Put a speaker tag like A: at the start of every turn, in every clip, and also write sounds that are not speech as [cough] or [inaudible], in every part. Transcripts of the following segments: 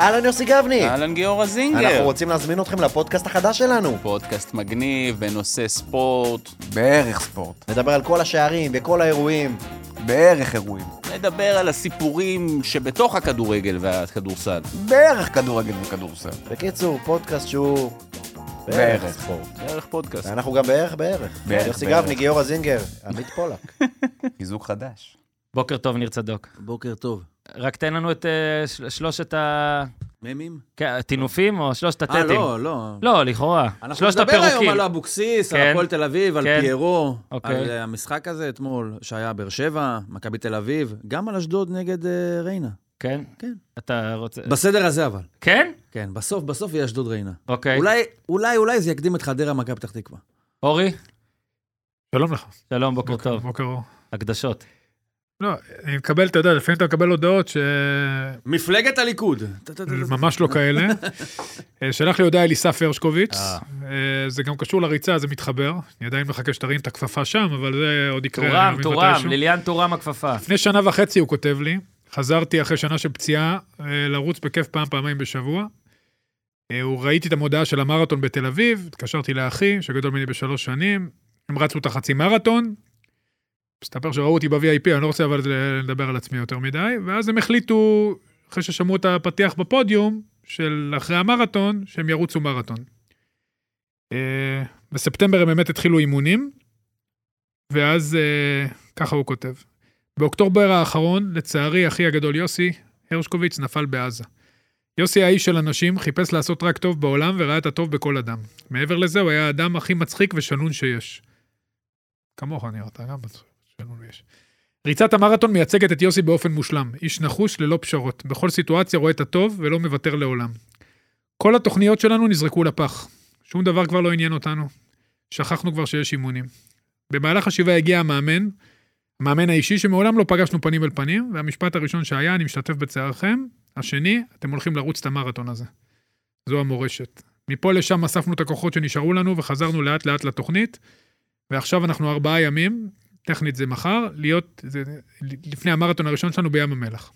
A: אהלן יוסי גבני.
B: אהלן גיאורה זינגר.
A: אנחנו רוצים להזמין אתכם לפודקאסט החדש שלנו.
B: פודקאסט מגניב בנושא ספורט.
C: בערך ספורט,
A: נדבר על כל השערים וכל האירועים.
C: בערך אירועים,
B: נדבר על הסיפורים שבתוך הכדורגל והכדורסל.
C: בערך כדורגל וכדורסל.
A: בקיצור, פודקאסט שהוא...
C: בערך.
A: ספורט.
B: בערך פודקאסט.
A: אנחנו גם בערך בערך.
C: בערך,
A: יוסי
C: בערך.
A: גבני, גיורא זינגר, עמית פולק.
C: חיזוק חדש.
D: בוקר טוב, ניר צדוק.
E: בוקר טוב.
D: רק תן לנו את אה, של- שלושת ה-
E: ממים?
D: כן, הטינופים או שלושת
E: אה,
D: הטטים.
E: לא, לא.
D: לא, לכאורה.
E: אנחנו
D: שלושת
E: נדבר היום
D: הפירוקים.
E: על אבוקסיס, על
D: כן.
E: הפועל תל אביב, על
D: כן.
E: פיירו,
D: אוקיי.
E: על אה, המשחק הזה אתמול, שהיה באר שבע, מכבי תל אביב, גם על אשדוד נגד אה, ריינה.
D: כן?
E: כן.
D: אתה רוצה...
E: בסדר הזה אבל.
D: כן?
E: כן, בסוף, בסוף יהיה אשדוד ריינה.
D: אוקיי.
E: אולי, אולי, אולי זה יקדים את חדרה מכבי פתח תקווה.
D: אורי,
F: שלום לך.
D: שלום, בוקר טוב.
F: בוקר אור.
D: הקדשות.
F: לא, אני מקבל, אתה יודע, לפעמים אתה מקבל
D: [laughs]
F: הודעות שממש
E: מפלגת הליכוד.
F: לא כאלה. אה, שלח לי הודעה אליסף הרשקוביץ.
D: אה.
F: אה, זה גם קשור לריצה, זה מתחבר. אני עדיין מחכה שתרים את הכפפה שם, אבל זה עוד יקרה. אני
D: טורם,
F: מאמין
D: טורם,
F: מתישהו.
D: ליליאן טורם הכפפה.
F: לפני שנה וחצי הוא כותב לי, חזרתי אחרי שנה של פציעה אה, לרוץ בכיף פעם, פעמיים בשבוע. אה, הוא- ראיתי את המודעה של המרתון בתל אביב, התקשרתי לאחי, שגדול ממני בשלוש שנים, הם רצו את החצי מרתון. מסתבר שראו אותי ב-VIP, אני לא רוצה אבל ל- לדבר על עצמי יותר מדי, ואז הם החליטו, אחרי ששמעו את הפתיח בפודיום, של אחרי המרתון, שהם ירוצו מרתון. אה, בספטמבר הם באמת התחילו אימונים, ואז אה, ככה הוא כותב. באוקטובר האחרון, לצערי, אחי הגדול יוסי, הרשקוביץ, נפל בעזה. יוסי האיש של אנשים, חיפש לעשות רק טוב בעולם וראה את הטוב בכל אדם. מעבר לזה, הוא היה האדם הכי מצחיק ושנון שיש. כמוך נראית, גם מצחיק, שנון ויש. ריצת המרתון מייצגת את יוסי באופן מושלם, איש נחוש ללא פשרות, בכל סיטואציה רואה את הטוב ולא מוותר לעולם. כל התוכניות שלנו נזרקו לפח, שום דבר כבר לא עניין אותנו. שכחנו כבר שיש אימונים. במהלך השבעה הגיע המאמן, המאמן האישי שמעולם לא פגשנו פנים אל פנים, והמשפט הראשון שהיה, אני משתתף בצערכם, השני, אתם הולכים לרוץ את המרתון הזה. זו המורשת. מפה לשם אספנו את הכוחות שנשארו לנו וחזרנו לאט לאט לתוכנית, ועכשיו אנחנו ארבעה ימים, טכנית זה מחר, להיות זה, לפני המרתון הראשון שלנו בים המלח.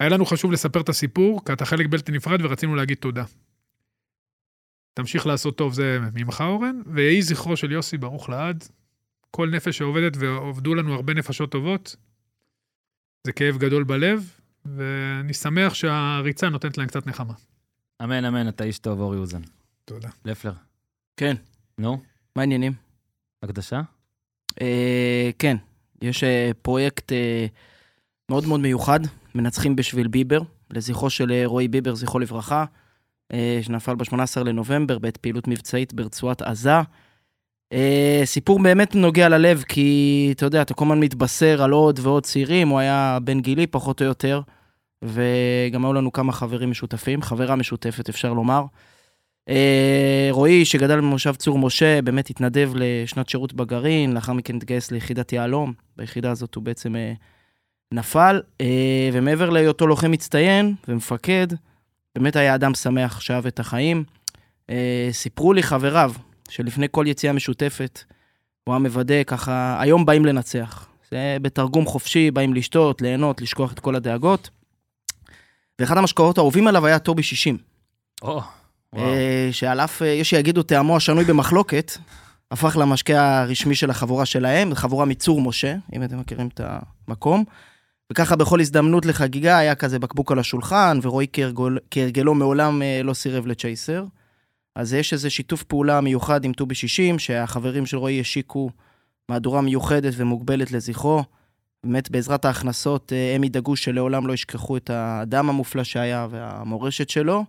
F: היה לנו חשוב לספר את הסיפור, כי אתה חלק בלתי נפרד ורצינו להגיד תודה. תמשיך לעשות טוב, זה ממך אורן, ויהי זכרו של יוסי ברוך לעד, כל נפש שעובדת, ועובדו לנו הרבה נפשות טובות, זה כאב גדול בלב, ואני שמח שהריצה נותנת להם קצת נחמה.
D: אמן, אמן, אתה איש טוב, אורי אוזן.
F: תודה.
D: לפלר.
G: כן.
D: נו,
G: מה העניינים?
D: הקדשה?
G: אה, כן, יש אה, פרויקט אה, מאוד מאוד מיוחד, מנצחים בשביל ביבר, לזכרו של אה, רועי ביבר, זכרו לברכה, אה, שנפל ב-18 לנובמבר בעת פעילות מבצעית ברצועת עזה. אה, סיפור באמת נוגע ללב, כי אתה יודע, אתה כל הזמן מתבשר על עוד ועוד צעירים, הוא היה בן גילי פחות או יותר, וגם היו לנו כמה חברים משותפים, חברה משותפת אפשר לומר. אה, רועי, שגדל במושב צור משה, באמת התנדב לשנת שירות בגרעין, לאחר מכן התגייס ליחידת יהלום. ביחידה הזאת הוא בעצם אה, נפל, אה, ומעבר להיותו לוחם מצטיין ומפקד, באמת היה אדם שמח שאהב את החיים. אה, סיפרו לי חבריו, שלפני כל יציאה משותפת, הוא היה מוודא ככה, היום באים לנצח. זה בתרגום חופשי, באים לשתות, ליהנות, לשכוח את כל הדאגות. ואחד המשקאות האהובים עליו היה טובי 60.
D: או, וואו.
G: אה, שעל אף, אה, יש שיגידו, טעמו השנוי במחלוקת, הפך למשקה הרשמי של החבורה שלהם, חבורה מצור משה, אם אתם מכירים את המקום. וככה בכל הזדמנות לחגיגה היה כזה בקבוק על השולחן, ורועי כהרגול- כהרגלו מעולם אה, לא סירב לצ'ייסר. אז יש איזה שיתוף פעולה מיוחד עם טובי 60, שהחברים של רועי השיקו מהדורה מיוחדת ומוגבלת לזכרו. באמת, בעזרת ההכנסות, אה, הם ידאגו שלעולם לא ישכחו את האדם המופלא שהיה והמורשת שלו.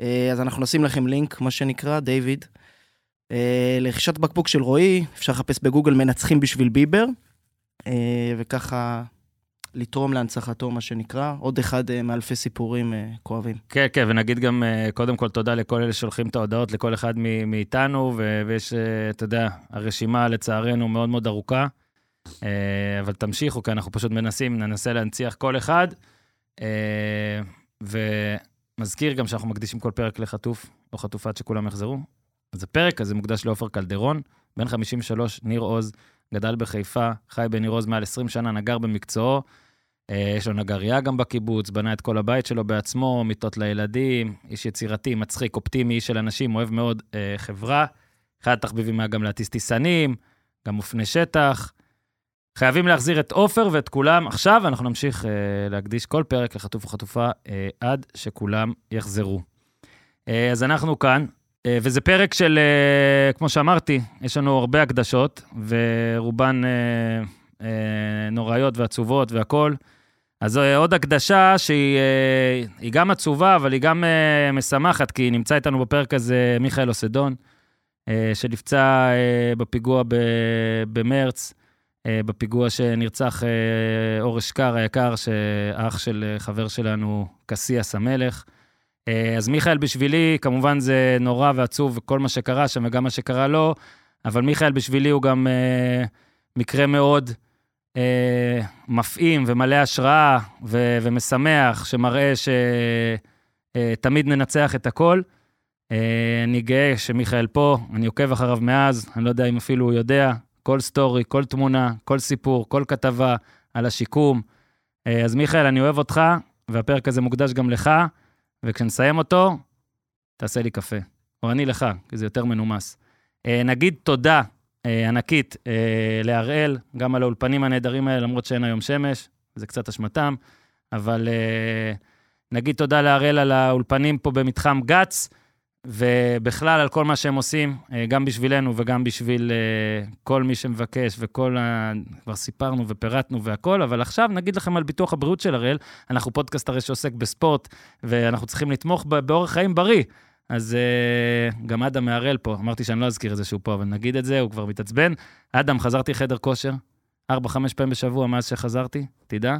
G: אה, אז אנחנו נשים לכם לינק, מה שנקרא, דיוויד. אה, לרכישת בקבוק של רועי, אפשר לחפש בגוגל מנצחים בשביל ביבר, אה, וככה לתרום להנצחתו, מה שנקרא. עוד אחד אה, מאלפי סיפורים אה, כואבים.
D: כן, כן, ונגיד גם, אה, קודם כל, תודה לכל אלה ששולחים את ההודעות לכל אחד מ- מאיתנו, ו- ויש, אה, אתה יודע, הרשימה לצערנו מאוד מאוד ארוכה, אה, אבל תמשיכו, כי אנחנו פשוט מנסים, ננסה להנציח כל אחד. אה, ומזכיר גם שאנחנו מקדישים כל פרק לחטוף או חטופת שכולם יחזרו. אז הפרק הזה מוקדש לעופר קלדרון, בן 53, ניר עוז, גדל בחיפה, חי בניר עוז מעל 20 שנה, נגר במקצועו. אה, יש לו נגרייה גם בקיבוץ, בנה את כל הבית שלו בעצמו, מיטות לילדים, איש יצירתי, מצחיק, אופטימי, איש של אנשים, אוהב מאוד אה, חברה. אחד התחביבים היה גם להטיס טיסנים, גם אופני שטח. חייבים להחזיר את עופר ואת כולם. עכשיו אנחנו נמשיך אה, להקדיש כל פרק לחטוף וחטופה אה, עד שכולם יחזרו. אה, אז אנחנו כאן, אה, וזה פרק של, אה, כמו שאמרתי, יש לנו הרבה הקדשות, ורובן אה, אה, נוראיות ועצובות והכול. אז זו עוד הקדשה שהיא אה, היא גם עצובה, אבל היא גם אה, משמחת, כי נמצא איתנו בפרק הזה מיכאל אוסדון, אה, שנפצע אה, בפיגוע ב, במרץ, אה, בפיגוע שנרצח אה, אור אשכר היקר, שאח של אה, חבר שלנו, קסיאס המלך. אה, אז מיכאל בשבילי, כמובן זה נורא ועצוב, כל מה שקרה שם וגם מה שקרה לו, אבל מיכאל בשבילי הוא גם אה, מקרה מאוד אה, מפעים ומלא השראה ו- ומשמח, שמראה שתמיד ננצח את הכל. אה, אני גאה שמיכאל פה, אני עוקב אחריו מאז, אני לא יודע אם אפילו הוא יודע, כל סטורי, כל תמונה, כל סיפור, כל כתבה על השיקום. אה, אז מיכאל, אני אוהב אותך, והפרק הזה מוקדש גם לך, וכשנסיים אותו, תעשה לי קפה. או אני לך, כי זה יותר מנומס. אה, נגיד תודה אה, ענקית אה, להראל, גם על האולפנים הנהדרים האלה, למרות שאין היום שמש, זה קצת אשמתם, אבל אה, נגיד תודה להראל על האולפנים פה במתחם גץ, ובכלל על כל מה שהם עושים, אה, גם בשבילנו וגם בשביל אה, כל מי שמבקש וכל ה... כבר סיפרנו ופירטנו והכול, אבל עכשיו נגיד לכם על ביטוח הבריאות של הראל. אנחנו פודקאסט הרי שעוסק בספורט, ואנחנו צריכים לתמוך ב- באורח חיים בריא. אז אה, גם אדם מהראל פה, אמרתי שאני לא אזכיר את זה שהוא פה, אבל נגיד את זה, הוא כבר מתעצבן. אדם, חזרתי חדר כושר, 4-5 פעמים בשבוע מאז שחזרתי, תדע.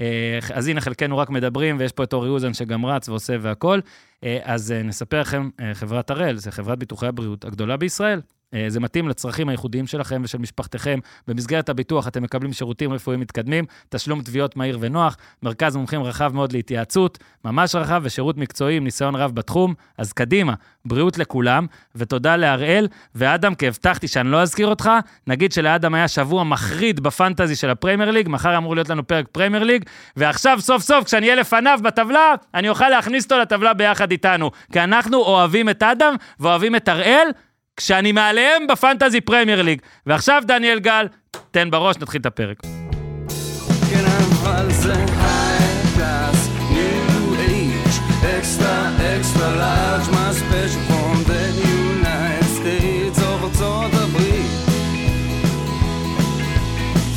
D: אה, אז הנה, חלקנו רק מדברים, ויש פה את אורי אוזן שגם רץ ועושה והכול. אה, אז אה, נספר לכם, אה, חברת הראל, זו חברת ביטוחי הבריאות הגדולה בישראל. אה, זה מתאים לצרכים הייחודיים שלכם ושל משפחתכם. במסגרת הביטוח אתם מקבלים שירותים רפואיים מתקדמים, תשלום תביעות מהיר ונוח, מרכז מומחים רחב מאוד להתייעצות, ממש רחב ושירות מקצועי עם ניסיון רב בתחום. אז קדימה, בריאות לכולם, ותודה להראל. ואדם, כי הבטחתי שאני לא אזכיר אותך, נגיד שלאדם היה שבוע מחריד בפנטזי של הפריימר ליג, מחר אמור להיות לנו פרק פריימר ליג, ועכשיו סוף סוף כשאני אהיה לפניו בטבלה, אני אוכל להכניס אותו לטבלה ביחד איתנו. כי אנחנו אוהבים את אדם ואוהבים את הראל, כשאני מעליהם בפנטזי פריימר ליג. ועכשיו, דניאל גל, תן בראש, נתחיל את הפרק.
H: כן, אבל זה high class, new age, extra, extra large, my special from the United States, או ארצות הברית.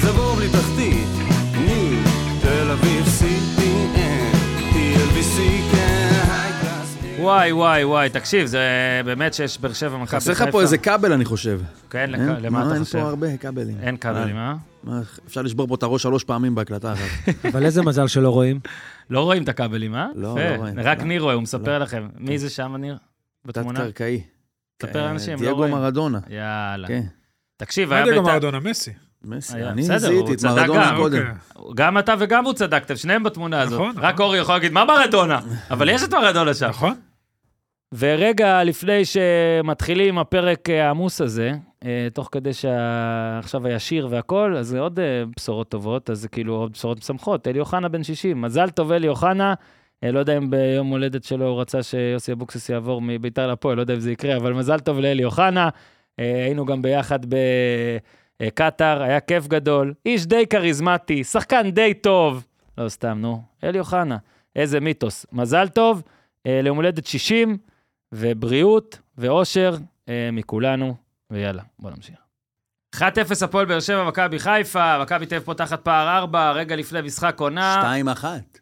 H: זה בור בלי תחתית, new, תל אביב, CPN, TLVC, כן, high class, new
D: וואי, וואי, וואי, תקשיב, זה באמת שיש באר שבע, מכבי
E: חסר לך פה איזה כבל, אני חושב.
D: כן,
E: אין?
D: לכ- למה
E: מה,
D: אתה
E: אין
D: חושב?
E: פה הרבה כבלים.
D: אין כבלים, אה?
E: מה, אפשר לשבור פה את הראש שלוש פעמים בהקלטה אחת.
G: אבל איזה מזל שלא רואים.
D: לא רואים את הכבלים, אה?
E: לא,
D: יפה.
E: לא רואים.
D: רק
E: לא. כן.
D: ניר רואה, הוא מספר לכם. מי זה שם, ניר? בתמונה?
E: תת-קרקעי.
D: ספר
E: אה,
D: לאנשים, לא
E: דייגו
D: רואים.
E: מרדונה.
D: יאללה.
E: כן.
D: תקשיב,
F: מה
D: היה
F: זה גם
D: בית"ר...
F: מרדונה? מסי.
E: מסי.
D: היה-
E: אני
D: בסדר,
E: זיהיתי
D: הוא
E: את
D: צדק
E: מרדונה
D: גם.
E: אה, קודם.
F: אוקיי.
D: גם אתה וגם הוא צדקתם, שניהם בתמונה הזאת.
F: נכון,
D: רק
F: נכון.
D: אורי יכול להגיד, מה מרדונה? אבל יש את מרדונה שם.
F: נכון?
D: ורגע לפני שמתחילים הפרק אה, העמוס הזה, אה, תוך כדי שעכשיו היה שיר והכול, אז זה עוד אה, בשורות טובות, אז זה כאילו עוד בשורות משמחות. אלי אוחנה בן 60, מזל טוב אלי אוחנה. אה, לא יודע אם ביום הולדת שלו הוא רצה שיוסי אבוקסיס יעבור מביתר לפועל, לא יודע אם זה יקרה, אבל מזל טוב לאלי אוחנה. אה, היינו גם ביחד בקטאר, היה כיף גדול. איש די כריזמטי, שחקן די טוב. לא, סתם, נו. אלי אוחנה, איזה מיתוס. מזל טוב, אה, ליום הולדת 60, ובריאות ואושר אה, מכולנו, ויאללה, בוא נמשיך. 1-0 הפועל באר שבע, מכבי חיפה, מכבי תל אביב פותחת פער 4, רגע לפני משחק עונה.
E: שתיים אחת.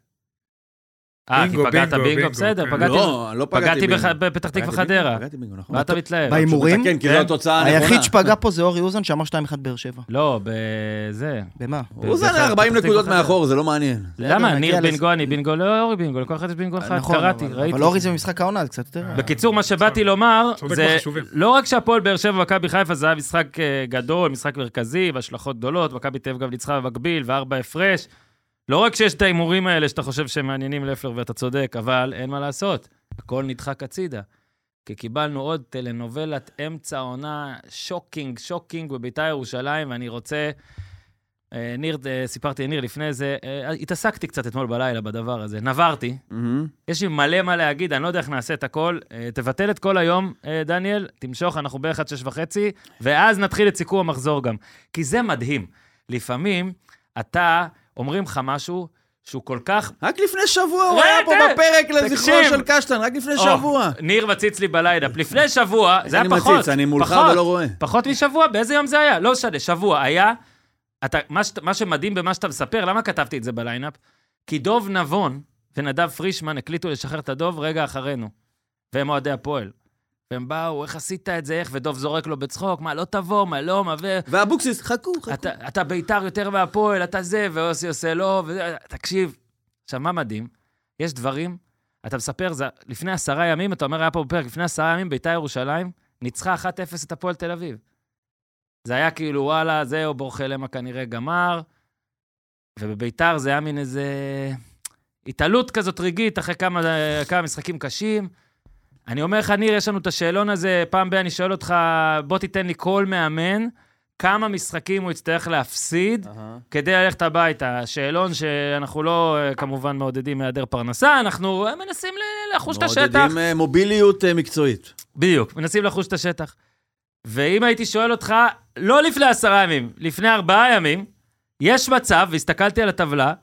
D: אה, כי
F: בינגו,
D: פגעת
F: בינגו,
D: בינגו,
F: בינגו,
D: בסדר,
F: כן.
D: פגעתי.
E: לא, לא
D: פגעתי
E: פגעתי בינגו.
D: בח- בפתח תקווה
E: פגעתי
D: חדרה.
E: בינגו, פגעתי בינגו,
I: כן.
E: נכון.
D: מה אתה מתלהב?
A: בהימורים?
E: כן,
B: לא
E: כי זו התוצאה הנכונה.
A: היחיד
I: פגע פה זה אורי אוזן שאמר 2-1 באר שבע.
D: לא, בזה.
I: במה?
E: הוא זן 40
D: בפתח תקווה
E: נקודות
D: חדרה.
E: מאחור, זה לא מעניין.
D: למה?
I: בסדר, נגיע
D: ניר
I: לזה.
D: בינגו, אני בינגו, לא אורי בינגו, לכל אחד יש בינגו אחד,
I: נכון,
D: קראתי,
I: אבל-
G: לא
D: ראיתי.
I: אבל אורי זה במשחק העונה, זה קצת יותר...
D: בקיצור, מה שבאתי לומר,
F: צודק
D: זה
F: בחישובים.
D: לא רק שהפועל באר שבע ומכבי חיפה זה היה משחק אה, גדול, משחק מרכזי, והשלכות גדולות, מכבי תל אביב גם ניצחה במקביל, וארבע הפרש. לא רק שיש את ההימורים האלה שאתה חושב שהם מעניינים לפלר ואתה צודק, אבל אין מה לעשות, הכל נדחק הצידה. כי קיבלנו עוד טלנובלת אמצע עונה, שוקינג, שוקינג בביתר ירושלים, ואני רוצה... אה, ניר, אה, סיפרתי לניר לפני זה, אה, התעסקתי קצת אתמול בלילה בדבר הזה, נברתי.
E: מהמם.
D: יש לי מלא מה להגיד, אני לא יודע איך נעשה את הכל. אה, תבטל את כל היום, אה, דניאל, תמשוך, אנחנו בערך עד שש וחצי, ואז נתחיל את סיכום המחזור גם. כי זה מדהים. לפעמים אתה, אומרים לך משהו שהוא כל כך...
E: רק לפני שבוע הוא היה פה
D: רגע,
E: בפרק לזכרו
D: תקשיב.
E: של קשטן, רק לפני שבוע.
D: או, ניר מציץ לי בלילה. לפני שבוע, זה היה
E: אני
D: פחות.
E: מציץ, אני מולך
D: פחות,
E: ולא רואה.
D: פחות משבוע, באיזה יום זה היה? לא משנה, שבוע היה... אתה, מה, שת, מה שמדהים במה שאתה מספר, למה כתבתי את זה בליינאפ? כי דוב נבון ונדב פרישמן החליטו לשחרר את הדוב רגע אחרינו. והם אוהדי הפועל. והם באו, איך עשית את זה, איך, ודוב זורק לו בצחוק, מה, לא תבוא, מה, לא, מה, ו...
E: ואבוקסיס, חכו, חכו.
D: אתה, אתה בית"ר יותר מהפועל, אתה זה, ויוסי עושה לא, וזה, תקשיב. עכשיו, מה מדהים? יש דברים, אתה מספר, זה, לפני עשרה ימים, אתה אומר, היה פה בפרק, לפני עשרה ימים בית"ר ירושלים ניצחה 1-0 את הפועל תל אביב. זה היה כאילו, וואלה, זהו, בורחלמה כנראה גמר, ובבית"ר זה היה מין איזה התעלות כזאת רגעית אחרי כמה, כמה משחקים קשים. אני אומר לך, ניר, יש לנו את השאלון הזה, פעם ב- אני שואל אותך, בוא תיתן לי כל מאמן, כמה משחקים הוא יצטרך להפסיד
E: אהה.
D: כדי ללכת הביתה. שאלון שאנחנו לא, אה, כמובן, מעודדים היעדר פרנסה, אנחנו אה, מנסים ל- לחוש את השטח.
E: מעודדים אה, מוביליות אה, מקצועית.
D: בדיוק, מנסים לחוש את השטח. ואם הייתי שואל אותך, לא לפני עשרה ימים, לפני ארבעה ימים, יש מצב, והסתכלתי על הטבלה,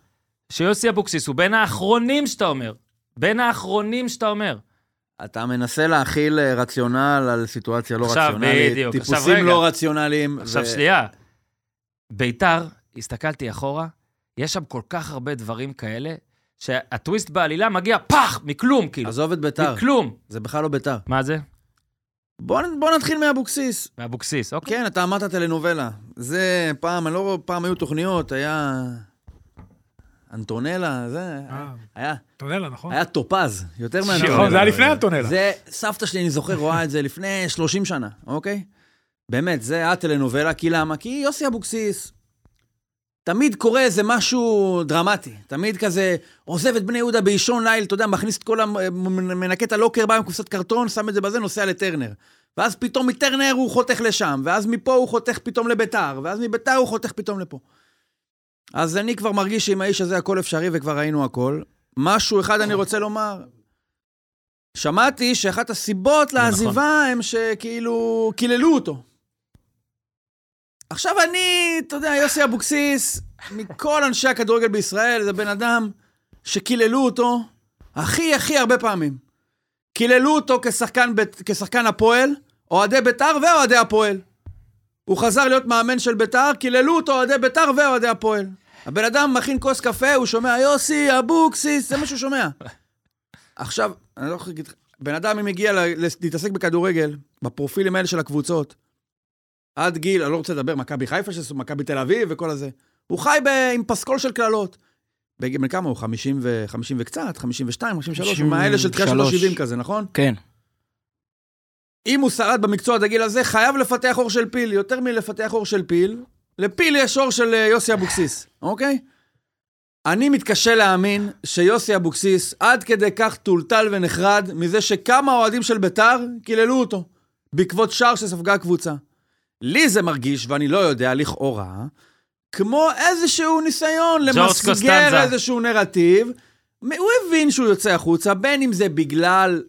D: שיוסי אבוקסיס הוא בין האחרונים שאתה אומר. בין האחרונים שאתה אומר.
E: אתה מנסה להכיל אה, רציונל על סיטואציה לא
D: עכשיו,
E: רציונלית.
D: בדיוק, עכשיו
E: טיפוסים
D: רגע.
E: לא רציונליים.
D: עכשיו,
E: ו-
D: שנייה. ביתר, הסתכלתי אחורה, יש שם כל כך הרבה דברים כאלה, שהטוויסט בעלילה מגיע פח, מכלום, כאילו.
E: עזוב את ביתר,
D: מכלום.
E: זה בכלל לא ביתר.
D: מה זה?
E: בוא נ- בוא נתחיל מאבוקסיס.
D: מאבוקסיס, אוקיי.
E: כן, אתה אמרת טלנובלה. זה פעם, אני לא, פעם היו תוכניות, היה אנטונלה, זה,
F: אה.
E: היה,
F: אנטונלה, נכון?
E: היה טופז, יותר
F: נכון, זה
E: מאנטונלה.
F: היה לפני אנטונלה.
E: אה, זה, סבתא שלי, אני זוכר, רואה את זה לפני 30 שנה, אוקיי? באמת, זה היה טלנובלה, כי למה? כי יוסי אבוקסיס, תמיד קורה איזה משהו דרמטי. תמיד כזה, עוזב את בני יהודה באישון ליל, אתה יודע, מכניס את כל ה... מנקה את הלוקר, בא עם קופסת קרטון, שם את זה בזה, נוסע לטרנר. ואז פתאום מטרנר הוא חותך לשם, ואז מפה הוא חותך פתאום לביתר, ואז מביתר הוא חותך פתאום לפה. אז אני כבר מרגיש שעם האיש הזה הכל אפשרי וכבר ראינו הכל. משהו אחד אני רוצה לומר. שמעתי שאחת הסיבות לעזיבה הם שכאילו קיללו אותו. עכשיו אני, אתה יודע, יוסי אבוקסיס, מכל אנשי הכדורגל בישראל, זה בן אדם שקיללו אותו הכי הכי הרבה פעמים. קיללו אותו כשחקן, בית, כשחקן הפועל, אוהדי בית"ר ואוהדי הפועל. הוא חזר להיות מאמן של בית"ר, קיללו אותו אוהדי בית"ר ואוהדי הפועל. הבן אדם מכין כוס קפה, הוא שומע יוסי, אבוקסיס, זה מה שהוא שומע. עכשיו, אני לא יכול להגיד לך, בן אדם אם הגיע ל- להתעסק בכדורגל, בפרופילים האלה של הקבוצות, עד גיל, אני לא רוצה לדבר, מכבי חיפה, שזה מכבי תל אביב וכל הזה. הוא חי ב, עם פסקול של קללות. בג- בן כמה הוא? 50, ו, 50 וקצת? 52, 53? הוא מהאלה של תחייה שלו
I: 53.
E: 70 כזה, נכון?
I: כן.
E: אם הוא שרד במקצוע עד הגיל הזה, חייב לפתח עור של פיל. יותר מלפתח עור של פיל, לפיל יש עור של אה, יוסי אבוקסיס, אוקיי? אני מתקשה להאמין שיוסי אבוקסיס עד כדי כך טולטל ונחרד מזה שכמה אוהדים של בית"ר קיללו אותו בעקבות שער שספגה הקבוצה. לי זה מרגיש, ואני לא יודע, לכאורה, כמו איזשהו ניסיון
D: קוסטנזה.
E: למסגר איזשהו נרטיב. מ- הוא הבין שהוא יוצא החוצה, בין אם זה בגלל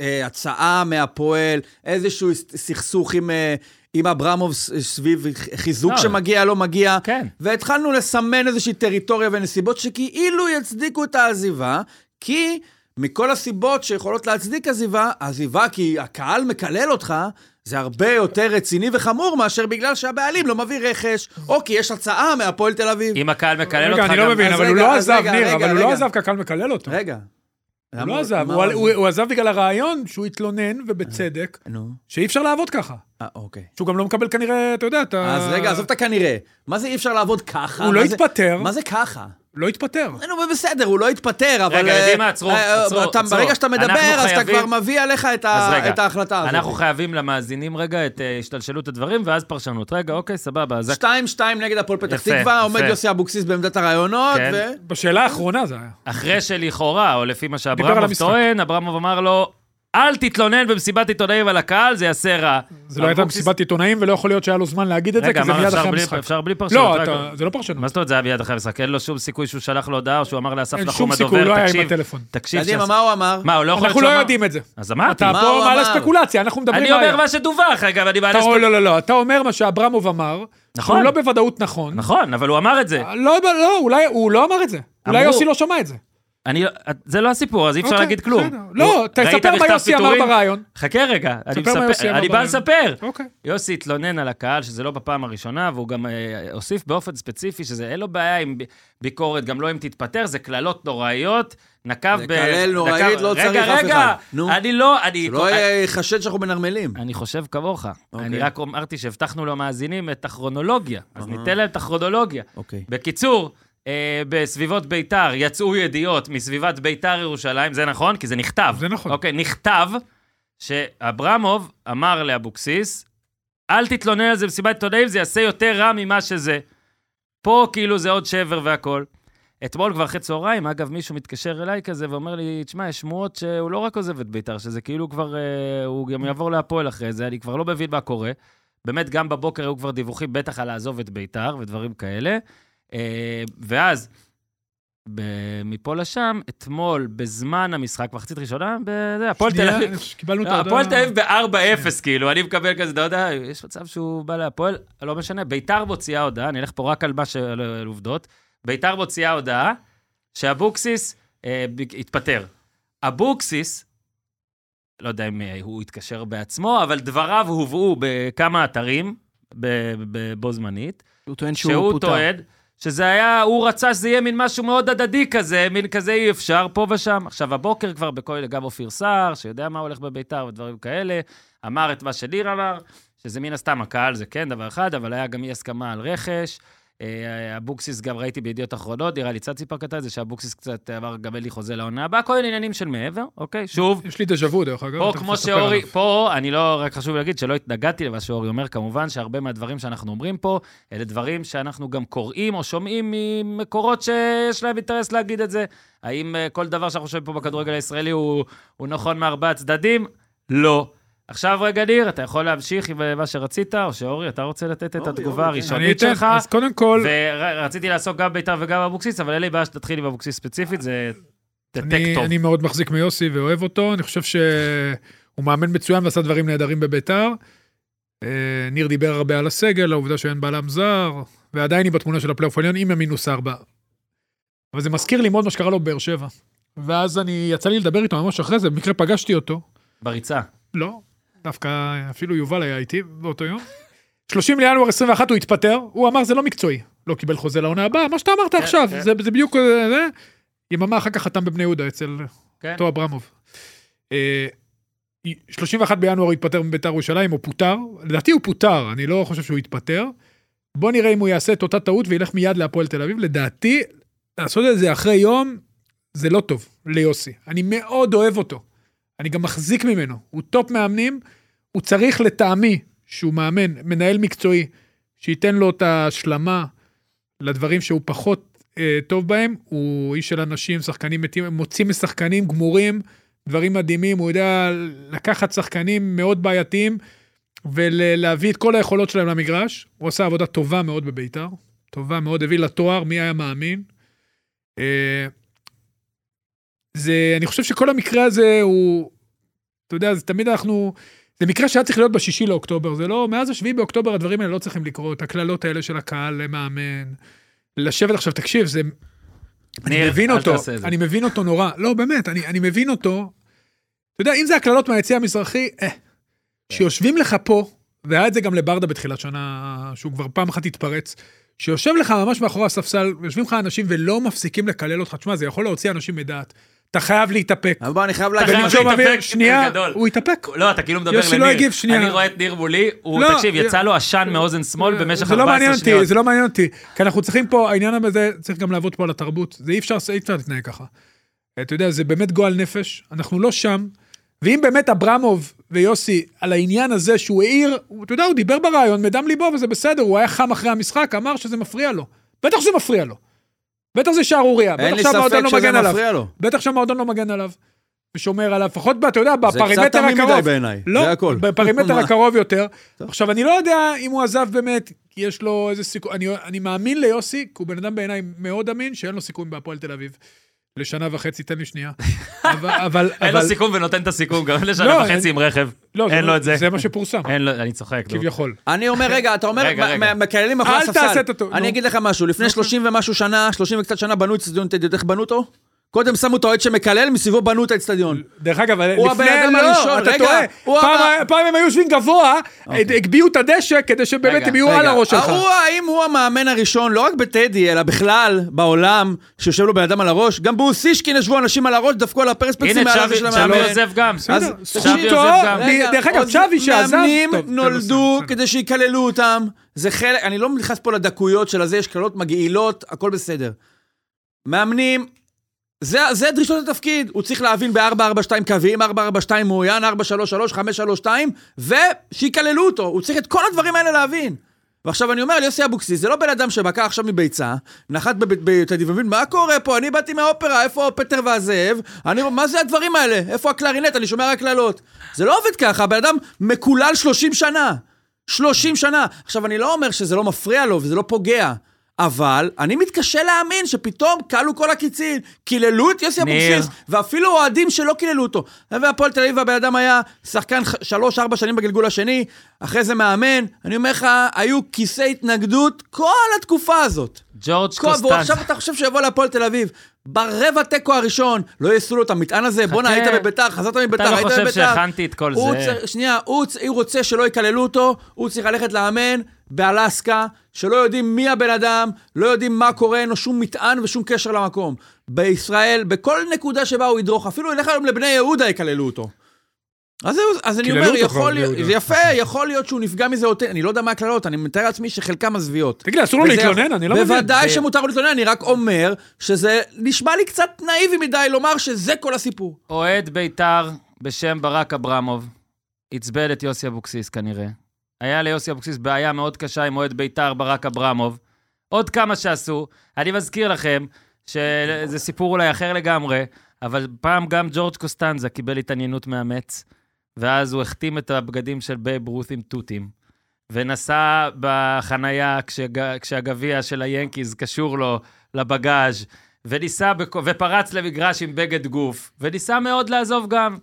E: אה, הצעה מהפועל, איזשהו ס- סכסוך עם, אה, עם אברמוב ס- סביב חיזוק
F: אה.
D: לא.
E: שמגיע, לא מגיע.
D: כן.
E: והתחלנו לסמן איזושהי טריטוריה ונסיבות שכאילו יצדיקו את העזיבה, כי מכל הסיבות שיכולות להצדיק עזיבה, עזיבה כי הקהל מקלל אותך, זה הרבה יותר רציני וחמור מאשר בגלל שהבעלים לא מביא רכש, או כי יש הצעה מהפועל תל אביב.
D: אם הקהל מקלל
F: רגע,
D: אותך
F: אני לא
D: גם...
F: מבין,
E: אז
F: אבל הוא
E: רגע,
F: לא
E: אז
F: עזב,
E: רגע,
F: ניר,
E: רגע,
F: אבל הוא לא
E: רגע.
F: עזב כי הקהל מקלל אותו.
E: רגע.
F: הוא
E: למה-
F: לא עזב,
E: מה
F: הוא-
E: הוא-
F: הוא- הוא עזב בגלל הרעיון שהוא התלונן, ובצדק,
E: אה, נו,
F: שאי אפשר לעבוד ככה.
E: אה, אוקיי.
F: שהוא גם לא מקבל כנראה, אתה יודע, אתה...
E: אז רגע, עזוב את הכנראה. מה זה אי אפשר לעבוד ככה?
F: אה. הוא
E: מה
F: לא
E: זה-
F: התפטר.
E: מה זה ככה?
F: לא התפטר.
E: נו, בסדר, הוא לא התפטר, אבל...
D: רגע,
E: אה,
D: יודעים מה? עצרו,
E: אה,
D: עצרו,
E: אתה-
D: עצרו.
E: ברגע שאתה מדבר,
D: אנחנו
E: אז אתה
D: חייבים-
E: כבר מביא עליך את ה-
D: אז רגע,
E: אה, את ההחלטה הזאת.
D: אנחנו חייבים למאזינים רגע את אה, השתלשלות הדברים ואז פרשנות. רגע, אוקיי, סבבה. אז
E: 2-2 נגד הפועל פתח
D: יפה,
E: תקווה, עומד
D: יפה.
E: יוסי אבוקסיס בעמדת הרעיונות,
D: כן.
E: ו...
F: בשאלה האחרונה זה היה.
D: אחרי שלכאורה, או לפי מה
F: דיבר על
D: שאברמוב
F: המשחק.
D: טוען, אברמוב אמר לו, אל תתלונן במסיבת עיתונאים על הקהל, זה יעשה רע.
F: זה לא הייתה
D: אבוקסיס-
F: מסיבת עיתונאים, ולא יכול להיות שהיה לו זמן להגיד את זה,
D: רגע,
F: כי זה
D: אמרנו
F: מיד
D: אפשר
F: אחרי
D: בלי-
F: המשחק.
D: אפשר בלי פרשנות.
F: לא,
D: רק-
F: אתה- זה לא פרשנות.
D: מה זאת אומרת זה היה מיד אחרי המשחק? אין לו שום סיכוי שהוא שלח לו הודעה, או שהוא אמר לאסף
F: אין
D: נחום
F: שום
D: הדובר,
F: סיכוי,
D: תקשיב,
F: הוא לא היה עם הטלפון.
D: תקשיב,
E: קדימה,
D: שאס-
E: מה הוא אמר?
D: מה, הוא לא יכול להיות
F: אנחנו
D: שהוא
F: לא
D: אמר?
F: יודעים את זה.
D: אז אמרתי.
F: אתה
E: מה הוא
F: פה מעלה
E: אמר?
F: ספקולציה, אנחנו מדברים
D: אני
F: מה היה.
D: אומר מה שדווח, אגב, אני
F: אתה
D: מעלה...
F: אומר,
D: ספק-
F: לא, לא, לא, אתה אומר מה שאברמוב אמר,
D: נכון.
F: שהוא לא בוודאות נכון.
D: נכון, אבל הוא אמר את זה.
F: לא, לא, אולי הוא לא אמר את זה. אולי
D: אמרו.
F: יוסי לא שמע את זה.
D: אני, זה לא הסיפור, אז אי אפשר
F: אוקיי,
D: להגיד כלום.
F: בסדר. לא,
D: הוא-
F: תספר
D: ראית
F: מה
D: מכתב
F: יוסי אמר
D: פיטורים?
F: בריאיון.
D: חכה רגע, אני
F: ספר מה יוסי
D: מספר,
F: אמר
D: אני בא
F: בריאיון.
D: לספר.
F: אוקיי.
D: יוסי התלונן על הקהל, שזה לא בפעם הראשונה, והוא גם אה, הוסיף באופן ספציפי שזה אין לו בעיה עם ב- ביקורת, גם לא אם תתפטר, זה קללות נוראיות, נקב
E: זה קלל נוראית,
D: נקב-
E: לא צריך
D: רגע,
E: אף
D: רגע,
E: אחד. נו.
D: אני לא, אני...
E: שלא יהיה חשד שאנחנו מנרמלים.
D: אני חושב כמוך.
E: אוקיי.
D: אני רק אמרתי שהבטחנו למאזינים את הכרונולוגיה, אז ניתן להם את הכרונולוגיה.
E: אוקיי.
D: בקיצור, אה, בסביבות ביתר יצאו ידיעות מסביבת ביתר ירושלים, זה נכון? כי זה נכתב.
F: זה נכון.
D: אוקיי, נכתב שאברמוב אמר לאבוקסיס, אל תתלונן על זה במסיבת עיתונאים, זה יעשה יותר רע ממה שזה. פה כאילו זה עוד שבר והכול. אתמול כבר אחרי צהריים, אגב, מישהו מתקשר אליי כזה ואומר לי, תשמע, יש שמועות שהוא לא רק עוזב את ביתר, שזה כאילו כבר, אה, הוא גם יעבור להפועל אחרי זה, אני כבר לא מבין מה קורה. באמת, גם בבוקר היו כבר דיווחים, בטח על לעזוב את ביתר ודברים כאלה. אה, ואז, ב- מפה לשם, אתמול, בזמן המשחק, מחצית ראשונה, בזה, הפועל תל
F: שנייה,
D: אביב.
F: אני חושב שקיבלנו את
D: לא, הפועל תל
F: ההודעה.
D: אביב ב-4-0, כאילו, אני מקבל כזה, אתה יודע, יש מצב שהוא בא להפועל, לא משנה, ביתר מוציאה הודעה, אני אלך פה רק על מה ש... על על עובדות, ביתר מוציאה הודעה שאבוקסיס אה, ב- התפטר. אבוקסיס, לא יודע אם אה, הוא התקשר בעצמו, אבל דבריו הובאו בכמה אתרים ב- ב- בו זמנית,
I: הוא טוען שהוא
D: שהוא
I: פוטר.
D: טוען שזה היה, הוא רצה שזה יהיה מין משהו מאוד הדדי כזה, מין כזה אי אפשר פה ושם. עכשיו, הבוקר כבר בכל, גם אופיר סער, שיודע מה הולך בביתר ודברים כאלה, אמר את מה שניר אמר, שזה מן הסתם הקהל, זה כן דבר אחד, אבל היה גם אי הסכמה על רכש. אה, אבוקסיס, גם ראיתי בידיעות אחרונות, נראה לי צאציפר כתב את זה, שאבוקסיס קצת אמר, גם אין לי חוזה לעונה הבאה, כל מיני עניינים של מעבר, אוקיי? שוב,
F: יש לי דז'ה וו, דרך אגב.
D: פה,
F: תכף
D: כמו
F: נספר
D: שאורי,
F: עליו.
D: פה, אני לא, רק חשוב להגיד שלא התנגדתי למה שאורי אומר, כמובן שהרבה מהדברים שאנחנו אומרים פה, אלה דברים שאנחנו גם קוראים או שומעים ממקורות שיש להם אינטרס להגיד את זה. האם אה, כל דבר שאנחנו שומעים פה בכדורגל הישראלי הוא, הוא נכון מארבע הצדדים? לא. עכשיו רגע, ניר, אתה יכול להמשיך עם אה, מה שרצית, או שאורי, אתה רוצה לתת את
E: אורי, כן.
D: התגובה
E: אורי,
F: אני
D: הראשונית
F: אתן,
D: שלך?
F: אז קודם כל,
D: ורציתי לעסוק גם בית"ר וגם אבוקסיס, אבל אין לי בעיה שתתחיל עם אבוקסיס ספציפית, זה
F: אני,
D: דטקטור.
F: אני מאוד מחזיק מיוסי ואוהב אותו, אני חושב שהוא מאמן מצוין ועשה דברים נהדרים בביתר. אה, ניר דיבר הרבה על הסגל, העובדה שאין בלם זר, ועדיין היא בתמונה של הפלייאוף העליון עם המינוס ארבע. אבל זה מזכיר לי מאוד מה שקרה לו בבאר שבע. ואז אני, יצא לי לדבר איתו ממש אחרי זה, במקרה פגשתי אותו,
D: בריצה.
F: לא, דווקא אפילו יובל היה איתי באותו יום. 30 לינואר 21 הוא התפטר, הוא אמר זה לא מקצועי. לא קיבל חוזה לעונה הבאה, מה שאתה אמרת עכשיו,
D: כן.
F: זה זה בדיוק אה, זה. יממה אחר כך חתם בבני יהודה אצל
D: כן.
F: אותו אברמוב. אה, 31 בינואר הוא התפטר מביתר ירושלים, הוא פוטר, לדעתי הוא פוטר, אני לא חושב שהוא התפטר. בוא נראה אם הוא יעשה את אותה טעות וילך מיד להפועל תל אביב. לדעתי, לעשות את זה אחרי יום, זה לא טוב ליוסי. אני מאוד אוהב אותו. אני גם מחזיק ממנו. הוא טופ מאמנים, הוא צריך לטעמי, שהוא מאמן, מנהל מקצועי, שייתן לו את ההשלמה לדברים שהוא פחות אה, טוב בהם. הוא איש של אנשים, שחקנים מתים, מוציא משחקנים גמורים, דברים מדהימים, הוא יודע לקחת שחקנים מאוד בעייתיים ולהביא את כל היכולות שלהם למגרש. הוא עשה עבודה טובה מאוד בביתר, טובה מאוד, הביא לתואר, מי היה מאמין. אה, זה, אני חושב שכל המקרה הזה הוא, אתה יודע, זה תמיד אנחנו, זה מקרה שהיה צריך להיות בשישי לאוקטובר, זה לא, מאז השביעי באוקטובר הדברים האלה לא צריכים לקרות, הקללות האלה של הקהל למאמן, לשבת עכשיו, תקשיב, זה, אני
D: ניר,
F: מבין
D: אל
F: אותו,
D: תעשה את זה.
F: אני מבין אותו נורא, לא, באמת, אני, אני מבין אותו, אתה יודע, אם זה הקללות מהיציע המזרחי, אה,
D: כן.
F: שיושבים לך פה, והיה את זה גם לברדה בתחילת שנה, שהוא כבר פעם אחת התפרץ, שיושב לך ממש מאחורי הספסל, יושבים לך אנשים ולא מפסיקים לקלל אותך, תשמע, זה יכול להוציא אנשים מדעת. אתה חייב להתאפק.
E: אבל בוא, אני חייב
D: אתה
E: להגיד...
D: חייב
F: ולנשום
D: להתאפק,
F: אוויר, שנייה,
D: בגדול.
F: הוא התאפק.
D: לא, אתה כאילו מדבר לניר.
F: יוסי לא הגיב, שנייה.
D: אני רואה את ניר מולי, הוא,
F: לא,
D: תקשיב, יצא לו עשן מאוזן שמאל במשך
F: זה לא מעניין
D: 14
F: אותי,
D: שניות.
F: זה לא מעניין אותי. כי אנחנו צריכים פה, העניין הזה, צריך גם לעבוד פה על התרבות. זה אי אפשר, אי אפשר להתנהג ככה. אתה יודע, זה באמת גועל נפש, אנחנו לא שם. ואם באמת אברמוב ויוסי, על העניין הזה שהוא העיר, הוא- אתה יודע, הוא דיבר ברעיון מדם ליבו וזה בסדר, הוא היה חם אחרי המשחק, אמר שזה מפריע לו. בטח שזה מפריע לו. בטח זה שערורייה.
E: אין
F: בטח
E: לי
F: שהמועדון
E: ספק
F: לא
E: שזה
F: מגן עליו.
E: מפריע לו.
F: בטח שהמועדון לא מגן עליו. שומר עליו, לפחות, אתה יודע,
E: זה קצת
F: לא, בפרימטר
E: תמים מדי
F: הקרוב.
E: בעיניי,
F: לא,
E: זה הכל. [laughs]
F: בפרימטר
E: מה?
F: הקרוב יותר. עכשיו, אני לא יודע אם הוא עזב באמת, כי יש לו איזה סיכוי, אני, אני מאמין ליוסי, כי הוא בן אדם בעיניי מאוד אמין, שאין לו סיכוי בהפועל תל אביב. לשנה וחצי, תן לי שנייה. אבל, אבל,
D: אין לו
F: אבל-
D: סיכום ונותן את הסיכום, גם לשנה
F: לא,
D: וחצי עם רכב.
F: לא,
D: אין לו את זה.
F: זה מה שפורסם,
D: אין לו, אני צוחק. נו.
F: כביכול.
E: אני אומר, רגע, אתה אומר,
D: רגע,
E: מה-
D: רגע.
E: מה- מקללים מאחורי
F: אל
E: הספסל.
F: תעשה את הטעות, נו. אוקיי.
E: אני אגיד לך משהו, לפני 30 ומשהו שנה, 30 וקצת שנה, בנו את אצטדיון טדי, איך בנו אותו? קודם שמו את האוהד שמקלל, מסביבו בנו את האצטדיון.
F: דרך אגב,
E: הוא
F: לפני,
E: הבן אדם
F: לא,
E: הראשון,
F: אתה
E: רגע,
F: טועה.
E: הוא
F: פעם
E: אמר-
F: ה- פעם הם היו יושבים גבוה, הגביהו את הדשא כדי שבאמת
B: רגע,
F: הם יהיו על הראש שלך.
E: ההוא, האם הוא המאמן הראשון, לא רק בטדי, אלא בכלל, בעולם, שיושב לו בן אדם על הראש? גם באוסישקין ישבו אנשים על הראש, דפקו על הפרספקסים
D: הנה,
E: מהלב
D: צ'אבי-
E: של
D: צ'אבי
E: המאמן.
D: יוסף גם.
F: בסדר, אה,
E: אז
D: צ'אבי
F: זכותו,
D: יוסף גם.
F: ב- דרך אגב,
E: עוד
F: צ'אבי שעזב...
E: מאמנים
F: טוב, זה
E: נולדו
F: בסדר,
E: כדי שיקללו אותם, זה חלק, אני לא נכנס פה לדקויות של הזה, יש קללות מגעילות, הכל בסדר. מאמנים, זה, זה דרישות התפקיד, הוא צריך להבין ב-442 קווים, 442 מאוין, 433, 532, ושיקללו אותו, הוא צריך את כל הדברים האלה להבין. ועכשיו אני אומר על יוסי אבוקסיס, זה לא בן אדם שבקע עכשיו מביצה, נחת בטדי ומבין, מה קורה פה? אני באתי מהאופרה, איפה הפטר והזאב? אני, מה זה הדברים האלה? איפה הקלרינט? אני שומע רק קללות. זה לא עובד ככה, הבן אדם מקולל 30 שנה. 30 שנה. עכשיו, אני לא אומר שזה לא מפריע לו וזה לא פוגע, אבל אני מתקשה להאמין שפתאום כלו כל הקיצין, קיללו את יוסי
D: ניר.
E: אבוקסיס, ואפילו אוהדים שלא קיללו אותו. והפועל תל אביב, הבן אדם היה שחקן ח- שלוש, ארבע שנים בגלגול השני, אחרי זה מאמן. אני אומר לך, היו כיסי התנגדות כל התקופה הזאת.
D: ג'ורג'
E: כל- והוא
D: קוסטן.
E: עכשיו אתה חושב שיבוא להפועל תל אביב. ברבע תיקו הראשון, לא יעשו לו את המטען הזה, בואנה
D: חכה.
E: היית בביתר, חזרת מביתר,
D: אתה
E: היית
D: לא
E: בביתר.
D: חושב שהכנתי את כל
E: הוא
D: זה?
E: צר... שנייה, הוא, צ... הוא רוצה שלא יקללו אותו, הוא צריך ללכת לאמן באלסקה, שלא יודעים מי הבן אדם, לא יודעים מה קורה, אין לו שום מטען ושום קשר למקום. בישראל, בכל נקודה שבה הוא ידרוך, אפילו ילך היום לבני יהודה יקללו אותו. אז, זהו, אז אני
F: קיללו
E: אומר,
F: אותו כבר
E: יכול
F: בבני
E: להיות,
F: יהודה.
E: זה יפה, יכול להיות שהוא נפגע מזה, אותי- אני לא יודע מה הקללות, אני מתאר לעצמי שחלקם עזביות.
F: תגיד לי, אסור לו
E: וזה-
F: להתלונן? אני לא מבין.
E: בוודאי
F: זה-
E: שמותר לו להתלונן, אני רק אומר שזה נשמע לי קצת נאיבי מדי לומר שזה כל הסיפור.
D: אוהד בית"ר בשם ברק אברמוב עצבן את יוסי אבוקסיס כנראה. היה ליוסי אבוקסיס בעיה מאוד קשה עם אוהד בית"ר ברק אברמוב. עוד כמה שעשו. אני מזכיר לכם שזה סיפור אולי אחר לגמרי, אבל פעם גם ג'ורג' קוסטנזה קיבל התעניינות מאמץ, ואז הוא החתים את הבגדים של בייב רות עם תותים, ונסע בחנייה כשג- כשהגביע של היאנקיז קשור לו לבגאז', וניסה, בכ... ופרץ למגרש עם בגד גוף, וניסה מאוד לעזוב גם.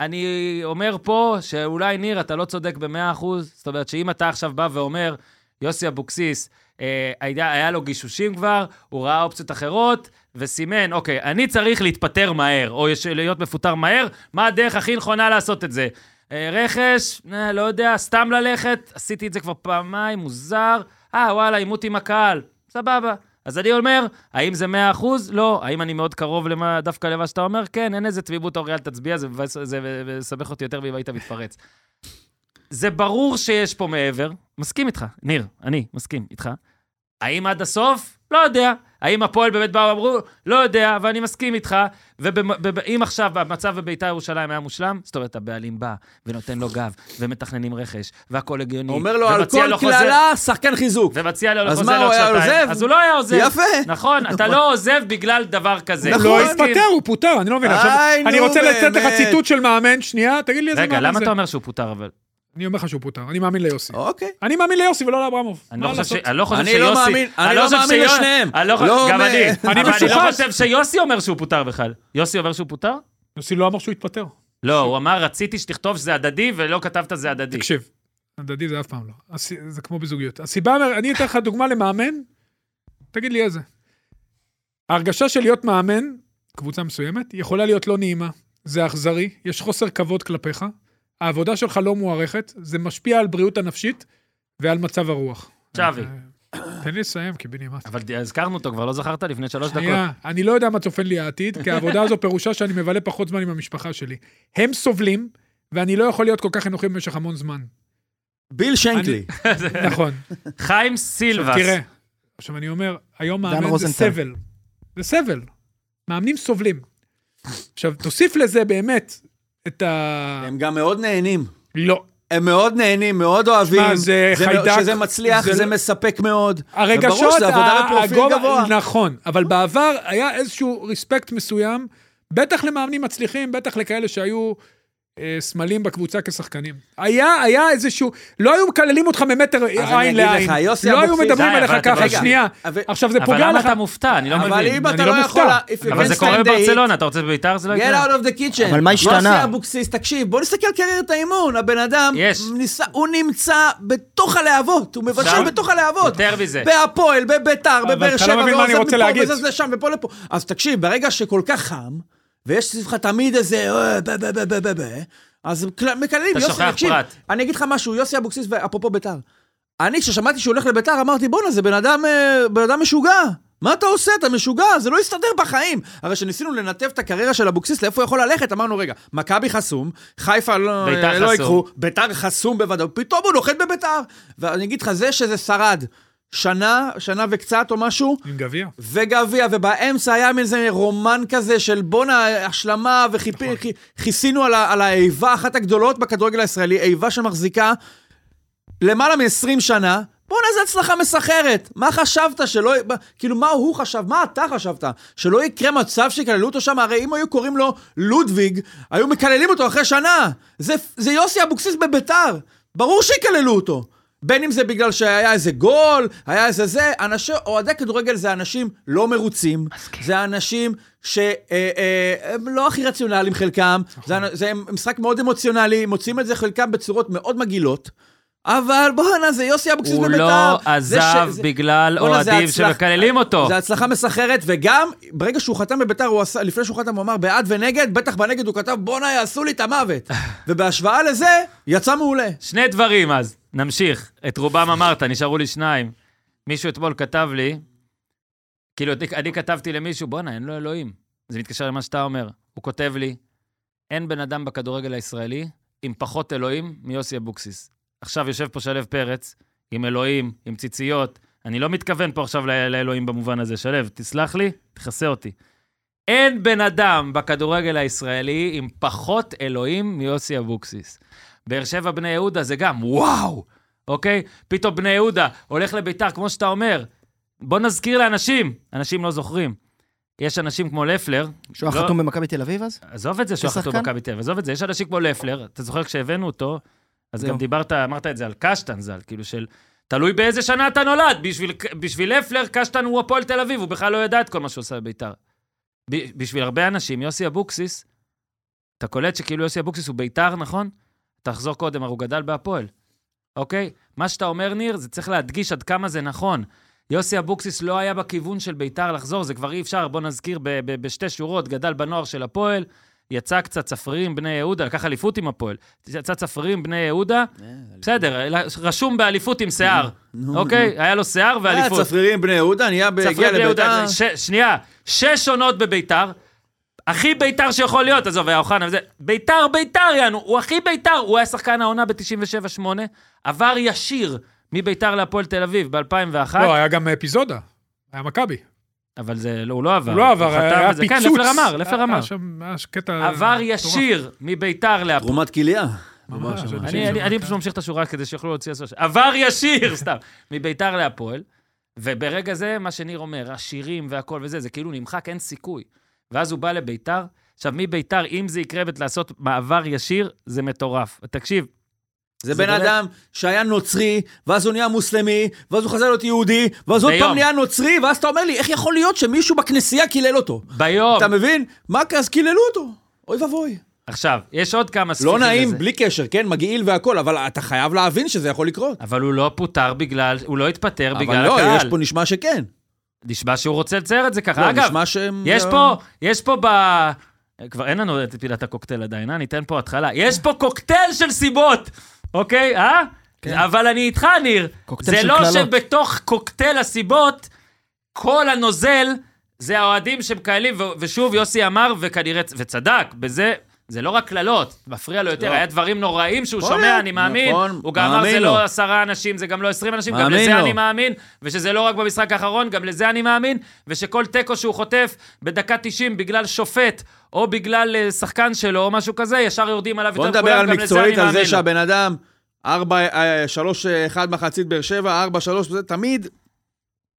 D: אני אומר פה שאולי, ניר, אתה לא צודק ב-100%, זאת אומרת שאם אתה עכשיו בא ואומר, יוסי אבוקסיס, אה, היה, היה לו גישושים כבר, הוא ראה אופציות אחרות, וסימן, אוקיי, אני צריך להתפטר מהר, או יש, להיות מפוטר מהר, מה הדרך הכי נכונה לעשות את זה? אה, רכש, אה, לא יודע, סתם ללכת, עשיתי את זה כבר פעמיים, מוזר. אה, וואלה, עימות עם הקהל, סבבה. אז אני אומר, האם זה 100 אחוז? לא. האם אני מאוד קרוב למה, דווקא למה שאתה אומר? כן, אין איזה תמימות אוריאל תצביע, זה מבאס- זה מסבך אותי יותר מאם היית מתפרץ. זה ברור שיש פה מעבר. מסכים איתך, ניר, אני מסכים איתך. האם עד הסוף? לא יודע. האם הפועל באמת באו ואמרו? לא יודע, אבל אני מסכים איתך. ואם עכשיו המצב בביתר ירושלים היה מושלם, זאת אומרת, הבעלים בא ונותן לו גב, ומתכננים רכש, והכול הגיוני.
E: אומר לו על
D: ומציע
E: כל
D: חוזה-
E: קללה, שחקן חיזוק.
D: ומציע לו
E: אז
D: לחוזה
E: מה, הוא
D: לעוד
E: היה
D: שנתיים.
E: עוזב?
D: אז הוא לא היה עוזב.
E: יפה. [laughs] נכון.
D: נכון, אתה לא עוזב בגלל דבר כזה.
F: הוא לא התפטר, הוא פוטר, אני לא מבין. עכשיו,
E: אה, היי,
F: אני
E: נו,
F: רוצה לתת לך
E: באמת.
F: ציטוט של מאמן, שנייה, תגיד לי איזה
D: רגע,
F: מאמן
D: למה
F: זה.
D: אתה אומר שהוא פוטר, אבל?
F: אני אומר לך שהוא פוטר, אני מאמין ליוסי.
E: אוקיי.
F: אני מאמין ליוסי ולא לאברמוב.
D: אני
F: מה
D: לא חושב ש-
F: לעשות?
D: אני לא חושב
E: אני
D: שיוסי...
E: לא מאמין- אני לא
D: חושב
E: מאמין
D: שיוסי-
E: לשניהם.
D: אני לא חושב-
E: לא
D: גם
E: מ-
D: אני.
E: אני
D: אבל אני לא
F: משוחד.
D: חושב שיוסי אומר שהוא פוטר בכלל. יוסי אומר שהוא פוטר?
F: יוסי לא אמר שהוא התפטר.
D: לא, הוא אמר, רציתי שתכתוב שזה הדדי, ולא כתבת זה הדדי.
F: תקשיב,
D: אה.
F: הדדי זה אף פעם לא. הסי- זה כמו בזוגיות. הסיבה, אני אתן לך דוגמה למאמן, תגיד לי איזה. ההרגשה של להיות מאמן, קבוצה מסוימת, יכולה להיות לא נעימה. זה אכזרי, יש חוסר כבוד כלפיך, העבודה שלך לא מוערכת, זה משפיע על בריאות הנפשית ועל מצב הרוח.
D: צ'אבי.
F: תן לי לסיים, קיביני, מה
D: אבל הזכרנו אותו כבר, לא זכרת? לפני שלוש דקות.
F: שנייה, אני לא יודע מה צופן לי העתיד, כי העבודה הזו פירושה שאני מבלה פחות זמן עם המשפחה שלי. הם סובלים, ואני לא יכול להיות כל כך אנוכי במשך המון זמן.
E: ביל שנקלי.
F: נכון.
D: חיים סילבס.
F: תראה, עכשיו אני אומר, היום מאמן זה
I: רוזנטל.
F: סבל. זה סבל. מאמנים סובלים. עכשיו, תוסיף לזה באמת את ה...
E: הם גם מאוד נהנים.
F: לא.
E: הם מאוד נהנים, מאוד אוהבים.
F: שמע, זה
E: זה
F: חיידק,
E: שזה מצליח,
F: זה
E: זה,
F: לא-
E: מספק מאוד. וברור
F: הרגשות,
E: שזה עבודה
F: ה- נכון,
E: בפרופיל
F: הגובה-
E: גבוה.
F: נכון, אבל בעבר היה איזשהו רספקט מסוים בטח למאמנים מצליחים, בטח לכאלה שהיו אה, סמלים בקבוצה כשחקנים. היה, היה איזשהו, לא היו מקללים אותך ממטר
E: אני
F: עין
E: אגיד לך,
F: לעין.
E: יוסי
F: לא היו
E: אבוקסיס-
F: מדברים
D: די,
F: עליך
D: אבל אתה
F: ככה,
D: רגע,
F: שנייה.
E: אבל-
F: עכשיו זה
D: אבל
F: פוגע
D: למה
F: לך.
D: אתה מופתע? אני לא
E: אבל
D: מבין.
E: אם
F: אני
E: אתה
F: לא
E: לא יכול...
F: מופתע.
E: if you
D: אבל
E: can't
D: זה
E: stand
D: קורה
E: the heat,
D: בברצלונה, אתה רוצה בביתר זה לא
E: Get
D: יקרה.
E: out of the kitchen.
A: אבל מה
E: יוסי
A: השתנה?
E: אבוקסיס, תקשיב, בוא נסתכל כן על קריירת האימון. הבן אדם,
D: יש.
E: ניסה, הוא נמצא בתוך הלהבות, הוא מבשל
D: אפשר?
E: בתוך הלהבות.
D: יותר מזה.
E: בהפועל, בביתר,
F: אבל
E: בבאר
F: אתה לא
E: שבע,
F: מבין מה אני
E: ועוזב
F: רוצה
E: מפה,
F: להגיד.
E: וזז לשם, ופה לפה. אז תקשיב, ברגע שכל כך חם, ויש סביבך תמיד איזה... אה, ב- ב- ב- ב- ב- ב- אז הם כל- מקללים,
D: אתה
E: יוסי,
D: שוכח
E: תקשיב.
D: פרט.
E: אני אגיד לך משהו, יוסי אבוקסיס, אפרופו ביתר. אני, כששמעתי שהוא הולך לביתר, אמרתי, בואנה, זה בן אדם, אה, בן אדם משוגע. מה אתה עושה? אתה משוגע, זה לא יסתדר בחיים. הרי כשניסינו לנתב את הקריירה של אבוקסיס, לאיפה הוא יכול ללכת, אמרנו, רגע, מכבי חסום, חיפה לא,
D: ביתר
E: אה, לא
D: חסום.
E: יקחו, ביתר חסום בוודאות, פתאום הוא נוחת בביתר. ואני אגיד לך, זה שזה שרד שנה, שנה וקצת או משהו,
F: עם גביע.
E: וגביע, ובאמצע היה מין איזה רומן כזה של בואנה, השלמה,
D: נכון.
E: וכיסינו על, ה- על האיבה, אחת הגדולות בכדורגל הישראלי, איבה שמחזיקה למעלה מ-20 שנה. בואנה, איזה הצלחה מסחררת. מה חשבת שלא... מה- כאילו, מה הוא חשב? מה אתה חשבת? שלא יקרה מצב שיקללו אותו שם? הרי אם היו קוראים לו לודוויג, היו מקללים אותו אחרי שנה. זה, זה יוסי אבוקסיס בביתר. ברור שיקללו אותו. בין אם זה בגלל שהיה איזה גול, היה איזה זה, אנשי, אוהדי כדורגל זה אנשים לא מרוצים. זה אנשים שהם אה, אה, הם לא הכי רציונליים חלקם. זה, אנ- זה משחק מאוד אמוציונלי, מוצאים את זה חלקם בצורות מאוד מגעילות. אבל בואנה, זה יוסי אבוקסיס
D: הוא
E: בביתר.
D: לא
E: זה
D: עזב
E: זה-
D: בגלל
E: בואנה, זה
D: אוהדים
E: הצלח-
D: שמקללים אותו.
E: זה הצלחה מסחררת, וגם ברגע שהוא חתם בביתר, הוא עשה, לפני שהוא חתם הוא אמר בעד ונגד, בטח בנגד הוא כתב בואנה יעשו לי
D: [laughs]
E: את המוות. ובהשוואה לזה, יצא מעולה.
D: שני דברים אז, נמשיך. את רובם אמרת, נשארו לי שניים. מישהו אתמול כתב לי, כאילו, אני- אני כתבתי למישהו, בואנה, אין לו אלוהים. זה מתקשר למה שאתה אומר. הוא כותב לי, אין בן אדם בכדורגל הישראלי עם פחות אלוהים מיוסי אבוקסיס. עכשיו יושב פה שלו פרץ, עם אלוהים, עם ציציות. אני לא מתכוון פה עכשיו ל- לאלוהים במובן הזה. שלו, תסלח לי, תכסה אותי. אין בן אדם בכדורגל הישראלי עם פחות אלוהים מיוסי אבוקסיס. באר שבע בני יהודה זה גם, וואו, אוקיי? פתאום בני יהודה הולך לביתר, כמו שאתה אומר. בוא נזכיר לאנשים, אנשים לא זוכרים. יש אנשים כמו לפלר,
I: שהוא היה
D: לא-
I: חתום במכבי תל אביב אז?
D: עזוב את זה שהוא חתום
I: כשחקן?
D: במכבי תל אביב, עזוב את זה, יש אנשים כמו לפלר, אתה זוכר כשהבאנו אותו, אז
I: זהו.
D: גם דיברת, אמרת את זה על קשטן ז"ל, כאילו של... תלוי באיזה שנה אתה נולד, בשביל, בשביל לפלר קשטן הוא הפועל תל אביב, הוא בכלל לא ידע את כל מה שהוא עושה בביתר. ב- בשביל הרבה אנשים, יוסי אבוקסיס, אתה קולט שכאילו יוסי אבוקסיס הוא ביתר, נכון? תחזור קודם, הרי הוא גדל בהפועל, אוקיי? מה שאתה אומר, ניר, זה צריך להדגיש עד כמה זה נכון. יוסי אבוקסיס לא היה בכיוון של ביתר לחזור, זה כבר אי אפשר, בוא נזכיר ב- ב- בשתי שורות, גדל בנוער של הפועל, יצא קצת צפרירים בני יהודה, לקח אליפות עם הפועל, יצא צפרירים בני יהודה, בסדר, רשום באליפות עם שיער, אוקיי? היה לו שיער ואליפות.
E: אה, צפרירים בני יהודה, נהיה, הגיע
D: צפריר בני יהודה,
E: לביתר.
D: ש- שנייה, שש עונות בביתר, הכי ביתר שיכול להיות, עזוב, היה אוחנה וזה, ביתר, ביתר, יענו, הוא הכי ביתר, הוא היה שחקן העונה ב-97-8, עבר ישיר מביתר להפועל תל אביב ב-2001,
F: לא, היה גם אפיזודה. היה מכבי.
D: אבל זה, לא, הוא לא עבר,
F: הוא לא עבר,
D: חתם
F: היה
D: וזה-
F: פיצוץ. אה,
D: כן, לפלר אמר, לפלר
F: היה-
D: אמר,
F: היה שם היה קטע...
D: עבר
F: מטורף.
D: ישיר מביתר להפועל.
E: תרומת כליה.
F: ממש,
E: ממש.
F: אנשים
D: אני, אני,
F: שם-
D: אני פשוט ממשיך את השורה כדי שיוכלו להוציא הסוף. עבר ישיר,
E: [laughs]
D: סתם, מביתר להפועל. וברגע זה, מה שניר אומר, השירים והכל וזה, זה כאילו נמחק, אין סיכוי. ואז הוא בא לביתר. עכשיו, מביתר, אם זה יקרה, ואת- לעשות מעבר ישיר, זה מטורף. תקשיב,
E: זה
D: זה
E: בן
D: באמת-
E: אדם שהיה נוצרי, ואז הוא נהיה מוסלמי, ואז הוא חזר להיות יהודי, ואז עוד
D: ביום.
E: פעם נהיה נוצרי, ואז אתה אומר לי, איך יכול להיות שמישהו בכנסייה קילל אותו?
D: ביום...
E: אתה מבין? מה, אז קיללו אותו. אוי ואבוי.
D: עכשיו, יש עוד כמה ספיחים
E: לא נעים,
D: לזה.
E: בלי קשר, כן, מגעיל והכל, אבל אתה חייב להבין שזה יכול לקרות.
D: אבל הוא לא פוטר בגלל, הוא לא התפטר
E: אבל
D: בגלל
E: לא,
D: הקהל.
E: יש פה נשמע שכן.
D: נשמע שהוא רוצה לצייר את זה ככה.
E: לא,
D: אגב,
E: נשמע שהם...
D: יש
E: לא-
D: פה, יש פה ב... כבר אין לנו את פילת הקוקטייל עדיין, אה? ניתן פה התחלה. יש פה קוקטייל של סיבות, אוקיי? אה?
E: כן.
D: אבל אני איתך, ניר.
I: קוקטייל
D: זה
I: של
D: לא
I: קללות.
D: שבתוך קוקטייל הסיבות, כל הנוזל זה האוהדים שמקהלים, ו- ושוב, יוסי אמר, וכנראה, צ- וצדק, בזה... זה לא רק קללות, מפריע לו יותר,
E: לא.
D: היה דברים נוראים שהוא
E: יכול
D: שומע,
E: להיות,
D: אני מאמין.
E: נכון,
D: הוא גם אמר,
E: מאמין
D: זה
E: לו."
D: לא עשרה אנשים, זה גם לא עשרים אנשים, גם
E: מאמין
D: לזה
E: לו.
D: אני מאמין, ושזה לא רק במשחק האחרון, גם לזה אני מאמין, ושכל תיקו שהוא חוטף בדקה 90 בגלל שופט, או בגלל אה, שחקן שלו, או משהו כזה, ישר יורדים עליו
E: בוא
D: יותר
E: נדבר על
D: כולם, גם לזה אני
E: מקצועית, על זה
D: מאמין. לו.
E: שהבן אה, אדם, 4, 3, 1 מחצית באר שבע, 4, 3, זה תמיד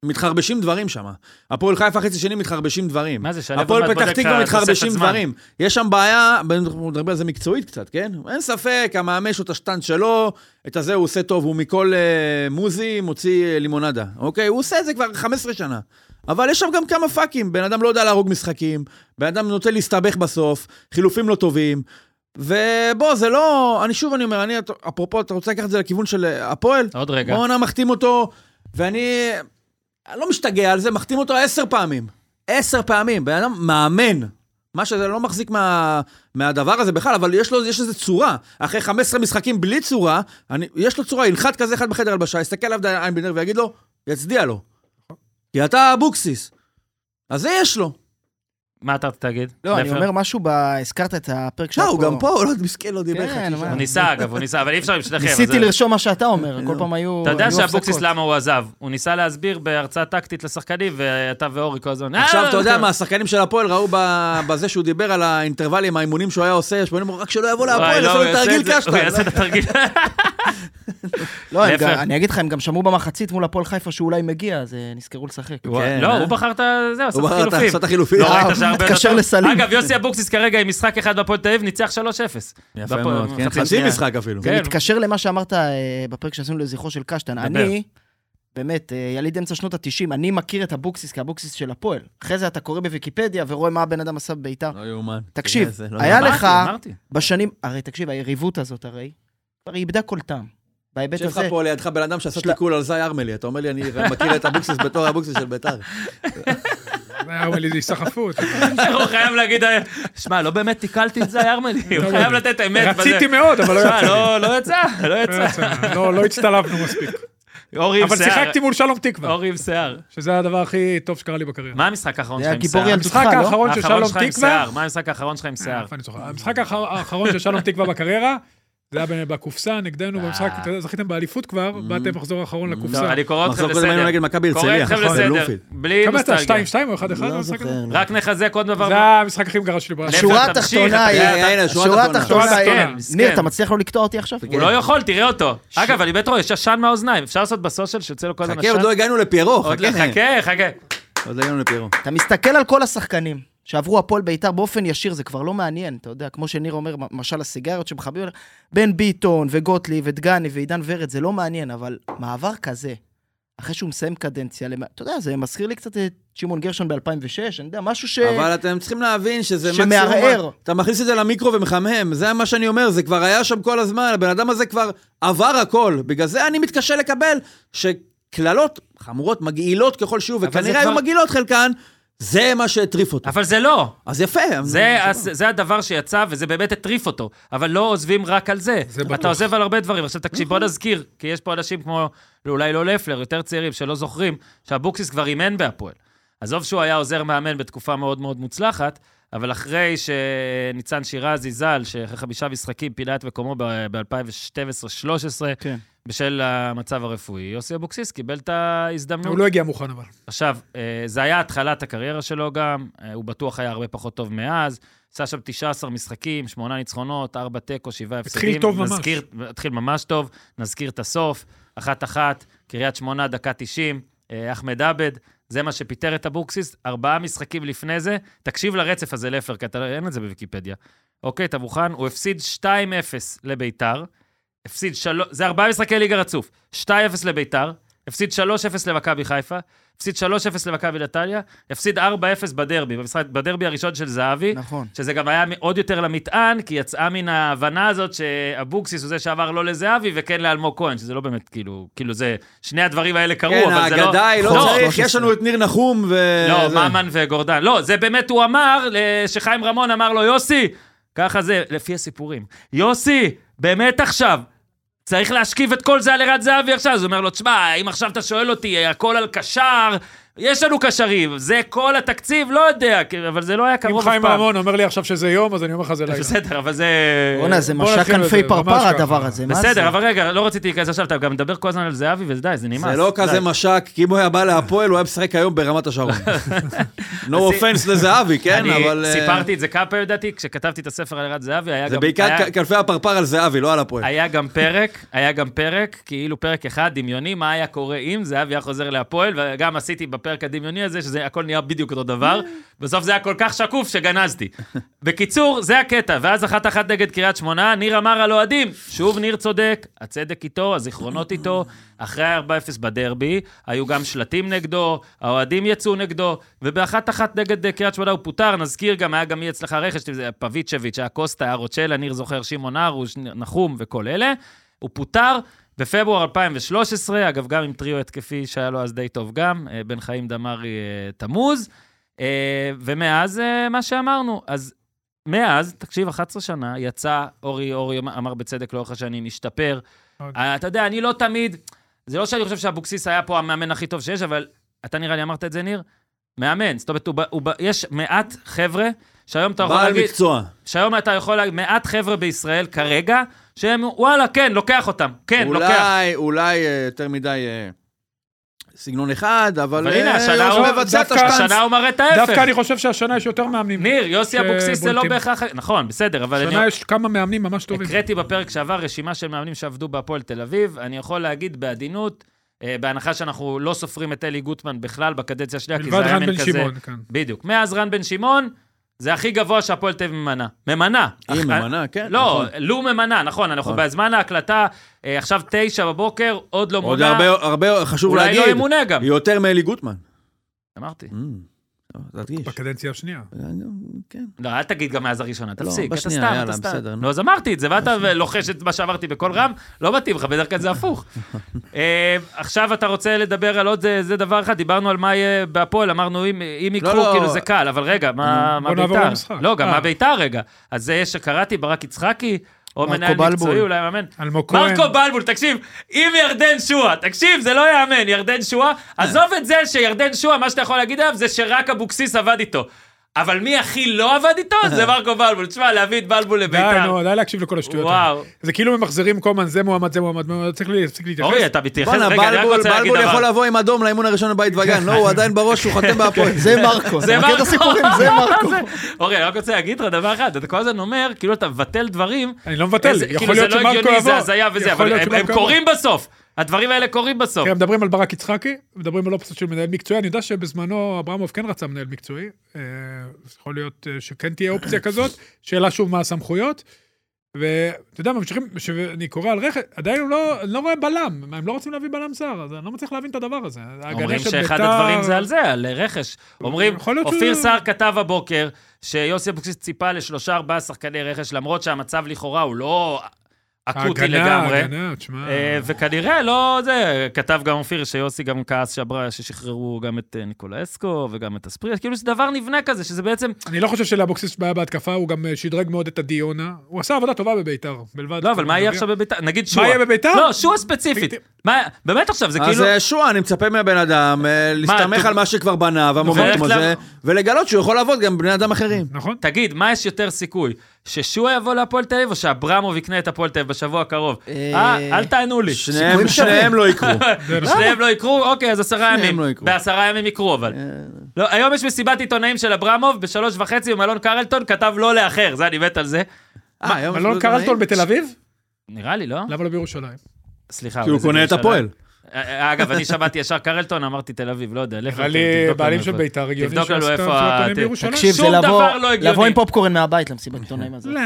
E: מתחרבשים דברים שם. הפועל חיפה חצי שני מתחרבשים דברים.
D: מה זה, שלו
E: הפועל
D: עוד מעט
E: פתח
D: בודק
E: תקווה
D: את התוספת
E: מתחרבשים
D: זמן.
E: דברים. יש שם בעיה, אנחנו נדבר על זה מקצועית קצת, כן? אין ספק, המאמן הוא את השטן שלו, את הזה הוא עושה טוב, הוא מכל אה, מוזי מוציא אה, לימונדה, אוקיי? הוא עושה את זה כבר 15 שנה. אבל יש שם גם כמה פאקים, בן אדם לא יודע להרוג משחקים, בן אדם נוטה להסתבך בסוף, חילופים לא טובים. ובוא, זה לא... אני שוב אני אומר, אני, אפרופו, אתה רוצה לקחת את זה לכיוון של אה, הפועל?
D: עוד אוקיי, רגע.
E: בואנה מחתים אותו, ואני אני לא משתגע על זה, מחתים אותו עשר פעמים. עשר פעמים, בן אדם מאמן. מה שזה לא מחזיק מה, מהדבר הזה בכלל, אבל יש לו, יש איזו צורה. אחרי 15 משחקים בלי צורה, אני, יש לו צורה, ינחת כזה אחד בחדר הלבשה, יסתכל עליו דיין איינבינר ויגיד לו, יצדיע לו. כי אתה אבוקסיס. אז זה יש לו.
I: נכון.
D: מה אתה תגיד?
I: לא, אני
D: לפר?
I: אומר משהו ב... הזכרת את הפרק
E: לא,
I: שהיה
E: הוא גם פה, הוא לא מסכן, לא דיבר.
I: כן, מה?
E: חצי שעה.
D: הוא ניסה אגב, הוא ניסה, אבל אי אפשר עם שניכם. אז
I: ניסיתי
D: זה-
I: לרשום מה שאתה
D: [laughs]
I: אומר, כל פעם היו...
D: אתה יודע
I: היו
D: שאבוקסיס
I: הפסקות.
D: למה הוא עזב. הוא ניסה להסביר בהרצאה טקטית לשחקנים, ואתה ואורי כל הזמן... "אה,
E: עכשיו, אתה יודע
D: לא,
E: מה, השחקנים של הפועל ראו ב- בזה שהוא דיבר על האינטרוולים, האימונים שהוא היה עושה, שבונים רק שלא יבוא
D: וואי,
E: להפועל,
D: לא,
E: עשו
D: הוא
E: לו
D: יעשה את
E: תרגיל
D: זה- הוא יעשה
E: קשטן.
D: את התרגיל.
I: לא, הם
D: להפך.
I: גם- אני אגיד לך, הם גם שמעו במחצית מול הפועל חיפה שאולי מגיע, אז אה, נזכרו לשחק.
E: [laughs] כן,
D: לא,
E: אה?
D: הוא בחר את ה... זהו, עשה
E: הוא
D: את
E: בחר את
D: החילופים.
E: הצעת החילופים.
D: לא
I: אה,
D: ראית שהרבה יותר
I: מתקשר
D: טוב?
I: לסלים.
D: אגב, יוסי אבוקסיס כרגע עם משחק אחד בהפועל תל אביב, ניצח 3-0.
E: יפה
D: בהפועל-
E: מאוד, כן,
D: מחצית
E: חצי
D: שנייה.
E: משחק אפילו.
D: כן.
I: מתקשר למה שאמרת אה, בפרק שעשינו לזכרו של קשטן.
D: דבר.
I: אני, באמת, אה, יליד אמצע שנות ה-90, אני מכיר את אבוקסיס כאבוקסיס של הפועל. אחרי זה אתה קורא בוויקיפדיה ורואה מה הבן אדם עשה בביתר.
E: לא יאומן.
I: תקשיב,
E: זה לא
I: היה
E: יאומן.
D: אמרתי,
I: לך-
D: אמרתי.
I: בשנים, הרי תקשיב, היריבות הזאת הרי, כבר איבדה כל טעם. בהיבט
E: יושב לך
I: הזה,
E: פה לידך בן אדם שעשה
I: של-
E: תיקול על זי ארמלי, אתה אומר לי, אני מכיר את אבוקסיס בתור אבוקסיס של
D: [laughs]
E: ביתר.
F: היה אומר לי, זה היסחפות.
D: [laughs] הוא חייב להגיד, שמע, לא באמת תיקלתי את זה,
F: [laughs]
D: ירמלי. הוא חייב לתת אמת. בזה.
F: רציתי מאוד, אבל לא
D: [laughs] שמע,
F: יצא.
D: לא- לא יצא, לא יצא.
F: לא, לא הצטלבנו מספיק.
D: אורי עם
F: אבל
D: שיער.
F: שיחקתי מול שלום תקווה,
D: אורי עם שיער.
F: שזה הדבר הכי טוב שקרה לי בקריירה.
D: מה המשחק האחרון
I: זה
D: שלך
I: היה
D: עם שיער?
I: גיבור ילדותך,
F: המשחק
I: לא?
F: האחרון של
D: האחרון
F: שלום
D: שלך עם
F: תקווה, נכון.
D: שיער. מה המשחק האחרון שלך עם שיער?
F: איפה אני זוכר? המשחק האחר- האחרון של שלום תקווה בקריירה, זה היה בין- בקופסה נגדנו במשחק, אתה יודע, זכיתם באליפות כבר, באתם מחזור אחרון
D: טוב,
F: לקופסה.
D: אה. Mm. לא, אני קורא אתכם
E: מחזור קודם היינו
D: לסדר.
E: נגד מכבי
D: קורא
E: הרצליה,
D: אתכם
E: נכון,
D: לסדר.
E: בלומפילד.
D: בלי
F: כמה אתה?
D: נוסטלגיה.
F: 2-2 או 1-1?
A: לא זוכר.
D: רק נחזק עוד דבר.
F: זה המשחק הכי מגרש שלי
D: לפר,
F: בארץ.
I: שורה
D: תמשיך,
I: התחתונה
D: אתה-
I: היא-
D: אתה-
E: הנה, שורה
I: השורה
E: התחתונה.
I: התחתונה,
F: שורה
I: היא-
D: התחתונה. מסכן.
I: ניר, אתה מצליח לא לקטוע אותי עכשיו?
D: הוא לא יכול, תראה אותו. אגב, אני בטח רואה, יש עשן מהאוזניים. אפשר לעשות בסושיאל שיוצא לו כל הזמן
E: חכה,
D: עשן?
E: עוד לא הגענו לפיירו,
D: עוד
E: חכה.
D: לא,
F: אוקיי.
D: חכה, חכה.
E: עוד לא הגענו לפיירו.
I: אתה מסתכל על כל השחקנים שעברו הפועל בית"ר באופן ישיר, זה כבר לא מעניין, אתה יודע, כמו שניר אומר, מ- משל הסיגריות שמכבים, עליך, בן ביטון וגוטליב ודגני ועידן ורד, זה לא מעניין, אבל מעבר כזה, אחרי שהוא מסיים קדנציה, למע- אתה יודע, זה מזכיר לי קצת את שמעון גרשון ב-2006, אני יודע, משהו ש...
E: אבל אתם צריכים להבין שזה מקסימום...
I: שמערער.
E: אתה מכניס את זה למיקרו ומחמם, זה מה שאני אומר, זה כבר היה שם כל הזמן, הבן אדם הזה כבר עבר הכל. בגלל זה אני מתקשה לקבל שקללות חמורות, מגעילות ככל שיהיו,
D: אבל זה
E: וכנראה היו
D: כבר-
E: מגעילות חלקן, זה מה שהטריף אותו.
D: אבל זה לא.
E: אז כן, יפה.
D: זה,
F: לא,
D: הס- זה הדבר שיצא, וזה באמת הטריף אותו. אבל לא עוזבים רק על זה.
F: זה
D: אתה
F: בטוח. נכון.
D: עוזב על הרבה דברים. עכשיו תקשיב, בוא נזכיר, כי יש פה אנשים כמו, אולי לא לפלר, יותר צעירים, שלא זוכרים, שאבוקסיס כבר אימן בהפועל. עזוב שהוא היה עוזר מאמן בתקופה מאוד מאוד מוצלחת, אבל אחרי שניצן שירזי ז"ל, שאחרי חמישה משחקים פינה את מקומו ב-2012-2013,
I: כן.
D: בשל המצב הרפואי, יוסי אבוקסיס קיבל את ההזדמנות.
F: הוא לא הגיע מוכן אבל.
D: עכשיו, אה, זה היה התחלת הקריירה שלו גם, אה, הוא בטוח היה הרבה פחות טוב מאז. עשה שם 19 משחקים, שמונה ניצחונות, ארבע תיקו, שבעה הפסדים.
F: טוב ממש.
D: נזכיר, התחיל ממש טוב, נזכיר את הסוף, אחת-אחת, קריית שמונה, דקה 90, אה, אחמד עבד, זה מה שפיטר את אבוקסיס, ארבעה משחקים לפני זה. תקשיב לרצף הזה, לפלר, כי אתה לא- אין את זה בוויקיפדיה. אוקיי, אתה מוכן? הוא הפסיד 2-0 לביתר, הפסיד 3... זה ארבעה משחקי ליגה רצוף. 2-0 לביתר, הפסיד 3-0 למכבי חיפה, הפסיד 3-0 למכבי נתניה, הפסיד 4-0 בדרבי, במשחק, בדרבי הראשון של זהבי,
I: נכון.
D: שזה גם היה עוד יותר למטען, כי יצאה מן ההבנה הזאת שאבוקסיס הוא זה שעבר לא לזהבי וכן לאלמוג כהן, שזה לא באמת, כאילו, כאילו זה, שני הדברים האלה קרו,
E: כן,
D: אבל זה לא...
E: האגדה היא לא
D: לא,
E: צריך, יש לנו את ניר נחום ו...
D: לא,
E: אה, זה.
D: ממן וגורדן. לא, זה באמת הוא אמר, אה, שחיים רמון אמר לו, יוסי, ככה זה, לפי הסיפורים. יוסי, באמת עכשיו. צריך להשכיב את כל זה על ערן זהבי עכשיו. אז הוא אומר לו, תשמע, אם עכשיו אתה שואל אותי, אה, הכל על קשר, יש לנו קשרים, זה כל התקציב, לא יודע, כן, אבל זה לא היה
F: אם
D: קרוב אף
F: חיים
D: פעם.
F: רמון אומר לי עכשיו שזה יום, אז אני אומר לך זה לילה.
D: בסדר, אבל זה...
I: בואנה, זה
F: בוא
I: משק
F: נתחיל
I: כנפי
F: בזה, ממש
I: פרפר
F: ככה.
I: הדבר הזה, מה זה?
D: בסדר, אבל רגע, לא רציתי להיכנס עכשיו, אתה גם מדבר כל הזמן על זהבי, ודי, זה נמאס.
E: זה לא
D: די.
E: כזה משק, כי אם הוא היה בא להפועל, הוא היה משחק היום
D: [laughs]
E: ברמת השרון. No offense לזהבי, כן,
D: אני
E: אבל... אה,
D: סיפרתי את זה כמה פעמים, לדעתי, כשכתבתי את הספר על ערד זהבי, היה
E: זה
D: גם-
E: בעיקר
D: היה-
E: כ- כנפי הפרפר על זהבי, לא על הפועל.
D: היה גם פרק, היה גם פרק, כאילו פרק אחד דמיוני, מה היה קורה אם זהבי היה חוזר להפועל, וגם עשיתי בפרק הדמיוני הזה, שזה הכל נהיה בדיוק אותו דבר. בסוף זה היה כל כך שקוף שגנזתי. בקיצור, זה הקטע, ואז אחת אחת נגד קריית שמונה, ניר אמר על אוהדים, שוב ניר צודק, הצדק איתו, הזיכרונות איתו, אחרי ה-4-0 בדרבי, היו גם שלטים נגדו, האוהדים יצאו נגדו, ובאחת אחת נגד אה, קריית שמונה הוא פוטר, נזכיר גם, היה גם אי אצלך רכש, זה היה פביצ'ביץ', היה קוסטה, היה רוצ'לה, ניר זוכר, שמעון הרוש, נחום וכל אלה, הוא פוטר. בפברואר 2013, אגב, גם עם טריו התקפי שהיה לו אז די טוב גם, אה, בן חיים דמארי אה, תמוז. אה, ומאז, אה, מה שאמרנו, אז מאז, תקשיב, 11 שנה, יצא, אורי, אורי אמר בצדק לאורך השנים, השתפר.
F: מאוד.
D: אה, אתה יודע, אני לא תמיד, זה לא שאני חושב שאבוקסיס היה פה המאמן הכי טוב שיש, אבל אתה נראה לי אמרת את זה, ניר? מאמן, זאת אומרת, הוא, ב- הוא, ב- יש מעט חבר'ה שהיום אתה יכול
E: בעל
D: להגיד,
E: מקצוע.
D: שהיום אתה יכול להגיד, מעט חבר'ה בישראל כרגע, שהם, וואלה, כן, לוקח אותם, כן, לוקח.
E: אולי, אולי אה, יותר מדי אה, סגנון אחד, אבל...
D: אבל הנה,
E: אה,
D: השנה
E: הוא
D: הוא-
E: מבצע את
F: דווקא-
E: השטנץ.
D: השנה הוא מראה את ההפך.
F: דווקא אני חושב שהשנה יש יותר מאמנים.
D: ניר, יוסי אבוקסיס זה לא
F: שבולטים.
D: בהכרח... נכון, בסדר, אבל אני...
F: השנה יש כמה מאמנים ממש טובים.
D: הקראתי בפרק שעבר רשימה של מאמנים שעבדו בהפועל תל אביב. אני יכול להגיד בעדינות, אה, בהנחה שאנחנו לא סופרים את אלי גוטמן בכלל בקדנציה השנייה, כי זה
F: מלבד
D: היה
F: רן
D: מין
F: בן
D: כזה...
F: שמעון, כן.
D: בדיוק. מאז רן בן שמעון, זה הכי גבוה שהפועל תל אביב ממנה. ממנה.
E: היא
D: אח-
E: ממנה, כן.
D: לא,
E: נכון.
D: לו ממנה, נכון, אנחנו
E: נכון.
D: בזמן ההקלטה, אה, עכשיו תשע בבוקר, עוד לא
E: עוד
D: מונה.
E: הרבה, הרבה חשוב
D: אולי
E: להגיד.
D: לא ימונה גם.
E: היא יותר מאלי גוטמן.
D: אמרתי.
E: Mm. לא, תדגיש.
F: בקדנציה השנייה.
E: כן.
D: לא, אל תגיד גם מאז הראשונה,
E: לא,
D: תפסיק, אתה
E: בשנייה,
D: סתם,
E: יאללה,
D: אתה סתם.
E: בסדר, נו.
D: נו, אז אמרתי את זה,
E: [laughs]
D: ואתה [laughs] לוחש את מה שאמרתי בקול רם, לא מתאים לך, בדרך כלל זה
E: [laughs]
D: הפוך. אה, עכשיו אתה רוצה לדבר על עוד, אה, זה זה דבר אחד, דיברנו על מה יהיה בהפועל, אמרנו אם אם
E: לא,
D: יקחו,
E: לא. אה,
D: כאילו זה קל, אבל רגע, מה מה
F: בוא נעבור
D: ביתר?
F: למשחק.
D: לא, גם
F: אה.
D: מה ביתר רגע. אז זה יש שקראתי, ברק יצחקי, או
I: מרקו
D: מנהל
I: בלבול.
D: מקצועי, אולי מאמן.
F: אלמוג כהן.
D: מרקו בלבול, תקשיב, אם ירדן שואה, תקשיב, זה לא יאמן, ירדן שואה, עזוב את זה שירדן שואה, מה שאתה יכול להגיד עליו זה שרק אבוקסיס עבד איתו. אבל מי הכי לא עבד איתו? זה מרקו בלבול. תשמע, להביא את בלבול
F: אה. די,
D: לביתר.
F: נו, די להקשיב לכל השטויות האלה.
D: וואו.
F: זה כאילו ממחזרים כל הזמן, זה מועמד, זה מועמד, מועמד, צריך להפסיק להתייחס.
D: אורי, אתה מתייחס,
E: בואנה,
D: רגע, אני רק
E: בלבול
D: רוצה להגיד
E: בלבול יכול
D: דבר.
E: לבוא עם אדום לאימון הראשון בבית וגן. לא, הוא עדיין בראש, הוא חותם בהפועל.
I: זה מרקו,
D: זה
I: אתה מכיר את הסיפורים?
D: [laughs]
I: זה מרקו.
D: זה- אורי, אני רק רוצה להגיד לך דבר אחד, אתה כל הזמן אומר, כאילו אתה מבטל דברים.
F: אני לא מבטל,
D: איזה-
F: יכול
D: כאילו
F: להיות
D: זה לא
F: שמרקו
D: הגיוני, זה
F: יבוא.
D: הזיה וזה,
F: יכול
D: אבל
F: להיות
D: הם- הם
F: שמרקו כן,
D: קורים בסוף. הדברים האלה קורים בסוף.
F: תראה, מדברים על ברק יצחקי, מדברים על אופציות של מנהל מקצועי, אני יודע שבזמנו אברמוב כן רצה מנהל מקצועי, אה, אז יכול להיות אה, שכן תהיה אופציה
D: [laughs]
F: כזאת, שאלה שוב מה הסמכויות, ואתה יודע, ממשיכים, כשאני קורא על רכב, עדיין הוא לא, אני לא רואה בלם, הם לא רוצים להביא בלם זר, אז אני לא מצליח להבין את הדבר הזה.
D: אומרים שאחד הדברים זה על זה, על רכש. אומרים,
F: יכול להיות
D: אופיר
F: ש-
D: סער כתב הבוקר שיוסי אבוקסיס ציפה לשלושה ארבעה שחקני רכש, למרות שהמצב לכאורה הוא לא אקוטי לגמרי.
F: הגנה, הגנה, תשמע.
D: אה, וכנראה לא זה, כתב גם אופיר שיוסי גם כעס שברה ששחררו גם את אה, ניקולה אסקו וגם את הספרי, כאילו זה דבר נבנה כזה, שזה בעצם...
F: אני לא חושב שלאבוקסיס בעיה בהתקפה, הוא גם אה, שדרג מאוד את הדיונה. הוא עשה עבודה טובה בביתר, בלבד.
D: לא, אבל מה יהיה עכשיו בביתר? נגיד שועה.
F: יהיה בביתר?
D: לא, שועה ספציפית. מה, באמת עכשיו, זה
E: אז
D: כאילו...
E: אה, שועה, אני מצפה מהבן אדם אה, להסתמך
D: אתה-
E: על מה שכבר בנה
D: וללכת
E: והמומנטום
D: ל-
E: הזה, ולגלות שהוא יכול לעבוד גם בבני אדם אחרים.
F: נכון?
D: תגיד, מה יש יותר סיכוי? ששועה יבוא להפועל תל אביב, או שאברמוב יקנה את הפועל תל אביב בשבוע הקרוב?
I: אה,
D: אה, אל תענו לי.
E: שניהם שניהם לא
D: [laughs]
E: יקרו.
D: שניהם לא יקרו? אוקיי, אז עשרה
E: שניהם
D: ימים.
E: לא יקרו.
D: בעשרה ימים יקרו, אבל. לא, היום יש מסיבת עיתונאים של אברמוב, בשלוש וחצי, עם אלון קרלטון, כתב לא לאחר, זה אני מת על זה.
E: אה, היום
D: לא
F: מלון
E: יש לו
F: קרלטון
E: עיתונאים?
F: לא בתל אביב? למה
D: נראה לי, לא?
F: לא בירושלים?
D: סליחה.
E: כי הוא
D: אבל זה
E: קונה את
D: בירושלים.
E: הפועל.
D: אה, אגב, אני שמעתי ישר קרלטון, אמרתי תל אביב, לא יודע. לך
F: נראה
D: אתה,
F: לי
D: תבדוק
F: אה, בעלים
D: לנו
F: של
D: איפה.
F: ביתר הגיוני
D: תבדוק לנו
F: שעשתה
D: איפה
F: מסיבת עיתונאים
D: ת-
F: בירושלים.
I: תקשיב,
D: שום
I: זה לבוא-
D: דבר לא הגיוני.
I: לבוא עם פופקורן מהבית למסיבת עיתונאים הזאת.
F: לא,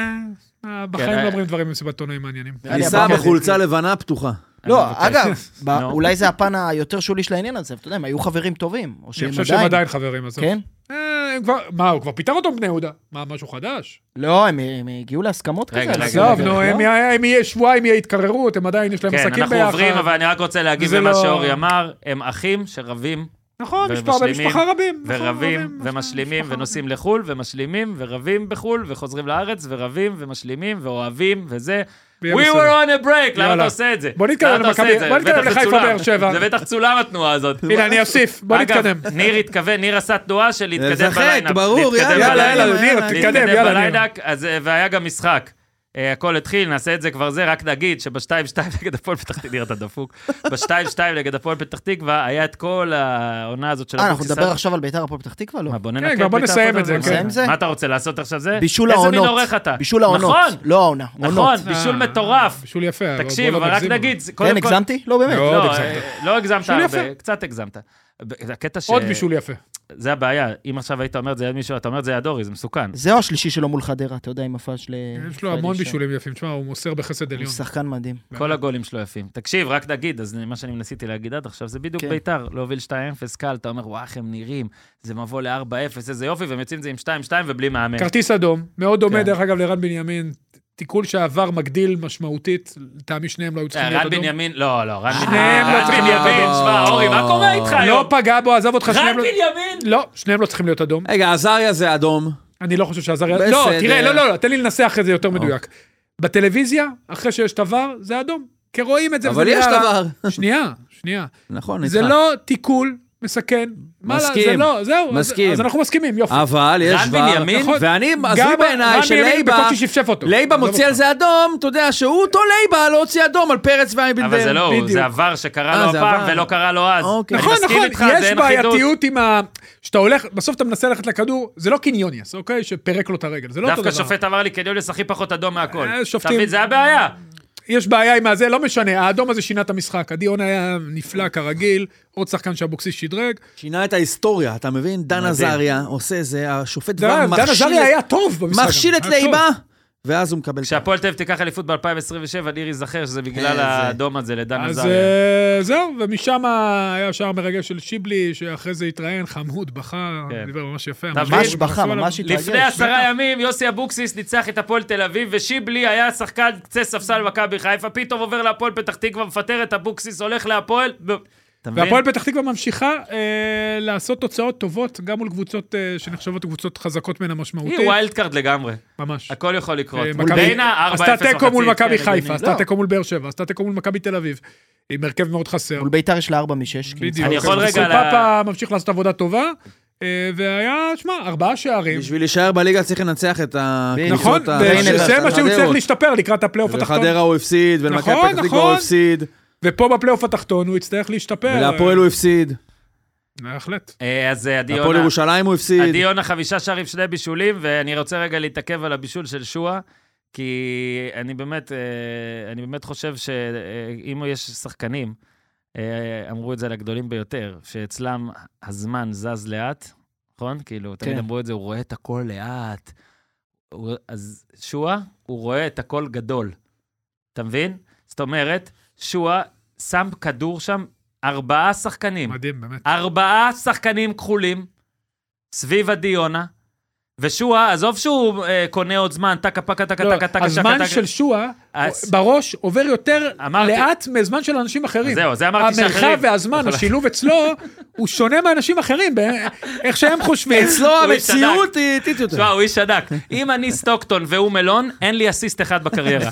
F: אה, בחיים
D: כן,
F: לא
D: אה.
F: אומרים דברים במסיבת עיתונאים מעניינים.
I: נראה לי
E: ניסה
I: הבוקר-
E: בחולצה לבנה פתוחה.
I: לא,
F: אוקיי.
D: מבקש.
I: אגב, ב-
D: נו.
I: אולי זה הפן היותר שולי של העניין הזה, אתה יודע, הם היו חברים טובים, או שהם
F: אני חושב שהם
I: עדיין.
F: עדיין חברים, עזוב.
I: כן?
F: אה, הם כבר- מה, הוא כבר פיטר אותו מבני יהודה. מה, משהו חדש?
I: לא, הם- הם הגיעו להסכמות כזה.
D: רגע,
I: על
D: רגע,
I: הסרט,
F: עזוב, נו,
I: לא?
F: הם יהיה- הם יהיה שבועיים, יהיה התקררות, הם עדיין, יש להם
D: נכון. כן,
F: עסקים ביחד.
D: אנחנו עוברים, אבל אני רק רוצה להגיב
F: זה
D: למה
F: לא-
D: שאורי אמר, הם אחים שרבים
F: נכון, יש פה הרבה
D: ומשלימים,
F: משפחה רבים. נכון,
D: ורבים,
F: נכון,
D: ומשלימים,
F: משפחה
D: ונוסעים לחו"ל, ומשלימים, ורבים בחו"ל, וחוזרים לארץ, ורבים, ומשלימים, ואוהבים, וזה. We
F: ויהיה
D: were
F: בסדר.
D: on a break, למה
F: יאללה.
D: אתה עושה את זה?
F: בוא נתקדם
D: למה אתה עושה
F: למכבי-
D: את זה?
F: בוא נתקדם
D: בטח זה
F: לחיפה
D: צולם.
F: באר שבע.
D: זה בטח צולם התנועה הזאת.
F: הנה, אני אוסיף, בוא נתקדם.
D: אגב, ניר התכוון, ניר עשה תנועה של להתקדם
E: לשחק,
D: בליינאפ.
E: ברור,
D: להתקדם
E: יאללה,
F: יאללה,
D: בליינאפ.
F: יאללה, ניר, תתקדם,
D: להתקדם
F: יאללה, ניר.
D: בליינאפ, אז, אה, והיה גם משחק. אה, הכל התחיל, נעשה את זה כבר זה, רק נגיד שב-2-2 [laughs] נגד הפועל פתח תקווה, נראה אתה דפוק, ב-2-2 נגד הפועל פתח תקווה היה את כל העונה הזאת של
G: אה, אנחנו
D: אבוקסיס.
G: נדבר עכשיו על ביתר הפועל פתח תקווה? לא.
D: לא, מה, בוא
F: כן,
D: ננקה
F: כבר בוא
D: בית"ר
F: נסיים
D: הפועל
F: את זה,
D: פתח תקווה?
G: כן. נסיים
D: מה אתה רוצה, לעשות עכשיו זה?
G: בישול
D: איזה מין
G: העונות.
D: עורך אתה?
G: בישול העונות.
D: נכון,
G: לא העונה, עונות.
D: נכון,
F: אה,
D: בישול מטורף.
F: בישול יפה. אבל
D: תקשיב,
F: בוא לא
D: אבל רק
F: נגזים.
D: נגיד,
G: כן,
D: קודם כל...
G: הגזמתי? לא, באמת.
F: מאוד
D: לא,
F: הגזמת.
D: אה, לא הגזמת
F: בישול
D: הרבה,
F: יפה.
D: קצת הגזמת. ב- הקטע ש...
F: עוד בישול יפה.
D: זה הבעיה, אם עכשיו היית אומר את זה ליד מישהו, אתה אומר את זה ליד אורי, זה מסוכן.
G: זהו השלישי שלו מול חדרה, אתה יודע, עם הפאש ל...
F: יש לו המון בישולים יפים. תשמע, הוא מוסר בחסד
G: הוא
F: עליון.
G: שחקן מדהים.
D: כל הגולים שלו יפים. תקשיב, רק נגיד, אז מה שאני ניסיתי להגיד עד עכשיו, זה בדיוק
G: כן.
D: ביתר, להוביל 2-0 קל, אתה אומר, וואו, איך הם נראים, זה מבוא ל-4-0, איזה יופי, והם יוצאים את זה עם 2-2 ובלי מאמן.
F: כרטיס אדום, מאוד דומה
D: כן.
F: דרך אגב לרן בנימין, תיקול שעבר מגדיל משמעותית, לטעמי שניהם לא היו צריכים
D: אה, רן
F: להיות אדום.
D: בנימין, לא, לא, רן בנימין,
F: שניהם לא
D: רן
F: צריכים להיות
D: בנימין,
F: אדום.
D: שמע, אורי, מה קורה איתך
F: לא
D: היום?
F: פגע בו, עזוב אותך,
D: רן
F: שניהם לא...
D: בנימין!
F: לא, שניהם לא צריכים להיות אדום.
E: רגע, עזריה זה אדום.
F: אני לא חושב שעזריה...
E: בסדר.
F: לא, תראה, לא, לא, לא, תן לי לנסח את זה יותר מדויק. בטלוויזיה, אחרי שיש טוואר, זה אדום. כי רואים את זה,
E: אבל
F: וזה
E: יש
F: נראה-
E: דבר.
F: שנייה, שנייה.
E: נכון,
F: זה
E: איתך.
F: לא תיקול מסכן. מה,
E: מסכים.
F: זה לא, זהו. אז-
E: מסכים.
F: אז אנחנו מסכימים, יופי.
E: אבל יש
D: רן
E: ור.
D: בנימין?
F: נכון.
E: ואני
F: גם
E: מזמין בעיניי
F: רן בנימין
E: שלייבה,
F: בקושי שפשף אותו. לא נכון.
E: לייבה
F: עזוב
E: מוציא על
F: אותך.
E: זה אדום, אתה יודע שהוא אותו לייבה לא הוציא אדום על פרץ ואייבנדר.
D: אבל זה לא הוא,
F: בדיוק.
D: זה עבר שקרה
E: אה,
D: לו
E: זה
D: הפעם
E: עבר.
D: ולא קרה לו אז.
E: אוקיי.
D: אני
F: נכון,
D: מסכים
F: נכון,
D: איתך, זה
F: יש
D: אין אחידות.
F: בעייתיות עם ה... שאתה הולך, בסוף אתה מנסה ללכת לכדור, זה לא קיניוניאס, אוקיי? שפירק לו את הרגל, זה לא אותו
D: דווקא
F: דבר.
D: שופט אמר לי, קניוליס הכי פחות אדום מהכל.
F: אה, שופטים-
D: אתה מבין, זה הבעיה.
F: יש בעיה עם הזה, לא משנה, האדום הזה שינה את המשחק. עדי און היה נפלא כרגיל, עוד שחקן שאבוקסיס שדרג.
E: שינה את ההיסטוריה, אתה מבין? דן עזריה עושה זה, השופט
F: דן
E: כבר
F: דן עזריה היה טוב במשחק. גם,
E: מכשיל את
F: היה טוב.
E: לייבה, ואז הוא מקבל...
D: כשהפועל תל אביב תיקח אליפות ב-2027, ניר ייזכר שזה בגלל
E: איזה.
D: האדום הזה לדן
F: אז
D: עזריה.
F: אה, זהו, ומשם היה שער מרגש של שיבלי, שאחרי זה התראיין, חמוד, בכה,
D: כן.
F: דיבר ממש יפה.
D: אתה מבין?
G: ממש בכה,
F: עשו עליו-
G: ממש התרגש.
D: לפני עשרה ימים יוסי אבוקסיס ניצח את הפועל תל אביב, ושיבלי היה שחקן קצה ספסל מכבי חיפה, פתאום עובר להפועל פתח תקווה, מפטר את אבוקסיס, הולך להפועל. ב- אתה מבין?
F: והפועל פתח תקווה ממשיכה אה, לעשות תוצאות טובות, גם מול קבוצות אה, שנחשבות קבוצות חזקות מן המשמעותית.
D: היא כן, ווילד קארד לגמרי,
F: ממש.
D: הכל יכול לקרות.
F: אה, מכבי-
D: ריינה 4-0
F: עשתה תיקו מול
D: מחצית,
F: מכבי
D: כן,
F: חיפה,
D: הגיוני.
E: לא.
F: עשתה תיקו מול באר שבע, עשתה תיקו מול מכבי תל אביב, עם הרכב מאוד חסר.
G: מול ביתר יש לה ארבע משש. כאילו. כי
F: בדיוק.
D: אני יכול
F: אז
D: רגע ל-
F: פאפה ממשיך לעשות עבודה טובה, אה, והיה, שמע, ארבעה שערים.
E: בשביל להישאר בליגה צריך לנצח את הקבוצות...
F: נכון,
E: ה- של
F: וזה מה שהוא צריך
E: החדרות.
F: להשתפר לקראת הפלייאוף התחתון.
E: לחדרה הוא הפסיד, ולמכבי
F: נכון,
E: פתח תקווה הוא
F: נכון.
E: הפסיד,
F: ופה בפלייאוף התחתון הוא יצטרך להשתפר.
E: ולהפועל הוא הפסיד,
F: אה, בהחלט.
D: אה, אז אה, עדי
E: להפועל
D: יונה-
E: ירושלים הוא הפסיד.
D: עדי יונה חמישה שערים, שני בישולים, ואני רוצה רגע להתעכב על הבישול של שועה, כי אני באמת, אה, אני באמת חושב שאם יש שחקנים, אה, אמרו את זה על הגדולים ביותר, שאצלם הזמן זז לאט, נכון? כאילו, תמיד
I: כן.
D: אמרו את זה, הוא רואה את הכל לאט. הוא- אז שועה, הוא רואה את הכל גדול. אתה מבין? זאת אומרת, שועה שם כדור שם ארבעה שחקנים.
F: מדהים, באמת.
D: ארבעה שחקנים כחולים סביב עדי יונה, ושועה, עזוב שהוא אה, קונה עוד זמן, טקה פקה טקה
F: לא,
D: טקה טקה
F: הזמן של שועה
D: אז-
F: בראש עובר יותר
D: אמרתי-
F: לאט מזמן של אנשים אחרים.
D: זהו, זה אמרתי
F: המרחב
D: שאחרים.
F: והזמן, השילוב אצלו, הוא שונה מאנשים אחרים, ב- איך שהם חושבים.
E: אצלו
D: הוא
E: המציאות היא איטית יותר.
D: תשמע, הוא איש ענק. אם אני סטוקטון והוא מלון, אין לי אסיסט אחד
F: [laughs]
D: בקריירה.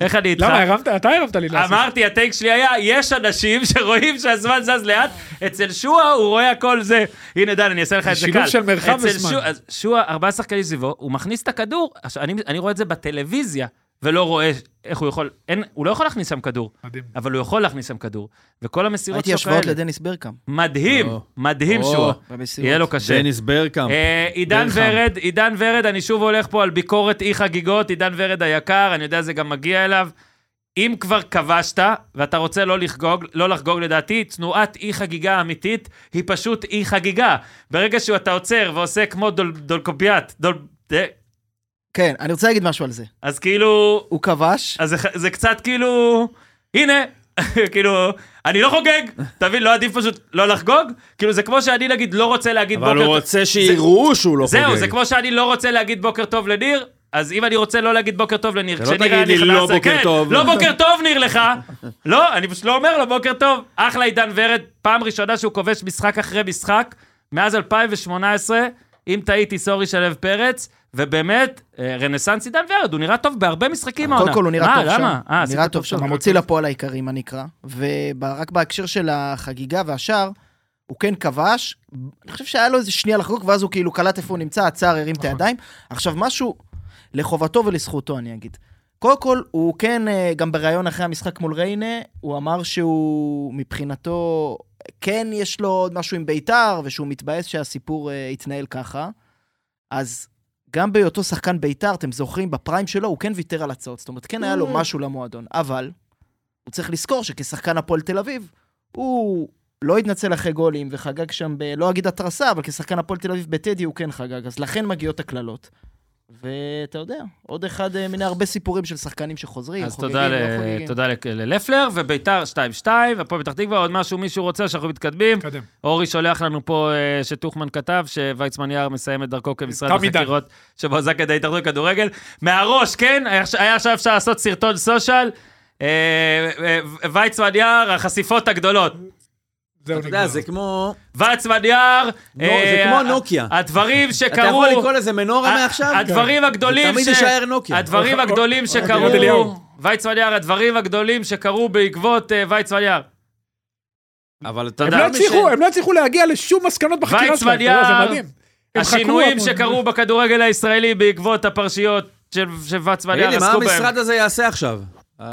D: איך אני איתך?
F: למה, הרמת? אתה הרמת לי לעשות.
D: אמרתי, הטייק שלי היה, יש אנשים שרואים שהזמן זז לאט, אצל שועה הוא רואה הכל זה. הנה, דן, אני אעשה לך את זה קל.
F: שילוב של מרחב
D: אצל
F: וזמן.
D: שועה- אז שועה, ארבעה שחקנים סביבו, הוא מכניס את הכדור, עכשיו, אני, אני רואה את זה בטלוויזיה, ולא רואה איך הוא יכול, אין, הוא לא יכול להכניס שם כדור,
F: מדהים.
D: אבל הוא יכול להכניס שם כדור, וכל המסירות
G: ראיתי
D: שלו
G: השוואות
D: כאלה.
G: לדניס ברקאם.
D: מדהים,
E: או.
D: מדהים
E: או.
D: שועה.
G: במסירות.
D: יהיה לו קשה.
E: דניס ברקאם.
D: אה, עידן
E: דרך
D: ורד, עידן ורד, אני שוב הולך פה על ביקורת אי חגיגות, עידן ורד היקר, אני יודע, זה גם מגיע אליו. אם כבר כבשת, ואתה רוצה לא לחגוג, לא לחגוג לדעתי, תנועת אי חגיגה אמיתית היא פשוט אי חגיגה. ברגע שאתה עוצר ועושה כמו דול, דולקוביאט, דול, אה,
G: כן, אני רוצה להגיד משהו על זה.
D: אז כאילו,
G: הוא כבש,
D: אז זה, ח- זה קצת כאילו, הנה, [laughs] כאילו, אני לא חוגג, אתה מבין, לא עדיף פשוט לא לחגוג? כאילו, זה כמו שאני נגיד לא רוצה להגיד
E: אבל
D: בוקר
B: אוקיי,
E: הוא רוצה שיראו שהוא לא חוגג.
D: זהו, זה כמו שאני לא רוצה להגיד בוקר טוב לניר, אז אם אני רוצה לא להגיד בוקר טוב לניר,
B: אתה לא
D: כשניר
B: תגיד
D: היה
B: לי
D: נכנס...
B: לא בוקר
D: כן,
B: טוב.
D: לא בוקר טוב, ניר, לך. לא, אני פשוט לא אומר לו בוקר טוב. אחלה עידן ורד, פעם ראשונה שהוא כובש משחק אחרי משחק, מאז 2018, אם טעיתי, סורי, שלו פרץ, ובאמת, אה, רנסאנס עידן ורד, הוא נראה טוב בהרבה משחקים העונה.
G: קודם כל הוא נראה טוב
D: מה,
G: שם.
D: למה? אה,
G: הוא נראה
D: עשית
G: טוב שם, לא המוציא לפועל העיקרי, מה נקרא. ורק בהקשר של החגיגה והשער, הוא כן כבש, אני חושב שהיה לו איזה שנייה לחגוג, ואז הוא כאילו קלט איפה הוא נמצא, עצר, הרים
D: נכון.
G: את הידיים. עכשיו, משהו לחובתו ולזכותו, אני אגיד. קודם כל, הוא כן, אה, גם בריאיון אחרי המשחק מול ריינה, הוא אמר שהוא מבחינתו, כן יש לו עוד משהו עם ביתר, ושהוא מתבאס שהסיפור אה, התנהל ככה. אז גם בהיותו שחקן ביתר, אתם זוכרים, בפריים שלו הוא כן ויתר על הצעות. זאת אומרת, כן היה לו משהו למועדון. אבל הוא צריך לזכור שכשחקן הפועל תל אביב, הוא לא התנצל אחרי גולים וחגג שם, ב... לא אגיד התרסה, אבל כשחקן הפועל תל אביב בטדי הוא כן חגג. אז לכן מגיעות הקללות. ואתה יודע, עוד אחד אה, מן הרבה סיפורים של שחקנים שחוזרים,
D: אז
G: חוגגים,
D: תודה,
G: לא
D: ל-
G: חוגגים.
D: תודה לק- ללפלר, וביתר 2-2, הפועל פתח תקווה, עוד משהו מישהו רוצה שאנחנו מתקדמים.
F: קדם.
D: אורי שולח לנו פה אה, שטוחמן כתב שוויצמן יער מסיים את דרכו כמשרד
F: תם עידן.
D: החקירות שבזק את ההתאחדות לכדורגל. מהראש, כן? היה עכשיו- היה עכשיו אפשר לעשות סרטון סושיאל. אה, אה, ויצמן יער, החשיפות הגדולות.
F: זהו
E: אתה יודע,
F: נגמר.
E: זה כמו...
D: ויצמן יער...
E: נו, זה
D: אה,
E: כמו נוקיה.
D: הדברים שקרו...
E: אתה יכול לקרוא לזה מנורה מעכשיו?
D: הדברים הגדולים
E: תמיד יישאר נוקיה.
D: הדברים
F: אוקיי,
D: הגדולים
F: אוקיי, עוד
D: שקרו,
F: אליהו.
D: ויצמן יער, הדברים הגדולים שקרו בעקבות אה, ויצמן יער.
E: כן. אבל אתה
D: הם
F: הם
E: יודע...
F: לא
D: אדם
F: הצליחו, הם לא הצליחו להגיע לשום מסקנות בחקירה
D: ויצמן
F: שלהם, אתה יודע,
D: יער,
F: זה מדהים. הם חקרו
D: השינויים
F: המון.
D: שקרו בכדורגל הישראלי בעקבות הפרשיות של של ויצמן
E: תגיד
D: יער
E: לי, מה
D: עסקו בהם.
E: המשרד הזה יעשה עכשיו? אה,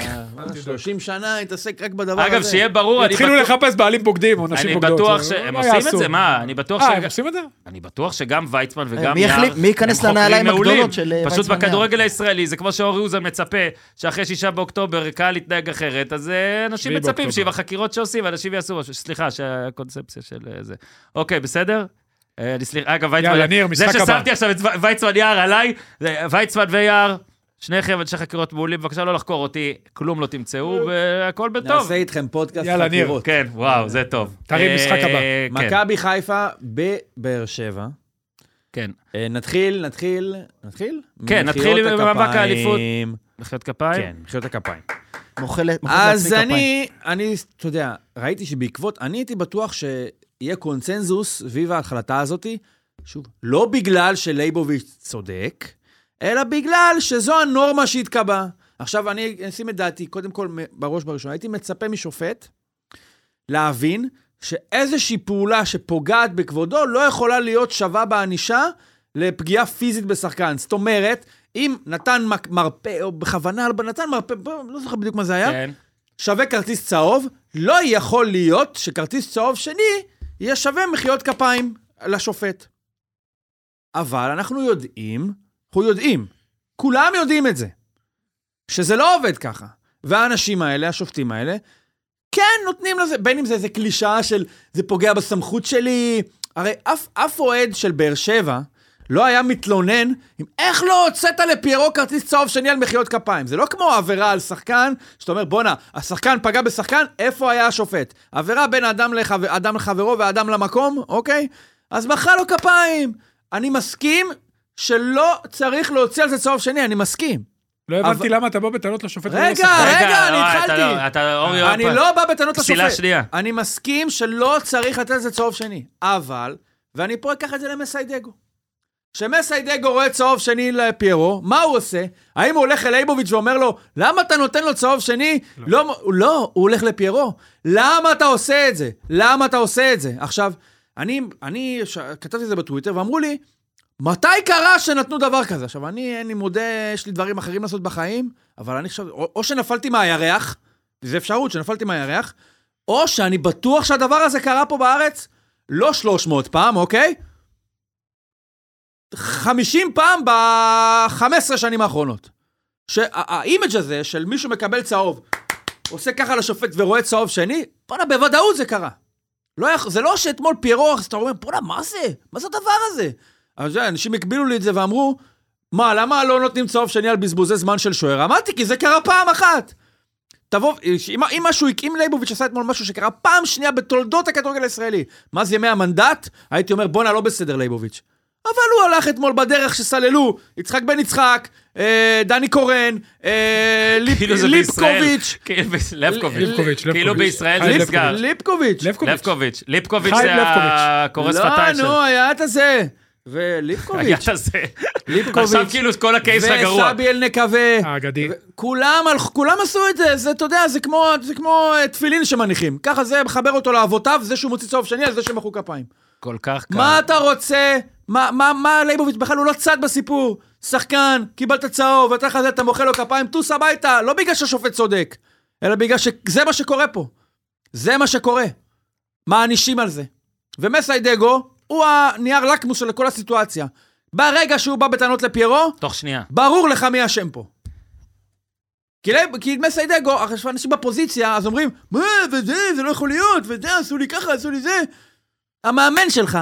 E: 30 שנה התעסק רק בדבר הזה.
D: אגב, שיהיה ברור, אני
F: התחילו
D: בטוח-
F: לחפש בעלים בוגדים או נשים
D: אני
F: בוגדות.
D: בטוח
F: זה
D: שהם
F: לא
D: עושים את
F: יעשו.
D: זה, מה? אני בטוח
F: אה,
D: ש-
F: הם עושים את זה?
D: אני בטוח שגם ויצמן וגם
G: מי
D: יער
G: יחליף- מי ייכנס
D: הם חוקרים
G: לנעליים
D: מעולים.
G: הגדולות של, אה,
D: פשוט
G: ויצמן יער?
D: בכדורגל הישראלי, זה כמו שאורי אוזן מצפה שאחרי שישה באוקטובר קהל יתנהג אחרת, אז אה, אנשים
F: שביעי
D: מצפים
F: באוקטובר.
D: שעם החקירות שעושים, אנשים יעשו משהו. סליחה, שהקונספציה של אה, זה. אוקיי, בסדר? אה, אני סליחה, אגב, ויצמן...
F: יאללה, ניר, משחק
D: זה
F: הבא.
D: ששמתי עכשיו את ו- ויצמן יער עליי, זה- ויצמן ויער, שניכם אנשי חקירות מעולים, בבקשה לא לחקור אותי, כלום לא תמצאו,
F: אה,
D: והכל בטוב.
E: נעשה איתכם פודקאסט
F: יאללה, ניר.
E: חקירות.
D: כן, וואו, זה טוב.
F: תרים משחק הבא.
D: אה, כן,
E: מכבי חיפה בבאר שבע.
D: כן.
E: אה, נתחיל, נתחיל, נתחיל?
D: כן, נתחיל
E: ממחיאות
D: עם מאבק
E: הכפיים.
D: האליפות. מחיאות כפיים?
E: כן, מחיאות הכפיים.
G: מוחא ל- מוחא
E: אז
G: לעצמי כפיים.
E: אני, אני, אתה יודע, ראיתי שבעקבות, אני הייתי בטוח שיהיה קונצנזוס סביב ההחלטה הזאת, שוב, לא בגלל שלייבוביץ' צודק, אלא בגלל שזו הנורמה שהתקבעה. עכשיו, אני אשים את דעתי, קודם כל, מ- בראש ובראשונה, הייתי מצפה משופט להבין שאיזושהי פעולה שפוגעת בכבודו לא יכולה להיות שווה בענישה לפגיעה פיזית בשחקן. זאת אומרת, אם נתן מק- מרפא, או בכוונה נתן מרפא, בוא, לא זוכר בדיוק מה זה היה,
D: כן.
E: שווה כרטיס צהוב, לא יכול להיות שכרטיס צהוב שני יהיה שווה מחיאות כפיים לשופט. אבל אנחנו יודעים, אנחנו יודעים, כולם יודעים את זה, שזה לא עובד ככה. והאנשים האלה, השופטים האלה, כן נותנים לזה, בין אם זה איזה קלישאה של זה פוגע בסמכות שלי, הרי אף, אף אוהד של באר שבע לא היה מתלונן עם איך לא הוצאת לפיירו כרטיס צהוב שני על מחיאות כפיים. זה לא כמו עבירה על שחקן, שאתה אומר, בואנה, השחקן פגע בשחקן, איפה היה השופט? עבירה בין אדם, לחבר, אדם לחברו ואדם למקום, אוקיי? אז מחא לו כפיים. אני מסכים שלא צריך להוציא על זה צהוב שני, אני מסכים.
F: לא הבנתי למה אתה בא בטענות לשופט. ולא לשחקן.
E: אה, רגע, אני
D: לא, אתה
E: התחלתי.
D: לא, אתה אורי עוד
E: אני
D: פעם.
E: לא בא בטענות לשופט.
D: פסילה שנייה.
E: אני מסכים שלא צריך לתת לזה צהוב שני, אבל, ואני פה אקח את זה למסיידגו. כשמסיידגו רואה צהוב שני לפיירו, מה הוא עושה? האם הוא הולך אל ליבוביץ' ואומר לו, למה אתה נותן לו צהוב שני? לא, לא, לא הוא הולך לפיירו. למה אתה עושה את זה? למה אתה עושה את זה? עכשיו, אני, אני ש... כתבתי את זה בטוויטר, ואמרו לי, מתי קרה שנתנו דבר כזה? עכשיו, אני, אני מודה, יש לי דברים אחרים לעשות בחיים, אבל אני חושב, או, או שנפלתי מהירח, זו אפשרות שנפלתי מהירח, או שאני בטוח שהדבר הזה קרה פה בארץ, לא 300 פעם, אוקיי? 50 פעם ב-15 שנים האחרונות. שהאימג' הזה של מישהו מקבל צהוב, עושה ככה לשופט ורואה צהוב שני, בואנה, בוודאות זה קרה. לא, יכ- זה לא שאתמול פיירו, אז אתה אומר, בואנה, מה זה? מה זה הדבר הזה? אז זה, אנשים הקבילו לי את זה ואמרו, מה, למה לא נותנים צהוב שני על בזבוזי זמן של שוער? אמרתי, כי זה קרה פעם אחת. תבוא, אם, אם משהו, אם ליבוביץ' עשה אתמול משהו שקרה פעם שנייה בתולדות הכדורגל הישראלי, מאז ימי המנדט, הייתי אומר, בואנה, לא בסדר, ליבוביץ'. אבל הוא הלך אתמול בדרך שסללו יצחק בן יצחק, אה, דני קורן, אה, ליפ-
D: כאילו זה בישראל.
E: ליפקוביץ'.
D: כאילו ב-
F: ליפקוביץ',
D: לבקוביץ'. כאילו
F: לבקוביץ'.
D: בישראל
F: חיים
D: זה
F: לבקוביץ'.
D: נסגר.
E: ליפקוביץ'.
F: לבקוביץ'.
D: לבקוביץ'. ליפקוביץ'
F: חיים
D: זה
F: לבקוביץ'.
D: הקורא שפתיים
E: לא,
D: שלו.
E: נו, היה את הזה.
D: היה
E: וליפקוביץ'.
D: את הזה.
E: ליפקוביץ'.
D: עכשיו כאילו כל הקייס שלך גרוע.
E: וסבי אלנקווה.
F: האגדי.
E: אוקיי. כולם, הלכו- כולם עשו את זה, זה, אתה יודע, זה כמו, זה כמו אה, תפילין שמניחים. ככה זה מחבר אותו לאבותיו, זה שהוא מוציא צהוב שני על זה שמחאו כפיים.
D: כל כך קל.
E: מה אתה רוצה? מה, מה, מה ליבוביץ' בכלל הוא לא צד בסיפור. שחקן, קיבלת צהוב, ואתה חזה, אתה מוחא לו כפיים, טוס הביתה, לא בגלל שהשופט צודק, אלא בגלל שזה מה שקורה פה. זה מה שקורה. מענישים על זה. ומסיידגו הוא הנייר לקמוס של כל הסיטואציה. ברגע שהוא בא בטענות לפיירו,
D: תוך שנייה.
E: ברור לך מי אשם פה. כי, לב- כי מסיידגו, אחרי שאנשים בפוזיציה, אז אומרים, מה, וזה, זה לא יכול להיות, וזה, עשו לי ככה, עשו לי זה. המאמן שלך,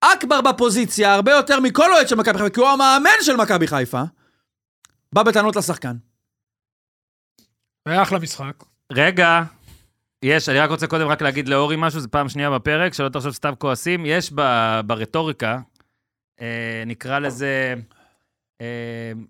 E: אכבר בפוזיציה, הרבה יותר מכל אוהד של מכבי חיפה, כי הוא המאמן של מכבי חיפה, בא בטענות לשחקן.
F: היה אחלה משחק.
D: אה. רגע, יש, אני רק רוצה קודם רק להגיד לאורי משהו, זו פעם שנייה בפרק, שלא תחשוב סתם כועסים. יש ב, ברטוריקה, אה, נקרא לזה, אה,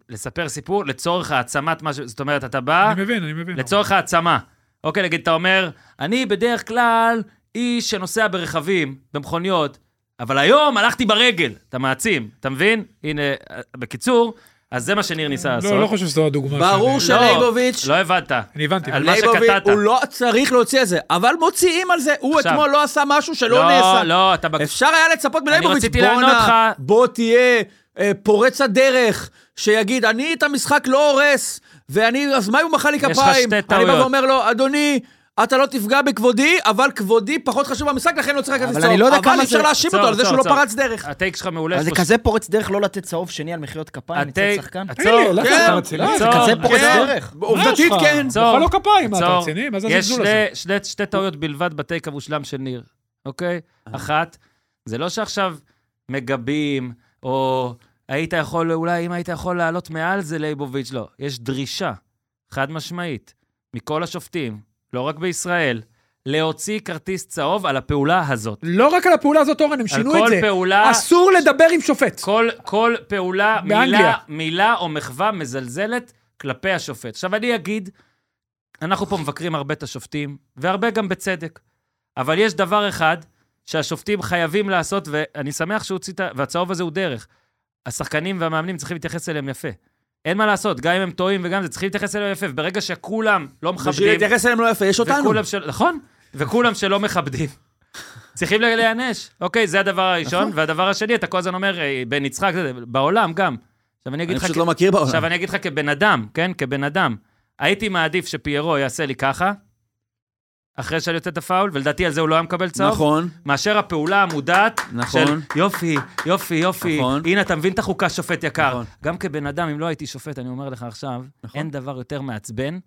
D: לספר סיפור לצורך העצמת מה ש... זאת אומרת, אתה בא...
F: אני מבין, אני מבין.
D: לצורך העצמה. אוקיי, נגיד, אתה אומר, אני בדרך כלל איש שנוסע ברכבים, במכוניות, אבל היום הלכתי ברגל. אתה מעצים, אתה מבין? הנה, אה, בקיצור, אז זה מה שניר ניסה לעשות.
F: לא, לא חושב שזו הדוגמה.
E: ברור
F: שאני-
E: ש- שלייבוביץ'-
D: לא הבנת.
F: אני הבנתי.
D: על מה
E: לייבוביץ',
D: שקטעת.
E: הוא לא צריך להוציא את זה, אבל מוציאים על זה. הוא
D: עכשיו.
E: אתמול לא עשה משהו שלא נעשה.
D: לא, לא, אתה... בק-
E: אפשר היה לצפות מלייבוביץ',
D: רציתי לענות
E: בואנה,
D: לך.
E: בוא תהיה אה, פורץ הדרך, שיגיד, אני את המשחק לא הורס, ואני, אז מה אם הוא מחא לי
D: לך
E: כפיים?
D: שתי
E: אני בא
D: טעויות.
E: ואומר לו, אדוני, אתה לא תפגע בכבודי, אבל כבודי פחות חשוב במשחק, לכן לא צריך לקחת
G: אבל
E: את
G: אני לא יודע
E: אבל
G: כמה
E: אי אפשר
G: זה-
E: להאשים
D: עצור,
E: אותו על זה
D: עצור,
E: שהוא לא
D: עצור.
E: פרץ דרך.
D: הטייק שלך מעולה.
G: אבל
D: יש
G: זה
D: פה-
G: כזה פורץ דרך לא לתת צהוב שני על מחיאות כפיים אצל
D: הטייק-
G: שחקן?
D: עצור,
F: הנה, לך,
E: כן.
F: אתה רציני?
G: זה
D: עצור,
G: כזה פורץ
E: כן.
G: דרך.
E: עובדתית
F: מה יש לך?
E: כן.
D: עצור.
F: מוחא לו כפיים, מה, אתה
D: עצור.
F: רציני? מה זה
D: לא, יש
F: הזלזול הזה?
D: שני- שני- שתי טעויות בלבד בטייק המושלם של ניר, אוקיי? אחת, זה לא שעכשיו מגבים, או היית יכול, אולי אם היית יכול לעלות מעל זה לייבוביץ', לא. יש דרישה חד משמעית מכל השופטים, לא רק בישראל, להוציא כרטיס צהוב על הפעולה הזאת.
J: לא רק על הפעולה הזאת, אורן, הם שינו את
D: כל
J: זה.
D: פעולה-
J: אסור לדבר עם שופט.
D: כל, כל פעולה,
J: באנגליה.
D: מילה, מילה או מחווה מזלזלת כלפי השופט. עכשיו, אני אגיד, אנחנו פה מבקרים הרבה את השופטים, והרבה גם בצדק, אבל יש דבר אחד שהשופטים חייבים לעשות, ואני שמח שהוא הוציא את ה... והצהוב הזה הוא דרך. השחקנים והמאמנים צריכים להתייחס אליהם יפה. אין מה לעשות, גם אם הם טועים וגם זה, צריכים להתייחס אליהם יפה. וברגע שכולם לא
E: בשביל
D: מכבדים,
E: להתייחס אליהם לא יפה, יש אותנו.
D: וכולם של... נכון, וכולם שלא מכבדים. צריכים להיענש. אוקיי, זה הדבר הראשון. והדבר השני, אתה כל הזמן אומר, אה, בן יצחק, זה- בעולם גם. עכשיו אני אגיד
E: אני
D: לך...
E: פשוט
D: כ-
E: לא מכיר בעולם.
D: עכשיו אני אגיד לך כבן אדם, כן? כבן אדם. הייתי מעדיף שפיירו יעשה לי ככה, אחרי שאני יוצא את הפאול, ולדעתי על זה הוא לא היה מקבל צהוב.
E: נכון.
D: מאשר הפעולה המודעת
E: נכון.
D: של יופי, יופי, יופי,
E: נכון.
D: הנה, אתה מבין את החוקה, שופט יקר.
E: נכון.
D: גם כבן אדם, אם לא הייתי שופט, אני אומר לך עכשיו, אין דבר יותר מעצבן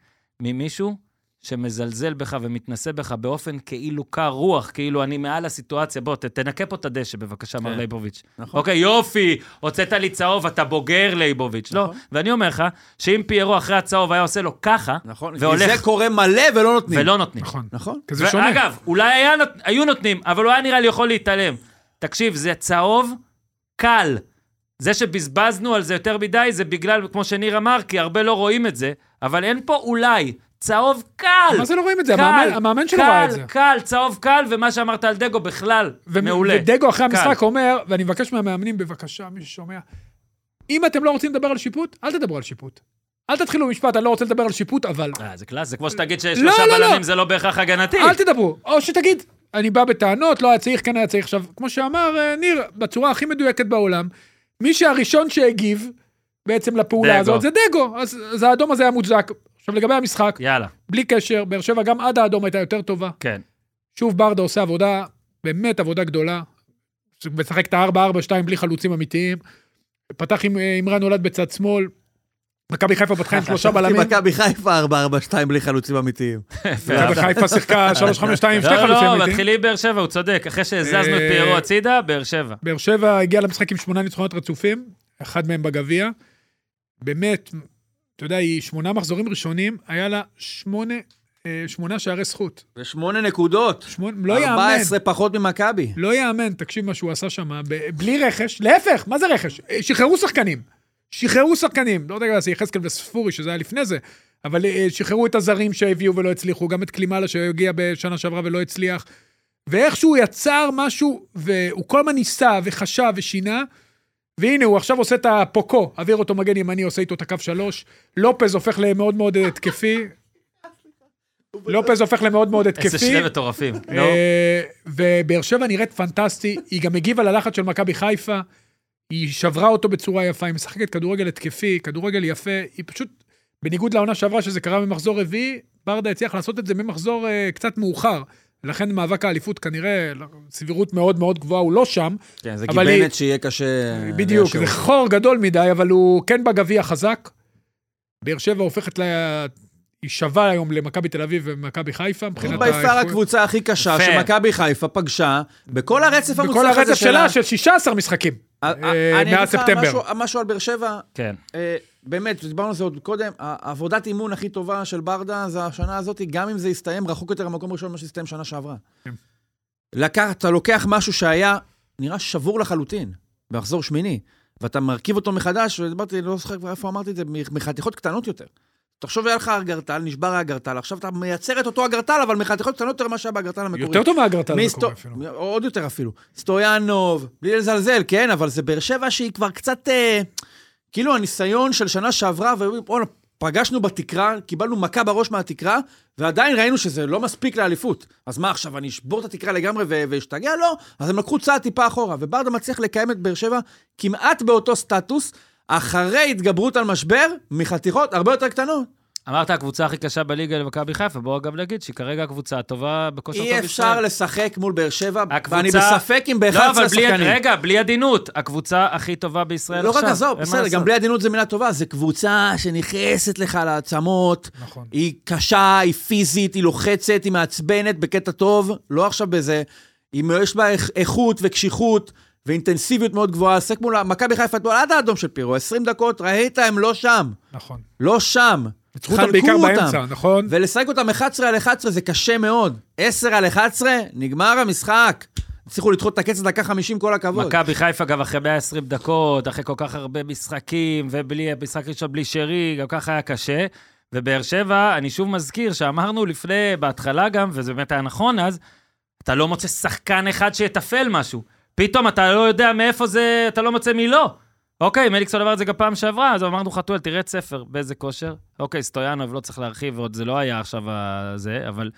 D: ממישהו שמזלזל בך ומתנשא בך באופן כאילו קר רוח, כאילו אני מעל הסיטואציה. בוא, ת, תנקה פה את הדשא, בבקשה,
E: כן.
D: מר ליבוביץ'.
E: נכון.
D: אוקיי, יופי, הוצאת לי צהוב, אתה בוגר, ליבוביץ'. לא,
E: נכון.
D: ואני אומר לך, שאם פיירו אחרי הצהוב היה עושה לו ככה,
E: נכון. כי
D: והולך,
E: זה קורה מלא ולא נותנים.
D: ולא נותנים.
F: נכון.
E: נכון.
F: כי זה שונה.
D: ואגב, אולי היה, נות- היו נותנים, אבל הוא היה נראה לי יכול להתעלם. תקשיב, זה צהוב קל. זה שבזבזנו על זה יותר מדי, זה בגלל, כמו שניר אמר, כי הרבה לא רואים את זה, אבל אין פה אולי. צהוב קל!
F: מה זה לא רואים את זה?
D: קל,
J: המאמן- המאמן שלו
D: קל,
J: ראה את זה.
D: קל, צהוב קל, ומה שאמרת על דגו בכלל,
J: ו-
D: מעולה.
J: ודגו אחרי
D: קל.
J: המשחק אומר, ואני מבקש מהמאמנים, בבקשה, מי ששומע, אם אתם לא רוצים לדבר על שיפוט, אל תדברו על שיפוט. אל תתחילו במשפט, אני לא רוצה לדבר על שיפוט, אבל...
D: אה, זה קלאס, זה כמו שתגיד
J: לא,
D: ששלושה
J: לא, לא.
D: בלמים זה לא בהכרח הגנתי.
J: אל תדברו. או שתגיד, אני בא בטענות, לא היה צריך, כן היה צריך. עכשיו, כמו שאמר אה, ניר, בצורה הכי מדויקת בעולם, מי שהראשון שהגיב בעצם לפעולה
D: דגו.
J: הזאת זה דגו. אז, אז האדום הזה היה מוצדק. עכשיו לגבי המשחק,
D: יאללה,
J: בלי קשר, באר שבע גם עד האדום הייתה יותר טובה.
D: כן.
J: שוב ברדה עושה עבודה, באמת עבודה גדולה. משחק את ה-4-4-2 בלי חלוצים אמיתיים. פתח עם אה, עם רן נולד בצד שמאל. מכבי חיפה פתחה
D: [laughs]
J: עם שלושה בלמים.
E: מכבי חיפה 4-4-2 בלי חלוצים אמיתיים.
F: מכבי חיפה שיחקה 3-5-2, שתי
D: לא,
F: חלוצים
D: לא,
F: אמיתיים.
D: מתחילים באר שבע, הוא צודק. אחרי שהזזנו את פיירו
F: אה,
D: הצידה, באר שבע.
J: באר שבע הגיע למשחק עם שמונה ניצחונות רצופים, אחד מהם בגביע. באמת, אתה יודע, היא שמונה מחזורים ראשונים, היה לה שמונה
F: אה, שמונה שערי זכות.
E: ושמונה נקודות.
F: שמונה, לא יאמן.
E: 14 פחות ממכבי.
F: לא יאמן, תקשיב מה שהוא עשה שם, ב- בלי רכש, להפך, מה זה רכש? אה, שחררו שחקנים. שחררו שחקנים, לא יודע, זה יחזקאל וספורי, שזה היה לפני זה, אבל אה, שחררו את הזרים שהביאו ולא הצליחו, גם את קלימלה שהגיע בשנה שעברה ולא הצליח, ואיכשהו יצר משהו, והוא כל הזמן ניסה וחשב ושינה, והנה, הוא עכשיו עושה את הפוקו, אוויר אותו מגן ימני, עושה איתו את הקו שלוש, לופז הופך למאוד מאוד התקפי. לופז הופך למאוד מאוד אה, התקפי.
D: איזה שני מטורפים. נו.
F: אה, ובאר שבע נראית פנטסטי, היא גם הגיבה ללחץ של מכבי חיפה, היא שברה אותו בצורה יפה, היא משחקת כדורגל התקפי, כדורגל יפה, היא פשוט, בניגוד לעונה שעברה שזה קרה ממחזור רביעי, ברדה הצליח לעשות את זה ממחזור אה, קצת מאוחר. לכן מאבק האליפות כנראה, לא, סבירות מאוד מאוד גבוהה, הוא לא שם.
E: כן, זה
F: אבל היא-
E: גיבנת שיהיה קשה...
F: בדיוק,
E: ליישב.
F: זה חור גדול מדי, אבל הוא כן בגביע חזק. באר שבע הופכת ל... היא שווה היום למכבי תל אביב ומכבי חיפה, מבחינת
E: היא ביפר
F: האיכות.
E: הקבוצה הכי קשה
D: יפה.
E: שמכבי חיפה פגשה בכל הרצף המוצלח
F: בכל
E: הזה שלה.
F: הרצף שלה של 16 משחקים.
E: אה,
F: אה,
E: אה, אני
F: מאז
E: אגיד לך
F: ספטמבר.
E: משהו- משהו על באר שבע,
D: כן.
E: אה, באמת, דיברנו על זה עוד קודם, ה- העבודת אימון הכי טובה של ברדה זה השנה הזאת, גם אם זה יסתיים רחוק יותר למקום ראשון ממה שהסתיים שנה שעברה.
F: כן.
E: לקח, אתה לוקח משהו שהיה נראה שבור לחלוטין, במחזור שמיני, ואתה מרכיב אותו מחדש, ודיברתי, לא זוכר כבר איפה אמרתי את זה, מ- מחתיכות קטנות יותר. תחשוב, היה לך אגרטל, נשבר האגרטל, עכשיו אתה מייצר את אותו אגרטל, אבל מחתיכות קטנות יותר ממה שהיה באגרטל המקורי.
F: יותר טוב מהגרטל
E: מסטו-
F: המקורי אפילו.
E: עוד יותר אפילו. סטויאנוב, בלי לזלזל, כן, אבל זה באר שבע שהיא כבר קצת... אה, כאילו הניסיון של שנה שעברה, ואומרים, "בואנה, פגשנו בתקרה, קיבלנו מכה בראש מהתקרה, ועדיין ראינו שזה לא מספיק לאליפות. אז מה עכשיו, אני אשבור את התקרה לגמרי ו- ואשתגע? לא. אז הם לקחו צעד טיפה אחורה, וברדה מצליח לקיים את באר שבע כמעט באותו סטטוס, אחרי התגברות על משבר, מחתיכות הרבה יותר קטנות.
D: אמרת הקבוצה הכי קשה בליגה למכבי חיפה, בואו גם נגיד שהיא כרגע הקבוצה הטובה בכושר טוב
E: אי אפשר לשחק מול באר שבע,
D: הקבוצה-
E: ואני בספק אם ב-11
D: לא, אבל בלי,
E: שחקנים.
D: רגע, בלי עדינות, הקבוצה הכי טובה בישראל
E: לא
D: עכשיו.
E: רק עזוב,
D: אין מה
E: בסדר,
D: לעשות.
E: גם בלי עדינות זו מילה טובה, זו קבוצה שנכנסת לך לעצמות,
D: נכון.
E: היא קשה, היא פיזית, היא לוחצת, היא מעצבנת בקטע טוב, לא עכשיו בזה. היא- יש בה איכ- איכות וקשיחות ואינטנסיביות מאוד גבוהה, סק מול מכבי חיפה אתמול עד האדום של פירו, 20 דקות, ראית, הם לא שם,
F: נכון.
E: לא שם.
F: ניצחו אותם בעיקר באמצע, נכון?
E: ולשחק אותם 11 על 11 זה קשה מאוד. 10 על 11, נגמר המשחק. הצליחו לדחות את הקץ דקה 50, כל הכבוד.
D: מכבי חיפה גם אחרי 120 דקות, אחרי כל כך הרבה משחקים, ובלי משחק ראשון בלי שרי, גם ככה היה קשה. ובאר שבע, אני שוב מזכיר שאמרנו לפני, בהתחלה גם, וזה באמת היה נכון אז, אתה לא מוצא שחקן אחד שיתפעל משהו. פתאום אתה לא יודע מאיפה זה, אתה לא מוצא מילו. אוקיי, מליקסון אמר את זה גם פעם שעברה, אז אמרנו חתואל, תראה את ספר, באיזה כושר. אוקיי, סטויאנוב, לא צריך להרחיב, עוד זה לא היה עכשיו ה- זה, אבל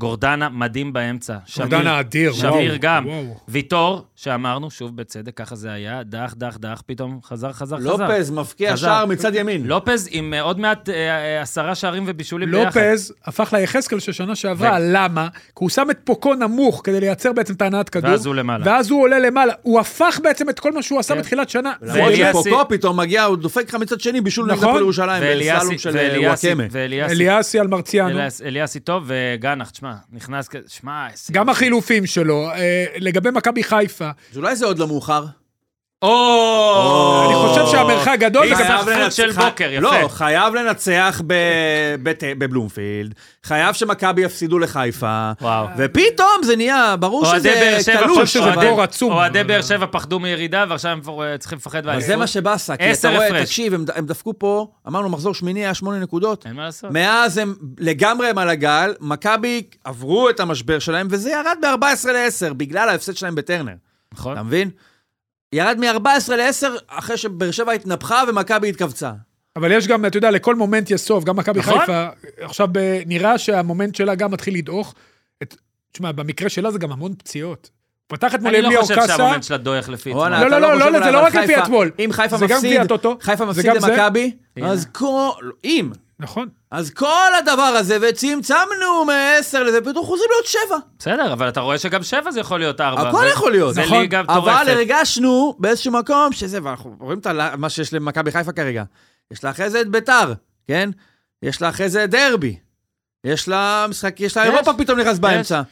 D: גורדנה מדהים באמצע.
F: גורדן
D: שמיר.
F: האדיר.
D: שמיר
F: וואו,
D: גם.
F: וואו.
D: ויטור, שאמרנו, שוב בצדק, ככה זה היה, דח, דח, דח, פתאום חזר, חזר, חזר.
E: לופז מבקיע
D: חזר.
E: שער מצד ימין.
D: לופז עם אה, עוד מעט אה, אה, עשרה שערים ובישולים ביחד.
E: אה,
F: לופז הפך ליחזקאל של שנה שעברה, למה? כי הוא שם את פוקו נמוך כדי לייצר בעצם את הנעת כדור.
D: ואז הוא למעלה. כן.
F: ואז הוא עולה למעלה. הוא הפך בעצם את כל מה שהוא עשה בתחילת שנה.
D: זה
E: למרות
D: אליאסי.
E: שפוקו פתאום מגיע, הוא דופק לך מצד שני, בישול נגד
F: נכון.
E: הפועל ירושלים,
D: ואליאסי-
E: בסלום של אה,
D: ואליאסי-
E: וואקמה.
D: ואליאסי,
F: אליאסי על מרציאנו.
D: אליאס- אליאסי טוב, וגנח, תשמע, נכנס כזה, שמע, איזה...
F: גם החילופים שלו. אה, לגבי מכבי חיפה,
E: אז אולי זה עוד לא מאוחר.
D: או!
F: אני חושב שהמרחק גדול.
D: חייב
F: וגם-
D: לנצח-
E: לנצח-
D: של בוקר, יפה.
E: לא, חייב לנצח ב- בת- בבלומפילד, חייב שמכבי יפסידו לחיפה,
D: וואו.
E: ופתאום זה נהיה, ברור
D: אוהדי
E: שזה
D: באר שבע,
F: חושב
E: קלוש.
F: שזה
D: אוהדי-
F: בור עצום.
D: אוהדי באר שבע פחדו מירידה, ועכשיו הם כבר, אה, צריכים לפחד
E: אבל זה מה
D: באליפות.
E: שבאסה, כי
D: עשר
E: אתה רואה,
D: הפרש.
E: תקשיב, הם- הם דפקו פה, אמרנו מחזור שמיני היה שמונה נקודות,
D: אין מה לעשות.
E: מאז הם לגמרי הם על הגל, מכבי עברו את המשבר שלהם, וזה ירד ב-14 ל-10, בגלל ההפסד שלהם בטרנר.
D: נכון.
E: אתה מבין? ירד מ-14 ל-10 אחרי שבאר שבע התנפחה ומכבי התכווצה.
F: אבל יש גם, אתה יודע, לכל מומנט יש סוף. גם מכבי
D: נכון.
F: חיפה, עכשיו אה, נראה שהמומנט שלה גם מתחיל לדעוך. את- תשמע, במקרה שלה זה גם המון פציעות. פתח אתמול
D: אני לא
F: אליהו
D: חושב
F: קאסה,
D: שהמומנט שלה דועך לפי
E: וואלה,
D: עצמו.
F: לא,
E: אתה
F: לא, לא,
E: חושב
F: לא,
E: אולי,
F: זה לא
E: אבל
F: רק לפי
E: חיפה-
F: אתמול.
E: אם חיפה
F: זה גם
E: מפסיד,
F: גביע טוטו,
E: חיפה
F: זה
E: מפסיד
F: גם זה.
E: למכבי,
D: הנה.
E: אז כל... אם.
F: נכון.
E: אז כל הדבר הזה, וצמצמנו מ-10 לזה, פתאום חוזרים להיות 7.
D: בסדר, אבל אתה רואה שגם שבע זה יכול להיות ארבע.
E: הכל
D: אבל-
E: יכול להיות.
D: זה
E: נכון.
D: ליגה
E: אבל
D: מטורפת.
E: הרגשנו באיזשהו מקום שזה, ואנחנו רואים את הל- מה שיש למכבי חיפה כרגע. יש לה אחרי זה את ביתר, כן? יש לה אחרי זה את דרבי. יש לה משחק, יש לה
D: יש.
E: אירופה פתאום נכנס באמצע.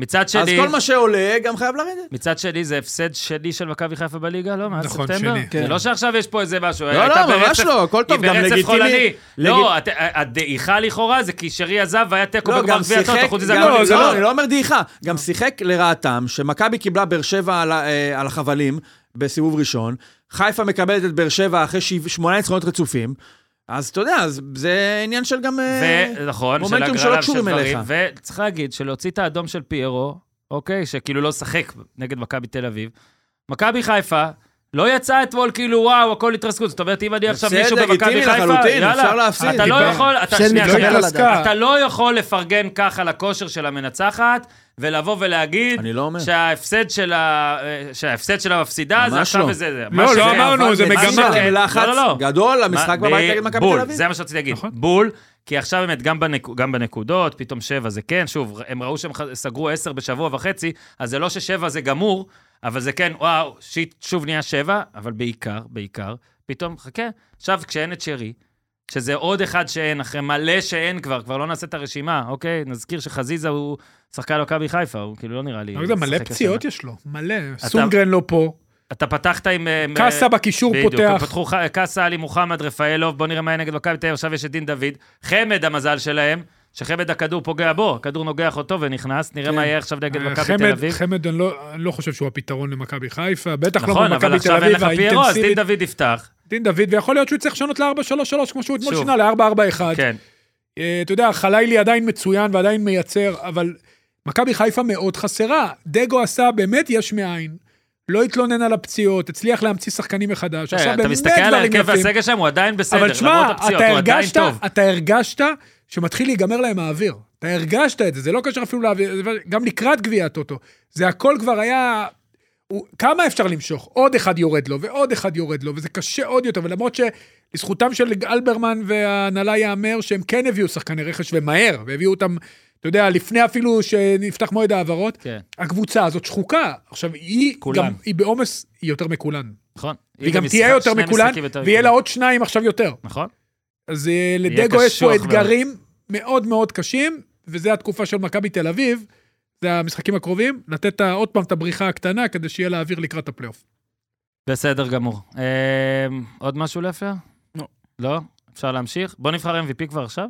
D: מצד
E: אז
D: שני,
E: כל מה שעולה גם חייב לרדת.
D: מצד שני זה הפסד שני של מכבי חיפה בליגה, לא? מאז
F: נכון,
D: ספטמבר?
F: שני.
D: זה לא שעכשיו יש פה איזה משהו.
E: לא,
D: הייתה
E: לא, ממש
D: ברצף-
E: לא, הכל טוב,
D: היא
E: גם
D: ברצף
E: לגיטימי.
D: חולני.
E: לגיט-
D: לא, הת- הדעיכה לכאורה זה כי שרי עזב והיה תיקו
E: לא,
D: בגמר
E: גם
D: גביע
E: שיחק,
D: הטוטו, חוץ מזה
E: גם-
D: הכל
E: לא, זה
D: נגמר.
E: לא, אני לא אומר דעיכה, גם שיחק לרעתם, שמכבי קיבלה באר שבע על ה- אה, על החבלים בסיבוב ראשון, חיפה מקבלת את באר שבע אחרי שבע- שמונה ניצחונות רצופים, אז אתה יודע, אז זה עניין של גם... אה,
D: ו- נכון, של
E: מומנטום שלא
D: הגרלה ושל
E: קשורים
D: דברים.
E: אליך.
D: וצריך להגיד שלהוציא את האדום של פיירו, אוקיי, שכאילו לא שחק נגד מכבי תל אביב, מכבי חיפה לא יצאה אתמול כאילו, וואו, הכל התרסקות. זאת אומרת, אם אני עכשיו
E: בסדר,
D: מישהו במכבי
E: לגיטימי
D: חיפה,
E: לחלוטין, אפשר
D: יאללה,
E: להפסיד.
D: אתה לא
F: דיבר.
D: יכול, אתה-
G: של
D: שנייה,
G: מתקן
D: שנייה,
G: על
F: התעסקה.
D: אתה לא יכול לפרגן ככה לכושר של המנצחת, ולבוא ולהגיד
E: אני לא אומר.
D: שההפסד של ה- אה, שההפסד של המפסידה זה
E: ממש
D: עכשיו
E: לא.
D: וזה זה.
F: לא,
D: מה
F: לא
D: שזה-
F: אמרנו, זה
D: אבל- מה
F: מגמה.
D: שזה-
E: לחץ
D: לא, לא, לא.
E: גדול, המשחק
D: מה-
E: בבית
D: ב-
E: נגד מכבי
D: בול,
E: תל אביב.
D: זה מה שרציתי להגיד.
F: נכון.
D: בול, כי עכשיו באמת גם, בנק, גם בנקודות, פתאום שבע זה כן, שוב, הם ראו שהם ח- סגרו עשר בשבוע וחצי, אז זה לא ששבע זה גמור, אבל זה כן, וואו, שיט, שוב נהיה שבע, אבל בעיקר, בעיקר, פתאום, חכה, עכשיו כשאין את שרי, שזה עוד אחד שאין, אחרי מלא שאין כבר, כבר לא נעשה את הרשימה, אוקיי? נזכיר שחזיזה הוא שחקן מכבי חיפה, הוא כאילו לא נראה לי...
F: לא יודע, מלא
D: משחק
F: פציעות
D: השנה.
F: יש לו, מלא. סונגרן לא פה,
D: אתה פתחת עם... אה,
F: קאסה בקישור
D: בדיוק, הם
F: פותח.
D: פתחו ח- קאסה, עלי מוחמד, רפאלוב, בוא נראה מה יהיה נגד מכבי תל אביב, עכשיו יש את דין דוד. חמד, המזל שלהם, שחמד הכדור פוגע בו, הכדור נוגח אותו ונכנס, נראה מה יהיה עכשיו נגד
F: אה,
D: מכבי תל
F: חמד-
D: אביב.
F: חמד, אני לא- אני לא חושב שהוא הפתרון למכבי חיפה, בטח לא
D: נכון, אבל
F: במכבי תל
D: עכשיו אין
F: אביב
D: לך פיירו, אז דין
F: האינטנסיבית.
D: דוד יפתח.
F: דין דוד, ויכול להיות שהוא יצטרך לשנות ל-4-3-3, כמו שהוא
D: שוב.
F: אתמול שינה ל-4-4-1.
D: כן,
F: אה, אתה יודע, חלילי עדיין מצוין ועדיין מייצר, אבל מכבי חיפה מאוד חסרה. דגו עשה באמת יש מאין. לא התלונן על הפציעות, הצליח להמציא שחקנים מחדש, עשה
D: אה, אתה
F: באמת
D: מסתכל על
F: דברים
D: ההרכב
F: יפים.
D: והסגל שם, הוא עדיין בסדר,
F: אבל
D: למרות
F: שמע,
D: הפציעות,
F: אתה
D: הוא עדיין
F: הרגשת,
D: טוב.
F: אתה הרגשת שמתחיל להיגמר להם האוויר. אתה הרגשת את זה, זה לא קשר אפילו לאוויר, זה גם לקראת גביע הטוטו. זה הכל כבר היה... הוא, כמה אפשר למשוך? עוד אחד יורד לו, ועוד אחד יורד לו, וזה קשה עוד יותר, ולמרות שלזכותם של אלברמן וההנהלה ייאמר שהם כן הביאו שחקני רכש ומהר, והביאו אותם, אתה יודע, לפני אפילו שנפתח מועד ההעברות,
D: כן.
F: הקבוצה הזאת שחוקה. עכשיו, היא
D: כולן.
F: גם, היא בעומס, היא יותר מכולן.
D: נכון.
F: והיא
D: הנה
F: גם
D: משחק-
F: תהיה יותר
D: שני
F: מכולן,
D: משחקים יותר
F: ויהיה לה
D: מכולן.
F: עוד שניים עכשיו יותר.
D: נכון.
F: אז אה, לדגו יש
D: קשוח
F: פה
D: מאוד.
F: אתגרים מאוד מאוד קשים, וזו התקופה של מכבי תל אביב, זה המשחקים הקרובים, לתת את ה- עוד פעם את הבריחה הקטנה כדי שיהיה לה אוויר לקראת הפלייאוף.
D: בסדר גמור. אמ, עוד משהו לפלר?
I: לא.
D: לא? אפשר להמשיך? בוא נבחר MVP כבר עכשיו?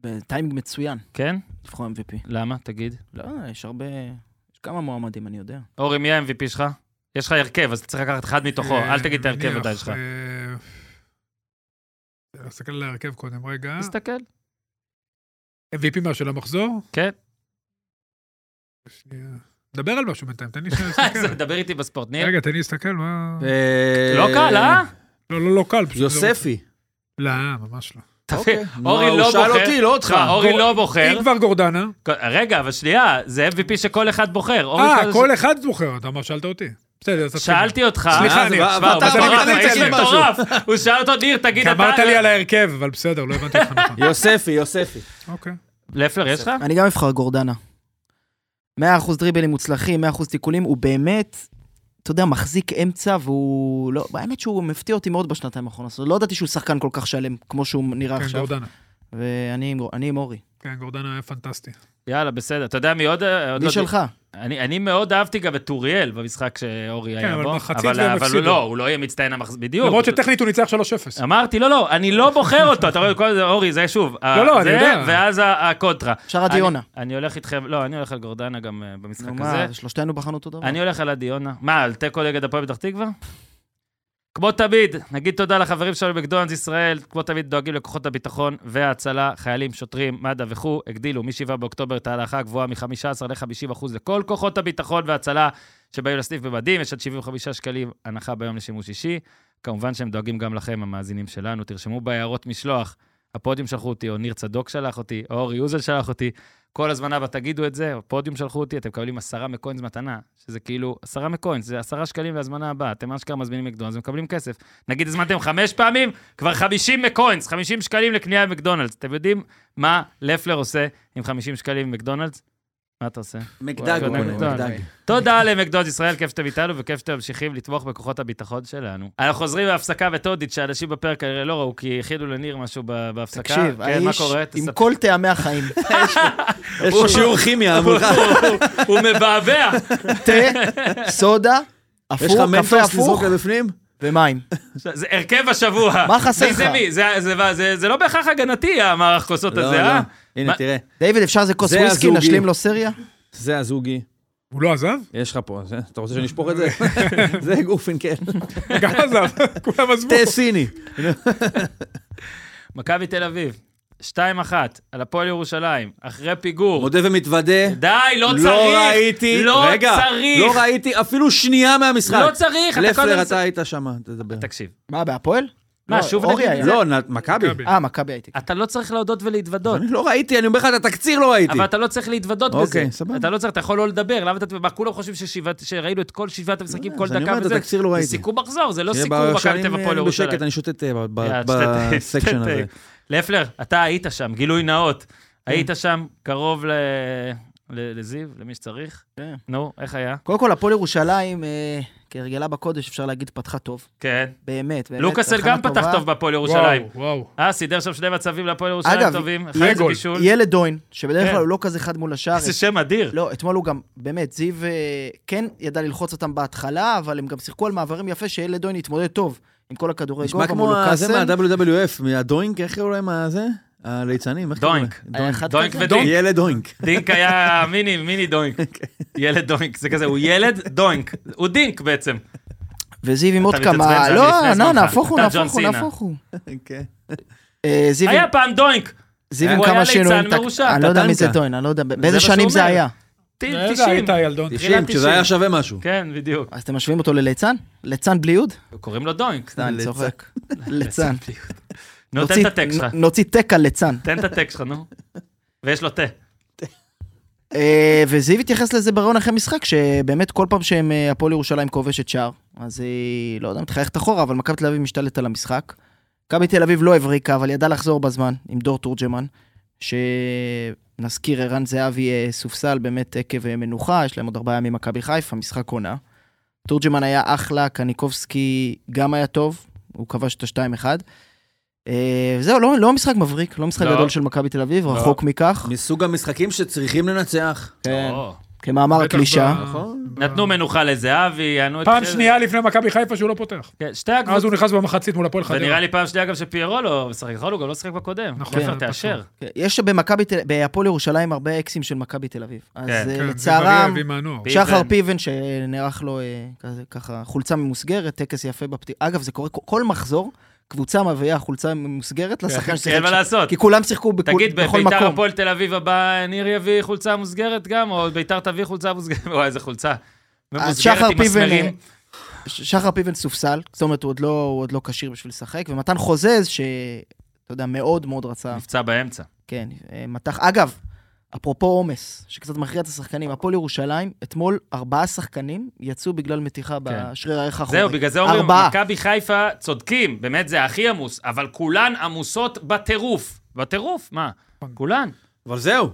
I: בטיימינג מצוין,
D: כן?
I: לבחור MVP.
D: למה? תגיד.
I: לא, יש הרבה... יש כמה מועמדים, אני יודע.
D: אורי, מי ה-MVP שלך? יש לך הרכב, אז צריך לקחת אחד מתוכו, אל תגיד את ההרכב
F: אה, נניח,
D: עדיין שלך.
F: אה, נסתכל על ההרכב קודם רגע.
D: תסתכל.
F: MVP מה של המחזור?
D: כן.
F: שנייה. דבר על משהו בינתיים, תן לי שנייה להסתכל.
D: דבר איתי בספורט, ניר.
F: כן. רגע, תן לי להסתכל, מה...
E: אה,
D: לא קל, אה?
F: לא, לא, לא קל. פשוט זה-
E: יוספי.
F: לא, ממש לא.
E: אוקיי.
D: אורי
E: נו,
D: לא
E: הוא שאל
D: בוחר.
E: אותי, לא אותך.
D: תשמע, אורי לא בוחר.
F: אם כבר גורדנה,
D: רגע, אבל שנייה, זה MVP שכל אחד בוחר. אורי
F: אה,
D: כזה-
F: כל אחד בוחר, אתה אמר, שאלת אותי. בסדר, אז תתחיל.
D: שאלתי אותך.
F: סליחה,
D: אה,
F: אני-
D: זה-
F: אבל
D: וואו,
F: אתה-
D: מטורף,
F: אבל אתה
D: האיש
F: מצלם
D: מטורף. הוא שאל אותו, ניר, תגיד
F: כי
D: אתה...
F: אמרת לי על ההרכב, אבל בסדר, לא הבנתי אותך נכון.
E: יוספי, יוספי.
F: אוקיי.
D: לפלר, יש לך?
I: אני גם אבחר גורדנה. 100% דריבלים מוצלחים, 100% תיקולים, הוא באמת, אתה יודע, מחזיק אמצע, והוא לא... האמת שהוא מפתיע אותי מאוד בשנתיים האחרונות. זאת אומרת, לא ידעתי שהוא שחקן כל כך שלם, כמו שהוא נראה
F: כן,
I: עכשיו.
F: גורדנה.
I: ואני עם גור- אני עם אורי.
F: כן, גורדנה היה פנטסטי.
D: יאללה, בסדר. אתה יודע מי עוד... עוד
I: מי
D: לא-
I: שלך?
D: אני, אני מאוד אהבתי גם את אוריאל במשחק שאורי היה
F: כן, אבל
D: בו.
F: מחצית
D: אבל,
F: והם
D: אבל הוא
F: הפסידו.
D: לא, הוא לא יהיה מצטיין המחז... בדיוק.
F: למרות שטכנית הוא ניצח 3-0.
D: אמרתי, לא, לא, אני לא בוחר אותו, אתה רואה, כל זה, אורי, זה שוב.
F: לא, לא,
D: זה,
F: אני יודע.
D: ואז ה- הקונטרה.
I: אפשר עדי
D: אני-
I: יונה.
D: אני הולך איתכם, לא, אני הולך על גורדנה גם אה, במשחק
I: נו,
D: הזה.
I: מה, שלושתנו בחרנו אותו דבר.
D: אני הולך על עדי יונה. מה, על תיקו נגד הפועל פתח תקווה? כמו תמיד, נגיד תודה לחברים שלנו בקדונלדס ישראל, כמו תמיד דואגים לכוחות הביטחון וההצלה, חיילים, שוטרים, מד"א וכו', הגדילו מ-7 באוקטובר את ההלכה הגבוהה מ-15 ל-50 אחוז לכל כוחות הביטחון וההצלה שבאים לסניף במדים, יש עד 75 שקלים הנחה ביום לשימוש אישי. כמובן שהם דואגים גם לכם, המאזינים שלנו, תרשמו בהערות משלוח. הפודיום שלחו אותי, או ניר צדוק שלח אותי, או אורי יוזל שלח אותי, כל הזמן אבא תגידו את זה, הפודיום שלחו אותי, אתם מקבלים עשרה מקוינס מתנה, שזה כאילו, עשרה מקוינס, זה עשרה שקלים להזמנה הבאה, אתם אשכרה מזמינים מקדונלדס ומקבלים כסף. נגיד הזמנתם חמש פעמים, כבר חמישים מקוינס, חמישים שקלים לקנייה במקדונלדס. אתם יודעים מה לפלר עושה עם חמישים שקלים במקדונלדס? מה אתה עושה?
E: מקדג, הוא
D: וואי,
E: קונה,
D: וואי,
E: מקדג.
D: תודה למקדוד ישראל, כיף שאתם איתנו וכיף שאתם ממשיכים לתמוך בכוחות הביטחון שלנו. אנחנו חוזרים להפסקה וטודית, שאנשים בפרק כנראה לא ראו, כי הכינו לניר משהו ב- בהפסקה.
G: תקשיב,
D: כן, מה
G: האיש
D: קורה?
G: עם
D: תספר.
G: כל טעמי החיים.
E: יש פה שיעור כימיה,
D: הוא-
E: אמרו לך.
D: הוא- הוא מבעבע. [laughs]
G: תה, סודה,
E: יש לך
G: הפוך, קפה
E: מנטוס
G: הפוך
E: לזרוק לבפנים?
I: [laughs]
G: ומים.
D: זה הרכב
E: [laughs]
D: השבוע.
G: מה חסר
D: מי זה
G: לך?
D: מי? זה- זה- זה- זה לא בהכרח הגנתי, המערך כוסות
E: לא,
D: הזה,
E: לא.
D: אה?
E: הנה,
D: מה-
E: תראה.
G: דיוויד, אפשר איזה כוס
E: זה
G: וויסקי,
E: הזוגי.
G: נשלים לו סריה?
E: זה הזוגי.
F: הוא לא עזב?
D: [laughs]
E: יש לך פה, זה- אתה רוצה שנשפוך את זה? זה גופינקל.
F: גם עזב, [laughs] כולם עזבו.
E: תה סיני.
D: מכבי תל אביב, 2-1 על הפועל ירושלים, אחרי פיגור.
E: מודה ומתוודה.
D: די, לא צריך.
E: לא ראיתי,
D: לא
E: רגע,
D: צריך.
E: לא ראיתי אפילו שנייה מהמשחק.
D: לא צריך. אתה כל
E: לפלר,
D: הזמן-
E: אתה היית שם, תדבר.
D: תקשיב.
G: מה, בהפועל?
D: מה,
G: לא,
D: שוב
G: אורי
D: נגיד
G: היה.
D: את זה?
E: לא, נ- מכבי.
F: מכבי.
G: אה, מכבי הייתי.
D: אתה לא צריך להודות ולהתוודות.
E: אני לא ראיתי, אני אומר לך, את התקציר לא ראיתי.
D: אבל אתה לא צריך להתוודות בזה.
E: אוקיי, סבבה.
D: אתה לא צריך, אתה יכול לא לדבר. למה אתה... מה, כולם חושבים ששבעת- שראינו את כל שבעת המשחקים כל
E: אז לא, אני
D: דקה
E: אומר, את
D: וזה?
E: התקציר לא ראיתי.
D: זה סיכום מחזור, זה לא
E: שיהיה
D: סיכום מכבי
E: בשערים,
D: תל אביב הפועל
E: אה,
D: ירושלים.
E: בשקט, אני שותה תה ב- ב-
D: יאללה, תשתה-
E: בסקשן
D: תשתה
E: הזה.
D: תה. לפלר, אתה היית שם, גילוי נאות. היית שם קרוב ל- ל- לזיו, למי שצריך.
G: כן.
D: נו, איך היה?
G: קודם כל, הפועל ירושלים, אה, כהרגלה בקודש, אפשר להגיד, פתחה טוב.
D: כן.
G: באמת, באמת.
D: לוקאסל
G: הכנה
D: גם פתח
G: טובה.
D: טוב בהפועל ירושלים.
F: וואו, וואו.
D: אה, סידר שם שני מצבים להפועל ירושלים
G: אגב,
D: טובים.
F: יהיה
D: אחד זה
F: גול.
D: בישול.
G: ילד דוין, שבדרך
D: כן.
G: כלל הוא לא כזה חד מול השאר.
D: איזה שם אדיר.
G: לא, אתמול הוא גם, באמת, זיו אה, כן ידע ללחוץ אותם בהתחלה, אבל הם גם שיחקו על מעברים יפה, שילד דוין התמודד טוב עם כל הכדורי
E: נשמע
G: גובה
E: כמו
G: מול
E: זה
G: לוקאסל.
E: מה-WWF, מהדוינק, איך קראו להם הזה? הליצנים, איך קראו להם?
D: דוינק.
G: היה אחד
D: דוינק
G: כזה?
D: ודינק.
E: ילד דוינק.
D: דינק היה מיני, מיני דוינק. ילד דוינק, זה כזה, הוא ילד דוינק. הוא דינק בעצם.
G: וזיו עם עוד
D: מתעצבן, זה
G: כמה...
D: היה לפני
G: לא,
D: זמנך.
G: לא, נהפוך הוא,
D: אתה
G: נהפוך
D: ג'ון
G: הוא,
D: סינה.
G: נהפוך הוא.
E: כן.
G: אה, זיו עם-
D: היה פעם דוינק.
G: זיו עם
D: הוא היה
G: כמה
D: ליצן
G: שינויים. טק-
D: מרושע,
G: אני לא יודע מי זה
E: טטנקה.
G: דוין, אני לא יודע באיזה
D: מה שהוא
G: שנים זה
D: אומר.
G: היה.
D: טיל
F: איזה
D: 90.
F: היית ילדון?
E: 90, כשזה היה שווה משהו.
D: כן, בדיוק.
G: אז אתם משווים אותו לליצן? ליצן בלי יוד?
D: קוראים לו דוינק.
G: סתם,
D: [laughs]
G: אני צוחק. ליצן.
D: נו, תן
G: נוציא-
D: את הטק שלך.
G: נ- נוציא טק על ליצן.
D: תן את הטק שלך, נו. ויש לו תה.
G: אה, וזיו התייחס לזה בראיון אחרי משחק, שבאמת כל פעם שהם, אה, הפועל ירושלים כובשת שער, אז היא, לא יודע, מתחייכת אחורה, אבל מכבי תל אביב משתלטת על המשחק. מכבי תל אביב לא הבריקה, אבל ידעה לחזור בזמן עם דור תורג'מן, שנזכיר, ערן זהבי אה, סופסל באמת עקב אה, מנוחה, יש להם עוד ארבעה ימים מכבי חיפה, משחק עונה. תורג'מן היה אחלה, קניקובסקי גם היה טוב, הוא כבש את ה-2-1. אה, זהו, לא, לא משחק מבריק, לא משחק
D: לא.
G: גדול של מכבי תל אביב, רחוק מכך.
E: מסוג המשחקים שצריכים לנצח.
G: כן.
F: לא.
D: או.
G: כמאמר
F: בטח
G: הקלישה.
F: ב-
D: נכון.
F: ב-
D: נתנו מנוחה לזהבי, יענו את...
F: פעם
D: חזר.
F: שנייה לפני מכבי חיפה שהוא לא פותח.
D: כן, שתי
F: אז
D: הקבוצות.
F: הוא נכנס במחצית מול הפועל חדרה.
D: ונראה לי פעם שנייה גם שפיירו לא משחק, נכון? הוא גם לא שיחק בקודם.
F: נכון.
D: נכון.
F: כן,
D: תאשר.
G: כן, יש במכבי, תל- בהפועל ירושלים הרבה אקסים של מכבי תל אביב. אז
D: כן,
G: אה,
F: כן, זה
G: לצערם,
F: בריא, הביא מהנוער.
D: פיבן.
G: שחר פיבן שנערך לו אה, כזה- ככה חולצה ממוסגרת, טקס יפה בפתיח. אגב, זה קורה כל- כל מחזור, קבוצה מביאה חולצה ממוסגרת לשחקן
D: כן, אין מה
G: שם.
D: לעשות.
G: כי כולם שיחקו בכול-
D: תגיד,
G: בכל
D: בביתר
G: מקום.
D: הפועל תל אביב הבא, ניר יביא חולצה מוסגרת גם, או ביתר תביא חולצה מוסגרת, [laughs] וואי, איזה חולצה.
G: אז
D: ממוסגרת
G: אה, שחר
D: עם
G: פיבן, אה,
D: מסמרים.
G: ש- שחר פיבן סופסל, זאת אומרת, הוא עוד לא- הוא עוד לא כשיר בשביל לשחק, ומתן חוזז, ש... אתה יודע, מאוד מאוד רצה
D: נפצע באמצע.
G: כן, אה, מתח. אגב, אפרופו עומס, שקצת מכריע את השחקנים, הפועל ירושלים, אתמול ארבעה שחקנים יצאו בגלל מתיחה
D: כן.
G: בשריר הערך האחורי.
D: זהו, בגלל זה אומרים,
G: נכון. ארבעה.
D: מכבי חיפה צודקים, באמת זה הכי עמוס, אבל כולן עמוסות בטירוף. בטירוף, מה?
F: נכון.
D: כולן.
E: אבל זהו.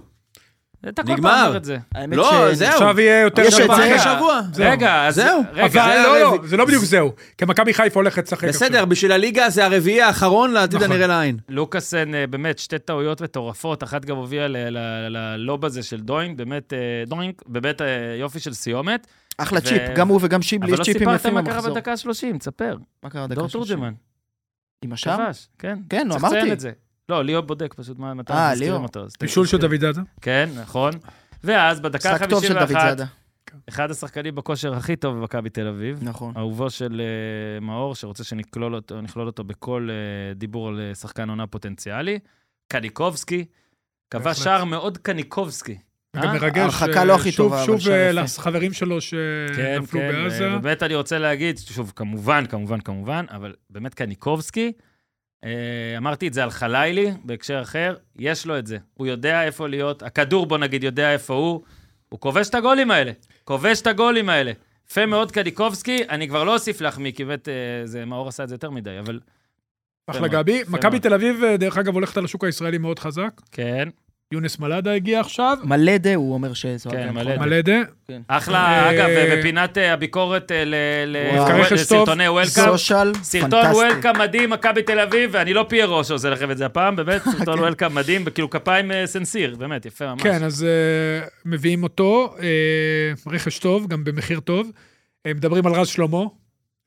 D: אתה כל
E: נגמר.
D: פעם אומר את זה.
G: האמת
E: לא,
G: ש-
E: זהו.
F: עכשיו יהיה יותר
G: יש את
F: שבוע.
G: זה.
E: אחרי שבוע.
D: כן. רגע, אז...
E: זהו.
D: רגע,
F: אבל
E: זה
F: לא,
E: הרביעי.
F: לא, זה לא בדיוק זהו. כי מכבי חיפה הולכת לשחק עכשיו.
E: בסדר, בשביל הליגה זה הרביעי האחרון לעתיד
F: נכון.
E: הנראה לעין.
D: לוקאסן, אה, באמת, שתי טעויות מטורפות, אחת גם הובילה ל- ל- ללוב הזה של דוינג, באמת, אה, דוינג, באמת אה, יופי של סיומת.
G: אחלה
D: ו-
G: צ'יפ, גם הוא וגם
D: אבל
G: שיבלי, יש
D: לא
G: צ'יפים
D: סיפרת
G: יפים
D: מה קרה
G: במחזור.
D: בדקה ה-30, תספר.
G: מה קרה בדקה
D: דור
G: שלושים?
D: תורג'מן,
G: עם השאר?
D: כבש, כן.
G: כן, נו,
D: צריך
G: אמרתי.
D: לציין את זה. לא, ליאור בודק פשוט מה מתי
G: אה,
D: אנחנו מזכירים
G: ליאור.
D: אותו. אז
F: בישול של
D: תזכיר.
F: דוד זאדה.
D: כן, נכון. ואז בדקה
G: משחק טוב של דוד
D: ה-51,
G: זאדה.
D: אחד השחקנים בכושר הכי טוב במכבי תל אביב,
G: נכון.
D: אהובו של אה, מאור, שרוצה שנכלול אותו, נכלול אותו בכל אה, דיבור על אה, שחקן עונה פוטנציאלי. קניקובסקי,
F: בהחלט.
D: כבש שער מאוד קניקובסקי.
F: זה
D: אה?
F: גם מרגש.
G: ההרחקה
F: אה,
G: לא הכי
F: שוב-
G: טובה, אבל
F: שוב
G: שער
F: אה,
G: יפה.
F: לחברים שלו
D: כן,
F: שנפלו
D: כן,
F: בעזה.
D: אה, באמת אני רוצה להגיד, שוב, כמובן, כמובן, כמובן, אבל באמת קניקובסקי, אה, אמרתי את זה על חלילי בהקשר אחר, יש לו את זה. הוא יודע איפה להיות, הכדור, בוא נגיד, יודע איפה הוא, הוא כובש את הגולים האלה, כובש את הגולים האלה. יפה מאוד קניקובסקי, אני כבר לא אוסיף להחמיא, כי באמת, אה, זה, מאור עשה את זה יותר מדי, אבל
F: אחלה
D: מאוד,
F: גבי.
D: יפה
F: מכבי
D: מאוד.
F: תל אביב, אה, דרך אגב, הולכת על השוק הישראלי מאוד חזק.
D: כן.
F: יונס מלאדה הגיע עכשיו,
G: מלדה, הוא אומר שזו...
D: כן,
G: עבירה,
D: מלדה.
G: נכון?
F: מלדה.
D: אחלה,
F: אה,
D: אגב, בפינת אה, הביקורת אה, ל- ל-
G: וואו.
F: רבקה שטוב.
D: לסרטוני וולקאם.
G: נכון. סושיאל,
D: סרטון
G: פנטסטי.
D: וולקאם מדהים, מכבי תל אביב, ואני לא פיירו שעושה לכם את זה הפעם,
F: [laughs]
D: באמת, סרטון וולקאם מדהים, וכאילו כפיים אה, סנסיר, באמת, יפה ממש.
F: כן, אז אה, מביאים אותו, אה, רכש טוב, גם במחיר טוב. אה, מדברים על רז שלמה,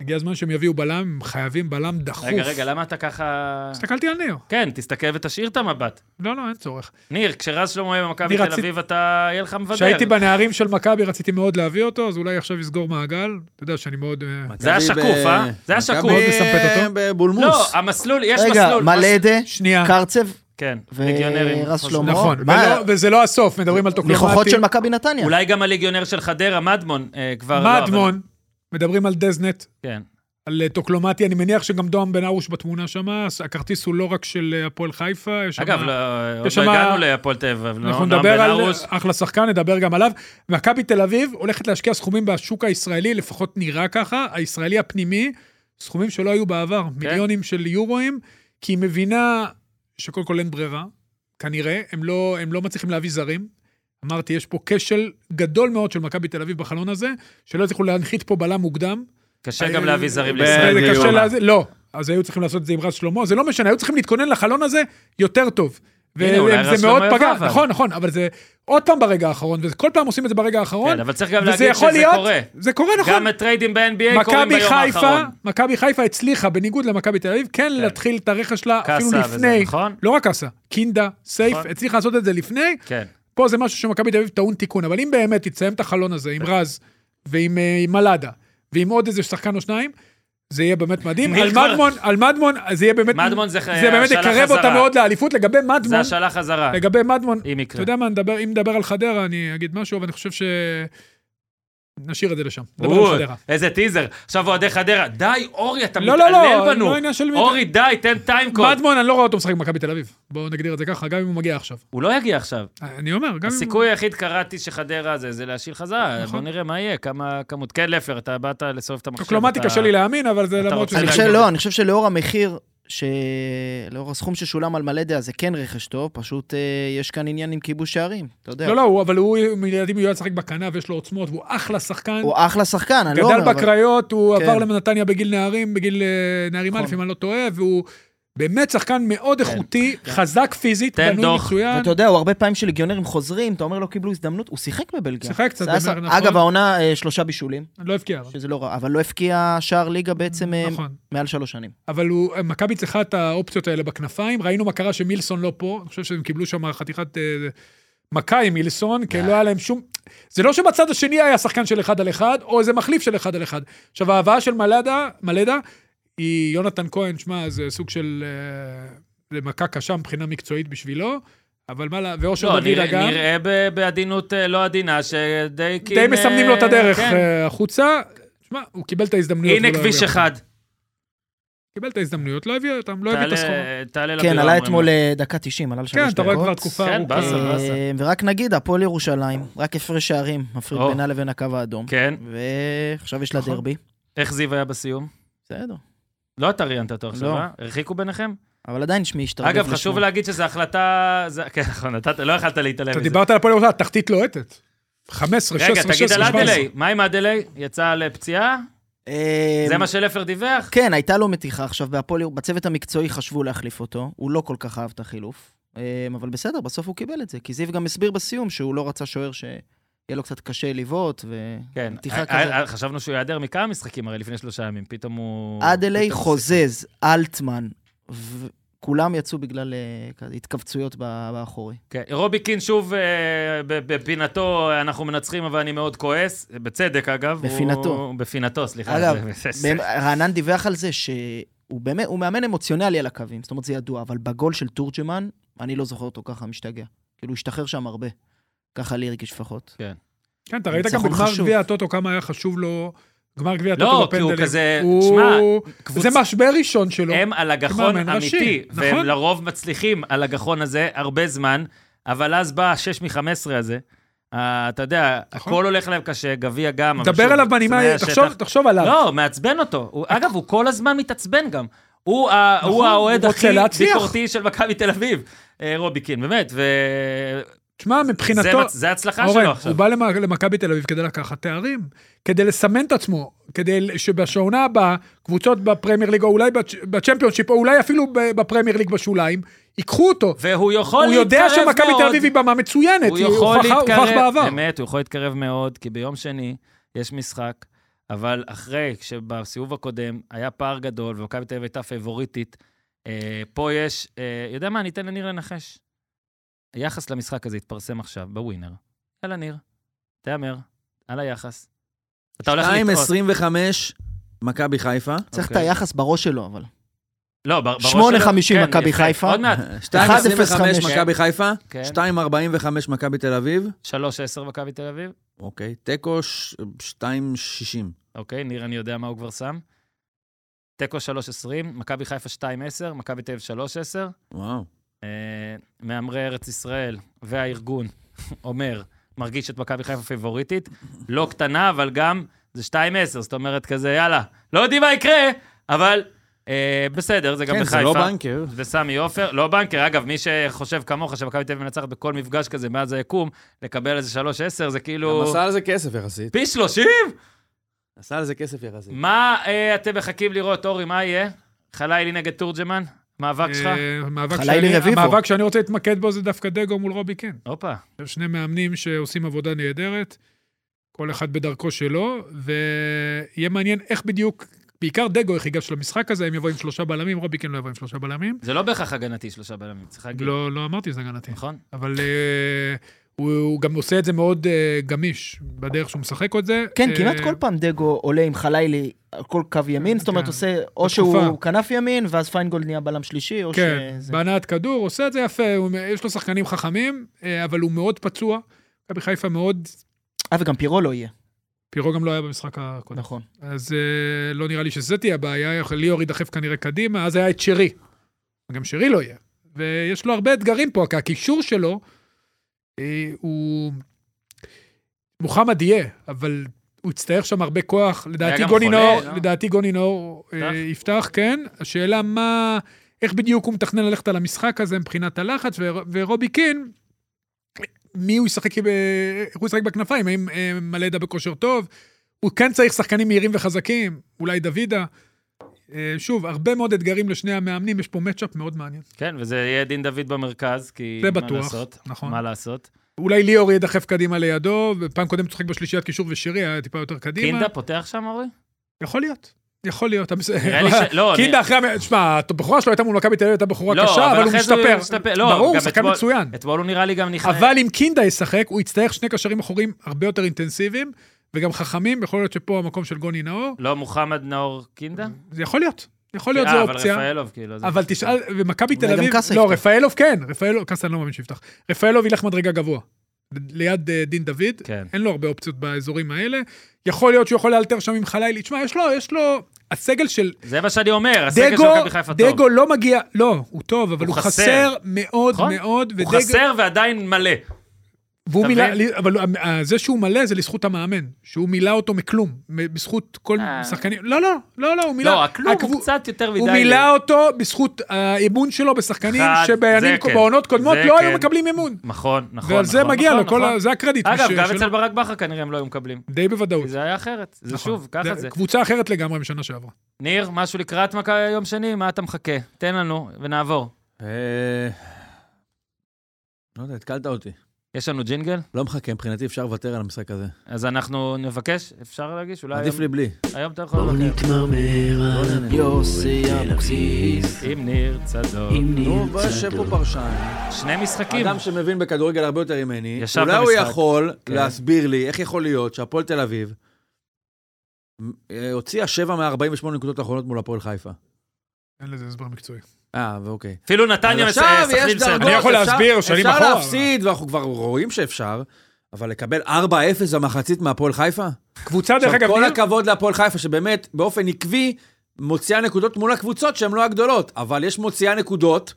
F: הגיע הזמן שהם יביאו בלם, הם חייבים בלם דחוף.
D: רגע, רגע, למה אתה ככה...
F: הסתכלתי על ניר,
D: כן, תסתכל ותשאיר את המבט.
F: לא, לא, אין צורך.
D: ניר, כשרז שלמה יהיה במכבי
F: אני
D: תל
F: רציתי-
D: אביב, אתה, יהיה לך מבדר. לא,
F: כשהייתי בנערים של מכבי רציתי מאוד להביא אותו, אז אולי עכשיו יסגור מעגל. אתה יודע שאני מאוד... אה,
D: זה היה
E: מכבי
D: שקוף,
E: ב-
D: אה? זה היה
E: מכבי
D: שקוף.
F: מאוד מסמפת אותו.
E: בבולמוס.
D: לא, המסלול, יש
G: רגע,
D: מסלול.
G: מלדה,
F: שנייה,
G: קרצב
D: כן, ליגיונרים.
G: ורז שלמה.
F: נכון,
G: מה,
F: ולא- וזה לא הסוף, מדברים על
G: ניחוחות
F: טוקלומטי.
G: של מכבי נתניה.
D: אולי גם הליגיונר של חדרה, מדמון, אה, כבר... לא, אבל-
F: מדמון, מדברים על דזנט,
D: כן.
F: על אה, טוקלומטי, אני מניח שגם דואם בן ארוש בתמונה שמה, אז הכרטיס הוא לא רק של אה, הפועל חיפה, יש שם...
D: אגב, לא- עוד
F: יש
D: לא
F: שמה-
D: הגענו להפועל תל אביב. לא, אבל
F: אנחנו
D: נועם
F: נדבר
D: בן
F: על
D: ארוש.
F: אחלה שחקן, נדבר גם עליו. מכבי תל אביב הולכת להשקיע סכומים בשוק הישראלי, לפחות נראה ככה, הישראלי הפנימי, סכומים שלא היו בעבר,
D: כן.
F: מיליונים של יורואים, כי היא מבינה שקודם כל אין ברירה, כנראה, הם לא, הם לא מצליחים להביא זרים. אמרתי, יש פה כשל גדול מאוד של מכבי תל אביב בחלון הזה, שלא הצליחו להנחית פה בלם מוקדם.
D: קשה גם להביא זרים
F: זה
D: לישראל.
F: קשה לה... לא, אז היו צריכים לעשות את זה עם רז שלמה, זה לא משנה, היו צריכים להתכונן לחלון הזה יותר טוב.
D: הנה, אולי רז
F: וזה
D: שלמה
F: מאוד
D: יבוא,
F: פגע,
D: אבל.
F: נכון, נכון, אבל זה עוד פעם ברגע האחרון, וכל פעם עושים את זה ברגע האחרון,
D: כן, אבל צריך גם
F: וזה
D: להגיד
F: יכול
D: שזה
F: להיות,
D: קורה.
F: זה קורה, נכון.
D: גם הטריידים ב-NBA קורים
F: מכבי
D: ביום
F: חיפה,
D: האחרון.
F: מכבי חיפה הצליחה, בניגוד למכבי תל אביב, כן להתחיל את הרכש שלה אפילו
D: קאסה וזה,
F: לפני,
D: נכון?
F: לא רק קאסה, קינדה, סייף,
D: נכון.
F: הצליחה לעשות את זה לפני,
D: כן.
F: פה זה משהו שמכבי תל אביב טעון תיקון, אבל אם באמת תסיים את החלון הזה
D: כן.
F: עם רז ועם אה, עם מלאדה ועם עוד איזה שחקן או שניים, זה יהיה באמת מדהים.
D: ניר
F: על
D: כבר-
F: מדמון, על מדמון, אז זה יהיה באמת...
D: מדמון זה, אה,
F: זה באמת
D: השאלה
F: יקרב אותה
D: חזרה.
F: מאוד לאליפות. לגבי מדמון,
D: זה השאלה חזרה,
F: לגבי מדמון,
D: אם
F: אתה
D: יקרה.
F: יודע מה, נדבר- אם נדבר על חדרה, אני אגיד משהו, אבל אני חושב ש... נשאיר את זה לשם. נדבר
D: או,
F: על חדרה.
D: איזה טיזר. עכשיו אוהדי חדרה, די, אורי, אתה
F: לא, לא, לא,
D: מתעלל בנו.
F: לא עניין של מי-
D: אורי, די, תן טיים קוד.
F: מדמון, אני לא רואה אותו משחק במכבי תל אביב. בואו נגדיר את זה ככה, גם אם הוא מגיע עכשיו.
D: הוא לא יגיע עכשיו.
F: אני אומר, גם אם...
D: הסיכוי היחיד קראתי שחדרה זה, זה להשאל חזרה. בוא
F: נכון.
D: נראה מה יהיה, כמה כמות. כן, לפר, אתה באת לסובב את המחשב.
F: טוקלומטי
D: אתה-
F: קשה לי להאמין, אבל זה
D: אתה
F: למרות
D: רוצה
F: שזה...
G: אני חושב,
D: להגיד.
G: לא, אני חושב שלאור המחיר, ש- לאור הסכום ששולם על מלדה, אז זה כן רכש טוב, פשוט אה, יש כאן עניין עם כיבוש שערים, אתה יודע.
F: לא, לא, הוא- אבל הוא, לדעתי, מיועד לשחק בכנף, יש לו עוצמות, והוא אחלה שחקן.
G: הוא אחלה שחקן, אני לא
F: גדל
G: אומר, אבל...
F: בקריות, הוא
G: כן.
F: עבר לנתניה בגיל נערים, בגיל אה, נערים א',
G: נכון.
F: אם אני לא טועה, והוא באמת שחקן מאוד איכותי, חזק פיזית,
D: כן. תן
F: בנוי
D: דוח.
F: מצוין.
G: ואתה יודע, הוא הרבה פעמים שליגיונרים חוזרים, אתה אומר לא קיבלו הזדמנות, הוא שיחק בבלגיה.
F: שיחק קצת
G: זה היה
F: במהר,
G: ש-
F: נכון.
G: אגב, העונה אה, שלושה בישולים,
F: אני לא אבקיע, אבל.
G: שזה לא רע, אבל לא הבקיע שער ליגה בעצם אה,
F: נכון.
G: מעל שלוש שנים.
F: אבל הוא- מכבי צריכה את האופציות האלה בכנפיים. ראינו מה קרה שמילסון לא פה, אני חושב שהם קיבלו שם חתיכת אה, מכה עם מילסון,
D: אה.
F: כי לא היה להם שום... זה לא שבצד השני היה שחקן של אחד על אחד, או איזה מחליף של אחד על אחד. עכשיו, ההבאה של מלדה, מלדה היא יונתן כהן, שמע, זה סוג של... אה, זה מכה קשה מבחינה מקצועית בשבילו, אבל מה לה... ואושר
D: לא,
F: דוידה
D: נראה,
F: גם.
D: נראה ב- בעדינות אה, לא עדינה, שדי כאילו...
F: די מסמנים לו את הדרך
D: כן.
F: אה, החוצה. שמע, הוא קיבל את ההזדמנויות.
D: הנה
F: ולא
D: כביש
F: הביא אותן.
D: אחד.
F: קיבל את ההזדמנויות, לא הביא אותם, לא הביא את
D: תעלה-
F: הסכום.
D: תעלה לבירה.
G: כן, עלה
D: אומרים
G: אתמול
D: לו.
G: אה, דקה 90, עלה לשלוש
F: כן,
G: דקות.
F: אתה רואה כבר תקופה
D: כן,
F: ארוכה.
D: באסה, באסה.
G: אה, ורק נגיד, הפועל ירושלים, רק הפרש שערים, מפריד
D: או.
G: בינה לבין הקו האדום.
D: כן.
G: ועכשיו יש לה
D: נכון.
G: דרבי.
D: איך זיו היה בסיום?
G: בסדר.
D: לא אתה ראיינת אותו עכשיו,
G: לא.
D: אה? הרחיקו ביניכם?
G: אבל עדיין שמי השתרבב
D: אגב, חשוב להגיד שזו החלטה... זה- כן, נכון, נתת- לא יכלת להתעלם
F: אתה
D: מזה.
F: דיברת על הפועל ירושלים, תחתית לוהטת. 15, 16,
D: רגע,
F: 16, 17.
D: תגיד על אדלי, מה עם אדלי? יצא על פציעה?
G: אה,
D: זה מה שלפר דיווח?
G: כן, הייתה לו מתיחה עכשיו בהפועל, יר- בצוות המקצועי חשבו להחליף אותו, הוא לא כל כך אהב את החילוף. אה, אבל בסדר, בסוף הוא קיבל את זה, כי זיו גם הסביר בסיום שהוא לא רצה שוער שיהיה לו קצת קשה לבעוט,
D: כן,
G: ומתיחה
D: ה-
G: כזאת.
D: ה- חשבנו שהוא ייעדר מכמה משחקים הרי לפני שלושה ימים, פתאום הוא...
G: אדלי,
D: פתאום-
G: חוזז, אלטמן, ו- כולם יצאו בגלל אה, כזה התכווצויות ב- באחורי.
D: כן, רובי קין שוב אה, ב- בפינתו, אנחנו מנצחים, אבל אני מאוד כועס, בצדק אגב. הוא-
G: בפינתו.
D: בפינתו, סליחה.
G: אגב,
D: זה- זה-
G: באמת, רענן דיווח על זה שהוא באמת, הוא מאמן אמוציונלי על הקווים, זאת אומרת, זה ידוע, אבל בגול של תורג'מן, אני לא זוכר אותו ככה משתגע. כאילו, הוא השתחרר שם הרבה. ככה לי הרגיש לפחות.
F: כן, אתה ראית גם
G: ניצחון
F: בגמר
G: חשוב.
F: גביע הטוטו כמה היה חשוב לו, גמר גביע
D: לא,
F: הטוטו
D: כי הוא
F: בפנדלים.
D: כזה-
F: הוא-
D: קבוצ-
F: זה משבר ראשון שלו.
D: הם על הגחון
F: מאמן ראשי,
D: אמיתי, והם
F: לא. נכון.
D: לרוב מצליחים על הגחון הזה הרבה זמן, אבל אז בא השש מ-15 הזה, אה, אתה יודע,
F: נכון.
D: הכל הולך להם קשה, גביע גם. אבל
F: דבר
D: שוב,
F: עליו בנימה,
D: צמאי השטח.
F: תחשוב- תחשוב עליו.
D: לא, מעצבן אותו. הוא- אגב, הוא כל הזמן מתעצבן גם. הוא ה-
F: נכון,
D: הוא האוהד
F: הוא
D: הכי
F: רוצה להצליח.
D: ביקורתי של מכבי תל אביב, אה, רובי קין, באמת, וזה
F: תשמע, מבחינתו...
D: הצלחה
F: אורן,
D: שלו
F: הוא
D: עכשיו.
F: בא למ- למכבי תל אביב כדי לקחת תארים, כדי לסמן את עצמו, כדי שבשעונה הבאה, קבוצות בפרמייר ליג, או אולי בצ'- בצ'מפיונשיפ, או אולי אפילו ב- בפרמייר ליג בשוליים, ייקחו אותו.
D: והוא יכול
F: הוא יודע
D: להתקרב
F: שמכבי תל
D: מאוד.
F: אביב היא במה מצוינת,
D: הוא
F: היא
D: יכול
F: הוכחה- הוכח
D: להתקרב,
F: בעבר.
D: אמת, הוא יכול להתקרב מאוד, כי ביום שני יש משחק, אבל אחרי שבסיבוב הקודם היה פער גדול ומכבי תל אביב הייתה פייבוריטית, אה, פה יש, אה, יודע מה, אני אתן לניר לנחש. היחס למשחק הזה התפרסם עכשיו בווינר. יאללה, ניר, תהמר על היחס. אתה הולך לתקוף.
E: 2.25, מכבי חיפה.
G: צריך את
D: אוקיי.
G: היחס בראש שלו, אבל.
D: לא, בר- בראש
G: 8.50
D: שלו- כן,
G: מכבי
D: יפה.
G: חיפה.
D: עוד מעט,
E: 2.25 מכבי חיפה,
D: כן.
E: 2.45 מכבי תל אביב.
D: 3.10 מכבי תל אביב.
E: אוקיי, תיקו ש- 2.60.
D: אוקיי, ניר, אני יודע מה הוא כבר שם. תיקו 3.20, מכבי חיפה 2.10, מכבי תל אביב 3.10.
E: וואו.
D: אה, מהמרי ארץ ישראל והארגון [laughs] אומר, מרגיש את מכבי חיפה פיבוריטית, לא קטנה, אבל גם זה 2-10, זאת אומרת כזה, יאללה, לא יודעים מה יקרה, אבל אה, בסדר, זה גם
E: כן,
D: בחיפה.
E: זה לא בנקר.
D: וסמי עופר, לא בנקר, אגב, מי שחושב כמוך שמכבי תל אביב מנצחת בכל מפגש כזה מאז היקום, לקבל איזה 3-10, זה כאילו...
E: עשה על זה כסף יחסית.
D: פי 30?
E: עשה על זה כסף יחסית.
D: מה אה, אתם מחכים לראות, אורי, מה יהיה? חלילי נגד תורג'מן? מאבק שלך?
F: אה, המאבק
G: חלילי
F: שאני-
G: רביבו.
F: המאבק שאני רוצה להתמקד בו זה דווקא דגו מול רובי קן.
D: הופה.
F: הם שני מאמנים שעושים עבודה נהדרת, כל אחד בדרכו שלו, ויהיה מעניין איך בדיוק, בעיקר דגו, איך ייגש למשחק הזה, אם יבוא עם שלושה בלמים, רובי קן לא יבוא עם שלושה בלמים.
D: זה לא בהכרח הגנתי שלושה בלמים, צריך להגיד.
F: לא, לא אמרתי שזה הגנתי.
D: אוקיי. נכון?
F: אבל אה, הוא, הוא גם עושה את זה מאוד אה, גמיש, בדרך שהוא משחק את זה.
G: כן,
F: אה,
G: כמעט כל פעם דגו עולה עם חלילי על כל קו ימין, זאת אומרת,
F: כן.
G: עושה או
F: בתקופה.
G: שהוא כנף ימין, ואז פיינגולד נהיה בלם שלישי, או
F: כן,
G: שזה...
F: בהנעת כדור, עושה את זה יפה, הוא, יש לו שחקנים חכמים, אה, אבל הוא מאוד פצוע. מכבי חיפה מאוד,
G: אה, וגם פירו לא יהיה,
F: פירו גם לא היה במשחק הקודם.
G: נכון.
F: אז אה, לא נראה לי שזה תהיה הבעיה, יכול- ליאור יידחף כנראה קדימה, אז היה את שרי. גם שרי לא יהיה. ויש לו הרבה אתגרים פה, כי הקישור שלו אה, הוא... מוחמד יהיה, אבל הוא יצטרך שם הרבה כוח. לדעתי
D: גם
F: גוני
D: חולה,
F: נאור,
D: לא?
F: לדעתי גוני נאור אה,
D: יפתח?
F: יפתח, כן. השאלה מה... איך בדיוק הוא מתכנן ללכת על המשחק הזה מבחינת הלחץ, ו- ורובי קין, מי הוא ישחק, ב- איך הוא ישחק בכנפיים? האם אה, מלדה בכושר טוב? הוא כן צריך שחקנים מהירים וחזקים, אולי דוידה. אה, שוב, הרבה מאוד אתגרים לשני המאמנים, יש פה מצ'אפ מאוד מעניין.
D: כן, וזה יהיה דין דוד במרכז, כי
F: זה
D: מה
F: בטוח,
D: לעשות?
F: נכון.
D: מה לעשות?
F: אולי ליאור ידחף קדימה לידו, ופעם קודמת צוחק בשלישיית קישור ושירי, היה טיפה יותר קדימה.
D: קינדה פותח שם, אורי?
F: יכול להיות. יכול להיות. אתה מס-
D: נראה לי ש- לא,
F: קינדה אחרי... המ- תשמע, הבחורה שלו הייתה מול מכבי תל אביב, הייתה בחורה
D: לא,
F: קשה,
D: אבל
F: אבל הוא
D: אחרי זה הוא
F: משתפר.
D: משתפר. לא,
F: ברור, הוא
D: גם
F: שחקן
D: אתמול-
F: מצוין.
D: אתמול הוא נראה לי גם נכנס...
F: אבל אם קינדה ישחק, הוא יצטרך שני קשרים אחורים הרבה יותר אינטנסיביים, וגם חכמים, יכול להיות שפה המקום של גוני נאור.
D: לא מוחמד נאור קינדה? אה,
F: זה יכול להיות. יכול להיות זו אופציה.
D: אבל רפאלוב, כאילו. זה-
F: אבל תשאל, ומכבי
G: אולי
F: תל
G: גם
F: אביב,
G: קאסה
F: לא,
G: יפתח.
F: רפאלוב כן, רפאלוב, קאסה אני לא מאמין שיפתח. רפאלוב ילך מדרגה גבוה, ל- ליד אה, דין דוד,
D: כן.
F: אין לו הרבה אופציות באזורים האלה. יכול להיות שהוא יכול לאלתר שם עם חלילי, תשמע, יש לו, יש לו, הסגל של
D: זה מה שאני אומר, הסגל של
F: דגו,
D: מכבי חיפה טוב.
F: דגו לא מגיע, לא, הוא טוב, אבל
D: הוא
F: הוא
D: חסר.
F: חסר מאוד
D: נכון?
F: מאוד,
D: הוא
F: ודגו-
D: חסר ועדיין מלא.
F: והוא
D: אתה
F: מילא,
D: מבין?
F: אבל אה, זה שהוא מלא זה לזכות המאמן, שהוא מילא אותו מכלום, מ- בזכות כל
D: אה.
F: שחקנים, לא, לא, לא, לא, הוא מילא,
D: לא, הכלום הוא
F: הקבוצ-
D: קצת יותר מדי...
F: הוא מילא אותו בזכות האמון שלו בשחקנים
D: חד, זה
F: שבעונות
D: כן.
F: בעונות קודמות
D: זה
F: לא היו
D: כן.
F: מקבלים אמון.
D: נכון, נכון, נכון.
F: ועל זה מגיע לו,
D: נכון,
F: כל
D: נכון.
F: ה- זה הקרדיט.
D: אגב,
F: מש-
D: גם
F: של-
D: אצל ברק בכר כנראה הם לא היו מקבלים.
F: די בוודאות.
D: כי זה היה אחרת. זה
F: נכון.
D: שוב, ככה זה.
F: קבוצה אחרת לגמרי משנה שעברה.
D: ניר, משהו לקראת מכבי יום שני? מה אתה מחכה? תן לנו ונעבור.
E: אה, לא יודע, התקלת אותי.
D: יש לנו ג'ינגל?
E: לא מחכה, מבחינתי אפשר לוותר על המשחק הזה.
D: אז אנחנו נבקש, אפשר להגיש? אולי
E: עדיף
D: היום,
E: לי לא בלי.
D: היום אתה יכול לבקר. לא,
K: יוסי אבוקסיס,
D: עם ניר צדוק.
K: אם
E: נו, בוא
K: נרצה.
E: יושב פה פרשן,
D: שני משחקים.
E: אדם שמבין בכדורגל הרבה יותר ממני,
D: ישב
E: אולי הוא
D: במשחק.
E: יכול
D: כן.
E: להסביר לי איך יכול להיות שהפועל תל אביב אה, הוציאה 7 מ-48 נקודות האחרונות מול הפועל חיפה.
F: אין לזה הסבר מקצועי.
E: אה, ואוקיי.
D: אפילו נתניה מס-
E: אז
D: אה,
E: עכשיו
D: סכנין
E: יש דרגות,
D: מסיימת.
F: אני יכול
E: אפשר-
F: להסביר, שנים אחורה,
E: אפשר
F: אבל-
E: להפסיד, ואנחנו כבר רואים שאפשר, אבל לקבל 4-0 במחצית מהפועל חיפה?
F: קבוצה, דרך
E: עכשיו,
F: אגב,
E: כל
F: ניר,
E: הכבוד להפועל חיפה, שבאמת, באופן עקבי, מוציאה נקודות מול הקבוצות שהן לא הגדולות, אבל יש מוציאה נקודות,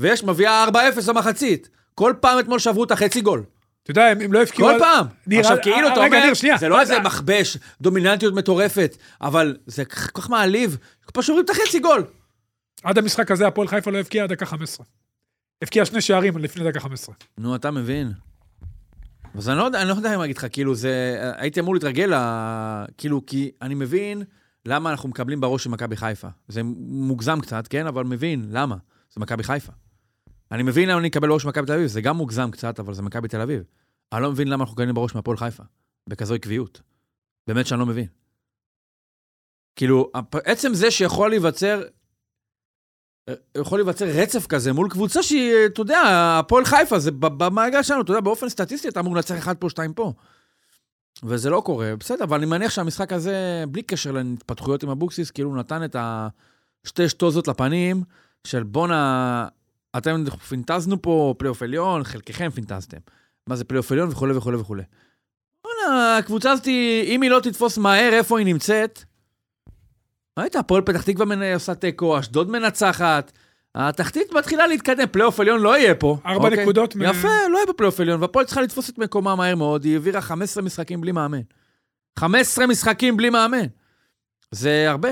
E: ויש מביאה 4-0 במחצית. כל פעם אתמול שברו את החצי גול.
F: אתה יודע, הם הם לא הפקיעו...
E: כל
F: על-
E: פעם.
F: ניר,
E: עכשיו,
F: אה,
E: כאילו,
F: אה,
E: אתה
F: רגע,
E: אומר,
F: ניר, שנייה.
E: זה לא
F: אז-
J: אה,
E: איזה מכבש, דומיננטיות מטורפת, אבל זה כל כך מעליב, פשוט רואים את החצי גול.
J: עד המשחק הזה הפועל חיפה לא הבקיעה עד דקה 15. הבקיעה שני שערים לפני דקה 15.
E: נו, אתה מבין. אז אני לא יודע, אני לא יודע מה להגיד לך, כאילו זה... הייתי אמור להתרגל, ל- כאילו, כי אני מבין למה אנחנו מקבלים בראש של מכבי חיפה. זה מוגזם קצת, כן? אבל מבין, למה? זה מכבי חיפה. אני מבין למה אני אקבל בראש של מכבי תל אביב, זה גם מוגזם קצת, אבל זה מכבי תל אביב. אני לא מבין למה אנחנו מקבלים בראש מהפועל חיפה, בכזו עקביות. באמת שאני לא מבין. כאילו, הפ- עצם זה שיכול להיווצר יכול להיווצר רצף כזה מול קבוצה שהיא, אה, אתה יודע, הפועל חיפה, זה ב- במעגל שלנו, אתה יודע, באופן סטטיסטי אתה אמור לנצח אחד פה, שתיים פה. וזה לא קורה, בסדר, אבל אני מניח שהמשחק הזה, בלי קשר להתפתחויות עם אבוקסיס, כאילו הוא נתן את השתי שטוזות לפנים של בואנה, אתם פינטזנו פה פלייאוף עליון, חלקכם פינטזתם. מה זה פלייאוף עליון וכולי וכולי וכולי. בואנה, הקבוצה הזאת, אם היא לא תתפוס מהר איפה היא נמצאת, ראית, הפועל פתח תקווה מנ- עושה תיקו, אשדוד מנצחת, התחתית מתחילה להתקדם, פלייאוף עליון לא יהיה פה.
J: ארבע נקודות מ-
E: יפה, לא יהיה פה פלייאוף עליון, והפועל צריכה לתפוס את מקומה מהר מאוד, היא העבירה 15 משחקים בלי מאמן. 15 משחקים בלי מאמן. זה הרבה.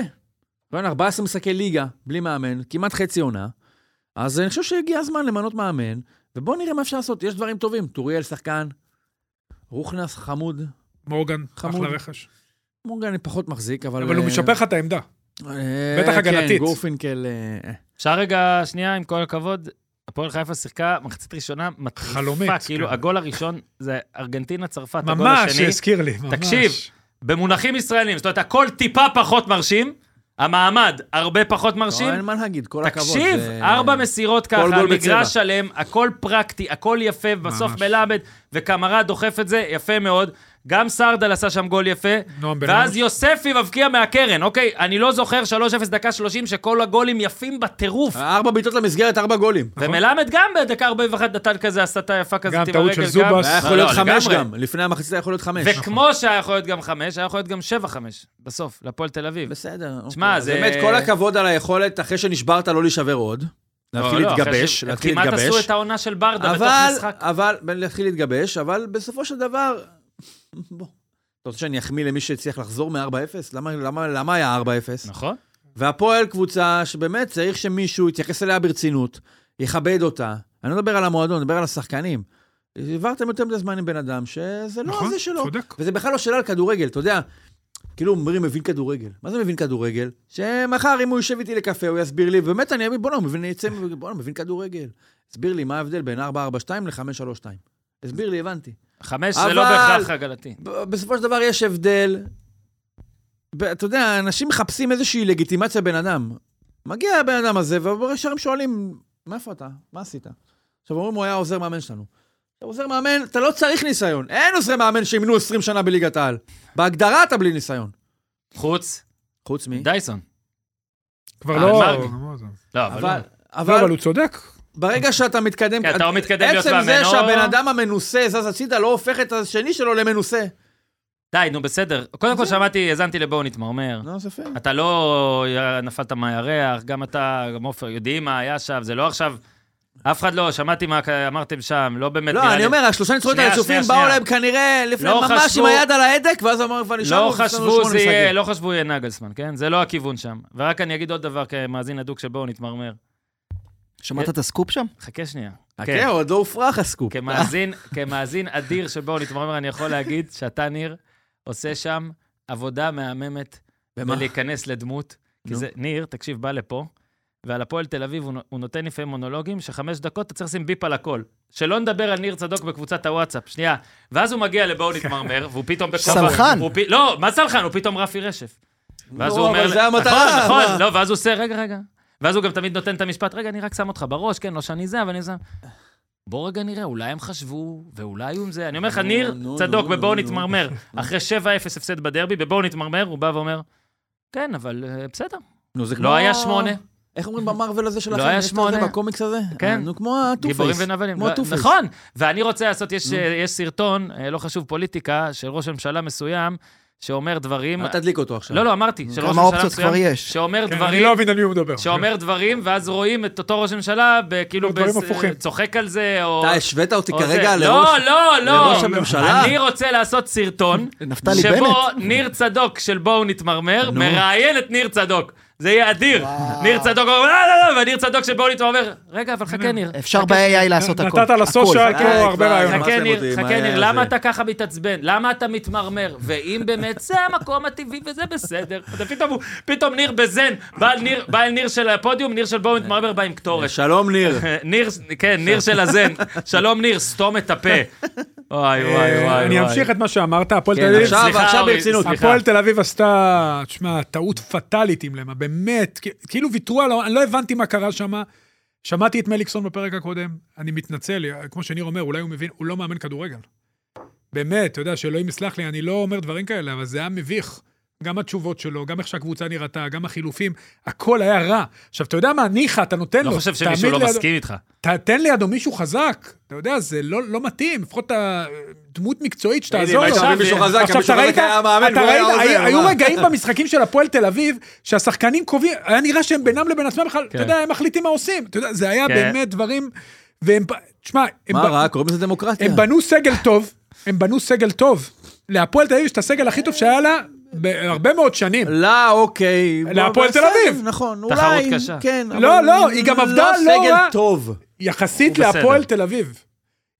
E: רעיון, 14 משחקי ליגה בלי מאמן, כמעט חצי עונה. אז אני חושב שהגיע הזמן למנות מאמן, ובואו נראה מה אפשר לעשות, יש דברים טובים. טוריאל שחקן, רוכנס חמוד,
J: מורגן,
E: חמוד.
J: אחלה רכש.
E: מורגן אני פחות מחזיק, אבל...
J: אבל הוא
E: אה,
J: משפר לך את העמדה.
E: אה,
J: בטח הגנתית.
E: כן, גורפינקל... אה, אה.
D: אפשר רגע, שנייה, עם כל הכבוד, הפועל חיפה שיחקה מחצית ראשונה מטריפה.
J: חלומית,
D: כאילו,
J: כן.
D: הגול הראשון זה ארגנטינה-צרפת, הגול
J: ממש
F: אה,
D: השני,
J: הזכיר לי, ממש.
D: תקשיב, במונחים ישראלים, זאת אומרת, הכל טיפה פחות מרשים, המעמד הרבה פחות
E: לא,
D: מרשים.
E: אין מה להגיד, כל הכבוד.
D: תקשיב,
E: זה-
D: ארבע מסירות
E: כל
D: ככה,
E: גול
D: על
E: בצבע.
D: מגרש שלם, הכל פרקטי, הכל יפה, בסוף
J: ממש.
D: מלמד, וקמרה דוחף את זה, יפה מאוד. גם סרדל עשה שם גול יפה,
J: נועם בן
D: ואז
J: ארוש.
D: יוספי מבקיע מהקרן, אוקיי? אני לא זוכר 3-0 דקה 30 שכל הגולים יפים בטירוף.
E: ארבע בעיטות למסגרת, ארבע גולים.
D: ומלמד גם בדקה 41 נתן כזה הסתה יפה כזאת עם
J: גם
D: הרגל.
J: טעות של זובס.
E: היה
D: לא,
E: יכול להיות
D: לא,
E: חמש
D: לגמרי.
E: גם, לפני המחצית היה יכול להיות חמש. נכון.
D: וכמו שהיה יכול להיות גם חמש, היה יכול להיות גם שבע חמש, בסוף, להפועל תל אביב.
E: בסדר.
D: שמע,
E: אוקיי. אז
D: זה-
E: באמת, כל הכבוד על היכולת, אחרי שנשברת, לא להישבר עוד. להתחיל
D: לא, לא, אחרי
E: להתגבש,
D: שהם
E: להתחיל
D: כמעט עשו
E: להתגבש.
D: את העונה של ברדה בתוך
E: אבל,
D: משחק.
E: אבל, בין להתחיל להתגבש, אבל בסופו של דבר, בוא. אתה רוצה שאני אחמיא למי שהצליח לחזור מ-4-0? למה, למה, למה היה 4-0?
D: נכון.
E: והפועל קבוצה שבאמת צריך שמישהו יתייחס אליה ברצינות, יכבד אותה. אני לא מדבר על המועדון, אני מדבר על השחקנים. העברתם יותר מדי זמן עם בן אדם שזה לא
J: נכון,
E: זה שלו.
J: צודק.
E: וזה בכלל לא שאלה על כדורגל, אתה יודע. כאילו אומרים, מבין כדורגל. מה זה מבין כדורגל? שמחר, אם הוא יושב איתי לקפה, הוא יסביר לי, ובאמת אני אגיד, בוא'נה, הוא מבין, יצא, מ- בוא'נה, הוא מבין כדורגל. הסביר לי מה ההבדל בין 442 ל-532. הסביר לי, הבנתי.
D: חמש זה לא
E: אבל-
D: בהכרח הגלתי.
E: ב- בסופו של דבר יש הבדל. ב- אתה יודע, אנשים מחפשים איזושהי לגיטימציה בן אדם. מגיע הבן אדם הזה, וישר הם שואלים, מאיפה אתה? מה עשית? עכשיו אומרים, הוא היה עוזר מאמן שלנו. אתה עוזר מאמן, אתה לא צריך ניסיון. אין עוזרי מאמן שימנו 20 שנה בליגת העל. בהגדרה אתה בלי ניסיון.
D: חוץ,
E: חוץ מ...
D: דייסון.
J: כבר
D: אה,
J: לא...
D: מרגי. לא, אבל...
E: אבל,
J: לא, אבל
E: אבל
J: הוא צודק.
E: ברגע שאתה מתקדם...
D: כן, אתה או מתקדם להיות
E: עצם זה
D: מאמן או-
E: שהבן אדם המנוסה זז הצידה לא הופך את השני שלו למנוסה.
D: די, נו, בסדר. קודם כל שמעתי, האזנתי לבואו נתמרמר.
J: אה,
E: לא, זה פייר.
D: אתה לא יא- נפלת מהירח, גם אתה, גם עופר, יודעים מה היה שם, זה לא עכשיו... אף אחד לא, שמעתי מה אמרתם שם, לא באמת
E: לא,
D: נראה
E: אני
D: לי-
E: אומר, השלושה ניצחונות
D: שנייה,
E: הרצופים
D: שנייה,
E: באו
D: שנייה.
E: להם כנראה לפני
D: לא
E: ממש עם
D: חשבו-
E: היד על ההדק, ואז אמרנו כבר נשארנו,
D: לא
E: והפסדנו
D: חשבו
E: שמונה
D: זה יהיה,
E: משחקים.
D: לא חשבו יהיה נגלסמן, כן? זה לא הכיוון שם. ורק אני אגיד עוד דבר כמאזין הדוק שבואו נתמרמר.
G: שמעת את הסקופ שם?
D: חכה שנייה.
E: כן, עוד לא הופרך הסקופ.
D: כן. כמאזין,
E: [laughs]
D: כמאזין אדיר שבו נתמרמר, אני יכול להגיד שאתה, ניר, עושה שם עבודה מהממת
E: במה?
D: בלהיכנס לדמות. כי
E: נו.
D: זה, ניר, תקשיב, בא לפה, ועל הפועל תל אביב הוא נו- הוא נותן לפעמים מונולוגים, שחמש דקות אתה צריך לשים ביפ על הכל. שלא נדבר על ניר צדוק בקבוצת הוואטסאפ, שנייה. ואז הוא מגיע לבואו נתמרמר, והוא פתאום... בכובע-
G: סלחן.
D: הוא פ- לא, מה סלחן? הוא פתאום רפי רשף. ואז
E: נו,
D: הוא אומר...
E: אבל זה המטרה,
D: נכון,
E: מה?
D: נכון, לא, ואז הוא עושה, רגע, רגע. ואז הוא גם תמיד נותן את המשפט, רגע, אני רק שם אותך בראש, כן, לא שאני זה, אבל אני זה. בוא רגע נראה, אולי הם חשבו, ואולי הוא עם זה. אני אומר לך,
E: נו,
D: ניר
E: נו,
D: צדוק,
E: נו,
D: בבואו
E: נו, [laughs]
D: נתמרמר. אחרי 7-0 הפסד בדרבי, בבואו נתמרמר, הוא בא ואומר, כן, אבל אה, בסדר.
E: נו, זה
D: לא היה שמונה.
E: איך אומרים במרוויל הזה של
D: לא
E: החיים?
D: היה
E: יש את זה
D: שמונה.
E: בקומיקס הזה?
D: כן.
E: אה, נו, כמו
D: גיבורים
E: הטופייס.
D: ונבלים.
E: כמו
D: לא-
E: הטופייס.
D: נכון, ואני רוצה לעשות, יש, אה, יש סרטון, אה, לא חשוב פוליטיקה, של ראש ממשלה מסוים, שאומר דברים...
E: אל תדליק אותו עכשיו.
D: לא, לא, אמרתי, של ראש
G: כמה
D: ממשלה
G: אופציות
D: מסוים,
G: כבר יש.
D: שאומר
J: כן, אני
D: דברים...
J: לא מבין על מי הוא מדבר.
D: שאומר דברים, ואז רואים את אותו ראש ממשלה, ב- כאילו,
J: דברים
D: בס-
J: הפוכים.
D: צוחק על זה, או...
E: אתה השווית אותי
D: לא. או
E: כרגע
D: זה. לא,
E: לראש...
D: לא, לא.
E: לראש הממשלה?
D: אני רוצה לעשות סרטון,
G: לנפתלי
D: שבו
G: בנט.
D: ניר צדוק של בואו נתמרמר, מראיין את ניר צדוק. זה יהיה אדיר. ניר צדוק אומר, לא, לא, לא, וניר צדוק שבאוליטו אומר, רגע, אבל חכה, ניר.
G: אפשר ב-AI לעשות הכל.
F: נתת לסושיאל
G: הכל.
F: כאילו
E: אה,
F: הרבה
E: כבר,
F: רעיונות.
E: נמאס
D: חכה
E: להם
D: ניר,
E: אותי, מה
D: חכה
E: היה
D: ניר,
E: זה?
D: למה אתה ככה מתעצבן? למה אתה מתמרמר? ואם באמת זה המקום הטבעי וזה בסדר. אז פתאום הוא- פתאום ניר בזן, בעל ניר- בעל ניר של הפודיום, ניר של בואו מתמרמר בא עם קטורת.
E: שלום
D: [laughs]
E: ניר.
D: ניר, כן, ניר של הזן. שלום ניר, סתום את
E: [laughs]
D: הפה. וואי וואי וואי וואי.
F: אני אמשיך את מה שאמרת, הפועל
D: כן,
F: תל אביב.
D: סליחה,
E: עכשיו, עכשיו
D: אורי,
E: ברצינות.
D: סליחה.
F: הפועל תל אביב עשתה, תשמע, טעות פטאלית עם למה, באמת, כ- כאילו ויתרו על, ה- אני לא הבנתי מה קרה שם. שמעתי את מליקסון בפרק הקודם, אני מתנצל, כמו שניר אומר, אולי הוא מבין, הוא לא מאמן כדורגל. באמת, אתה יודע, שאלוהים יסלח לי, אני לא אומר דברים כאלה, אבל זה היה מביך. גם התשובות שלו, גם איך שהקבוצה נראתה, גם החילופים, הכל היה רע. עכשיו, אתה יודע מה, ניחא, אתה נותן
D: לא
F: לו.
D: חושב
F: תעמיד
D: שמישהו לא
F: לידו-
D: מסכים איתך.
F: ת- תן לידו מישהו חזק, אתה יודע, זה לא, לא מתאים, לפחות אתה דמות מקצועית
E: אם
F: שתעזור
E: היית
F: לו.
E: מביא מישהו חזק,
F: עכשיו,
E: מישהו
F: אתה
E: חזק
F: ראית,
E: היה מאמן
F: אתה
E: והוא היה
F: ראית,
E: עוזר,
F: היו-
E: מה?
F: היו רגעים במשחקים של הפועל תל אביב, שהשחקנים קובעים, היה נראה שהם בינם לבין עצמם בכלל, אתה
D: כן.
F: יודע, הם מחליטים מה עושים, אתה יודע, זה היה
D: כן.
F: באמת דברים, והם, ב- תשמע, הם
E: מה
F: ב-
E: רע? קוראים לזה דמוקרטיה.
F: הם בנו סגל טוב, הם בנו סגל טוב. להפועל תל אביב יש את הסגל הכי טוב שהיה לה בהרבה מאוד שנים.
L: לא, אוקיי.
F: להפועל תל
L: בסדר,
F: אביב.
L: נכון,
D: תחרות
L: אולי.
D: קשה.
L: כן.
F: לא,
L: אבל
F: לא, היא גם עבדה לא רע.
L: סגל טוב.
F: יחסית
D: הוא בסדר.
F: להפועל תל אביב.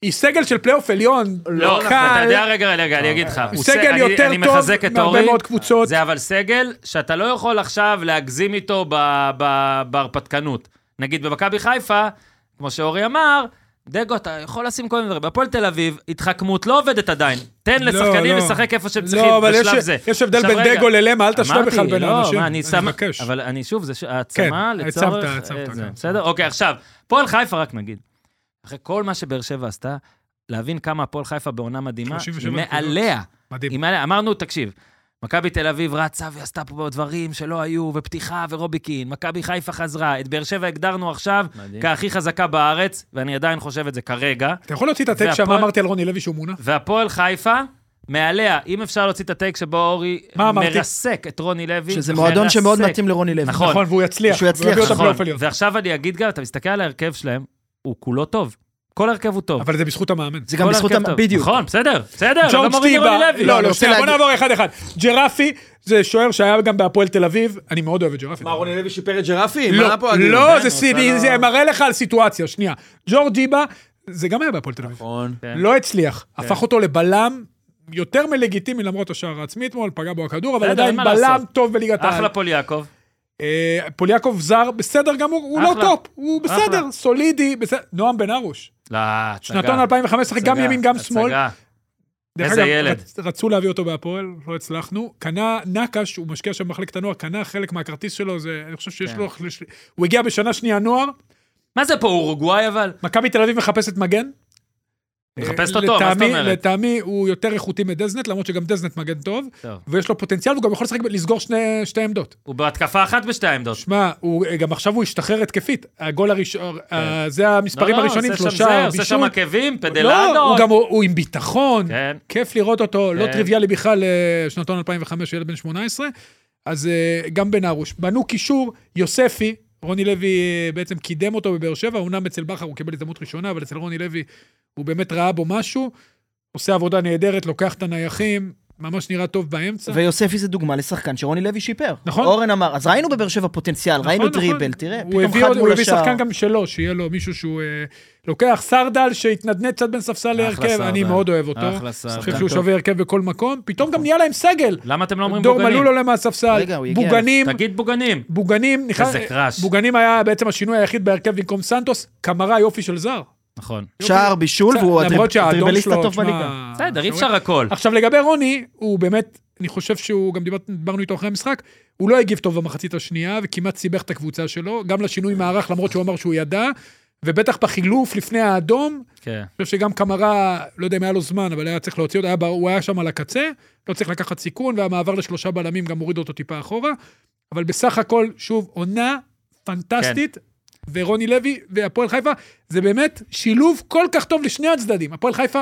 F: היא סגל של פלייאוף עליון,
D: לא, אתה
F: קל,
D: יודע, רגע, רגע, אני אגיד לך. הוא ס-
F: סגל
D: אני-
F: יותר
D: אני
F: טוב
D: מחזק את
F: מהרבה
D: אורי.
F: מאוד קבוצות.
D: זה אבל סגל שאתה לא יכול עכשיו להגזים איתו ב- ב- בהרפתקנות. נגיד במכבי חיפה, כמו שאורי אמר, דגו, אתה יכול לשים כל מיני דברים. בהפועל תל אביב, התחכמות לא עובדת עדיין. תן
F: לא,
D: לשחקנים
F: לא.
D: לשחק איפה שהם
F: לא,
D: צריכים
F: אבל יש-
D: בשלב זה.
F: יש הבדל
D: עכשיו,
F: בין
D: רגע,
F: דגו ללמה, אל תשווה
D: אמרתי,
F: בכלל בין
D: לא,
F: האנשים.
D: מה, אני
F: אני
D: שם-
F: מבקש.
D: אבל אני שוב, זה ש-
F: כן,
D: העצמה
F: העצמת,
D: לצורך...
F: העצמת,
D: אה, זה,
F: כן.
D: בסדר? אוקיי, עכשיו, פועל חיפה רק נגיד. אחרי כל מה שבאר שבע עשתה, להבין כמה הפועל חיפה בעונה מדהימה,
F: 37
D: היא
F: נקודות.
D: מעליה.
F: מדהים.
D: היא מעליה. אמרנו, תקשיב, מכבי תל אביב רצה ועשתה פה דברים שלא היו, ופתיחה ורובי קין, מכבי חיפה חזרה, את באר שבע הגדרנו עכשיו כהכי חזקה בארץ, ואני עדיין חושב את זה כרגע.
F: אתה יכול להוציא את הטק
D: והפועל-
F: שמה אמרתי על רוני לוי שהוא מונה?
D: והפועל חיפה, מעליה, אם אפשר להוציא את הטייק שבו אורי
F: מה אמרתי?
D: מרסק את רוני לוי.
G: שזה מועדון שמאוד מתאים לרוני לוי.
D: נכון.
F: נכון, והוא יצליח.
G: שהוא יצליח,
F: הוא יביא אותם
D: נכון,
F: לפלייאוף עליון.
D: ועכשיו אני אגיד גם, אתה מסתכל על ההרכב שלהם, הוא כולו טוב. כל הרכב הוא טוב.
F: אבל זה בזכות המאמן.
G: זה גם
D: כל
G: בזכות...
D: הרכב
G: המ-
D: טוב.
G: בדיוק.
D: נכון, בסדר, בסדר, לא
F: ג'ורג'
D: מוריד
F: טיבה,
D: רוני לוי.
F: לא,
G: אני
F: לא,
G: רוצה
F: שנייה, בוא
G: להגיד-
F: נעבור אחד-אחד. ג'רפי זה שוער שהיה גם בהפועל תל אביב, אני מאוד אוהב את ג'רפי.
L: מה, רוני לוי שיפר את ג'רפי?
F: לא,
L: מה פה הדיון?
F: לא, זה
D: כן,
L: אתה
F: סיני,
L: לא-
F: זה מראה לך על סיטואציה, שנייה. ג'ורג' טיבה, זה גם היה בהפועל תל אביב.
L: נכון.
F: לא הצליח,
D: כן.
F: הפך אותו לבלם. יותר מלגיטימי למרות השער העצמי אתמול, פגע בו הכדור, אבל
D: בסדר,
F: עדיין
D: אין מה
F: בלם
D: לעשות.
F: טוב בליגת העל.
D: אחלה פול יעקב.
F: אה, פוליאקוב זר, בסדר גמור, הוא לא
D: אחלה.
F: טופ, הוא בסדר,
D: אחלה.
F: סולידי, בסדר. נועם בן ארוש,
D: לא, הצגה.
F: שנתון 2005, שיחק גם
D: הצגה,
F: ימין, גם שמאל.
D: הצגה.
F: דרך
D: איזה
F: אגב,
D: ילד.
F: רצ- רצו להביא אותו בהפועל, לא הצלחנו. קנה נקש, הוא משקיע שם במחלקת הנוער, קנה חלק מהכרטיס שלו, זה, אני חושב שיש
D: כן.
F: לו... הוא הגיע בשנה שנייה נוער,
D: מה זה פה, אורוגוואי אבל?
F: מכבי תל אביב מחפשת מגן.
D: מחפשת
F: אה,
D: אותו, מה זאת
F: לטעמי-
D: אומרת?
F: לטעמי הוא יותר איכותי מדזנט, למרות שגם דזנט מגן טוב,
D: טוב.
F: ויש לו פוטנציאל, והוא גם יכול לשחק, ב- לסגור שני- שתי עמדות.
D: הוא בהתקפה אחת בשתי העמדות.
F: שמע, הוא- אה, גם עכשיו הוא השתחרר התקפית. הגול הראשון, אה, זה המספרים
D: לא, לא,
F: הראשונים,
D: עושה שם
F: שלושה,
D: זה,
F: בישול.
D: עושה שם עקבים,
F: לא, הוא
D: פדלנדו.
F: גם הוא הוא עם ביטחון,
D: כן.
F: כיף לראות אותו, לא
D: כן.
F: טריוויאלי בכלל אה, שנתון 2005, ילד בן 18. אז אה, גם בן ארוש. בנו קישור, יוספי, רוני לוי אה, בעצם קידם אותו בבאר שבע, אומנם אצל בכר הוא קיבל הזדמנות ראשונה, אבל אצל רוני לוי הוא באמת ראה בו משהו, עושה עבודה נהדרת, לוקח את הנייחים, ממש נראה טוב באמצע.
G: ויוספי זה דוגמה לשחקן שרוני לוי שיפר.
F: נכון.
G: אורן אמר, אז ראינו בבאר שבע פוטנציאל, ראינו
F: נכון, נכון.
G: דריבל, תראה,
F: הוא
G: פתאום
F: הביא,
G: חד
F: עוד, הוא
G: מול
F: הביא שחקן
G: השער.
F: גם שלו, שיהיה לו מישהו שהוא אה, לוקח סרדל שהתנדנד קצת בין ספסל להרכב,
D: סרדל.
F: אני מאוד אוהב אותו.
D: אחלה
F: אני
D: סרדל. נכון.
F: חושב שהוא שווה הרכב בכל מקום, פתאום גם נהיה להם סגל.
D: למה אתם לא אומרים
F: דור
D: בוגנים?
F: מלול עולה מהספסל,
G: רגע, הוא הגיע.
F: בוגנים,
D: תגיד בוגנים.
F: בוגנים, נכנס-
D: איזה קראש.
F: בוגנים היה בעצם השינוי היחיד בהרכב במקום סנטוס, קמרה יופי של זר.
D: נכון.
G: שער, בישול,
F: קצת-
G: והוא
F: למרות
G: הדריב-
F: שהאדום
G: הדריבליסט
F: שלו,
G: הטוב
F: תשמע,
G: בליגה.
D: בסדר,
F: אה,
D: אי אפשר הכל.
F: עכשיו לגבי רוני, הוא באמת, אני חושב שהוא, גם דיבר, דיברנו איתו אחרי המשחק, הוא לא הגיב טוב במחצית השנייה, וכמעט סיבך את הקבוצה שלו, גם לשינוי מערך, למרות שהוא אמר שהוא ידע, ובטח בחילוף לפני האדום,
D: כן.
F: אני חושב שגם קמרה, לא יודע אם היה לו זמן, אבל היה צריך להוציא אותו, היה, בר- הוא היה שם על הקצה, לא צריך לקחת סיכון, והמעבר לשלושה בלמים גם הוריד אותו טיפה אחורה, אבל בסך הכל, שוב, עונה פנטסטית.
D: כן.
F: ורוני לוי והפועל חיפה, זה באמת שילוב כל כך טוב לשני הצדדים. הפועל חיפה,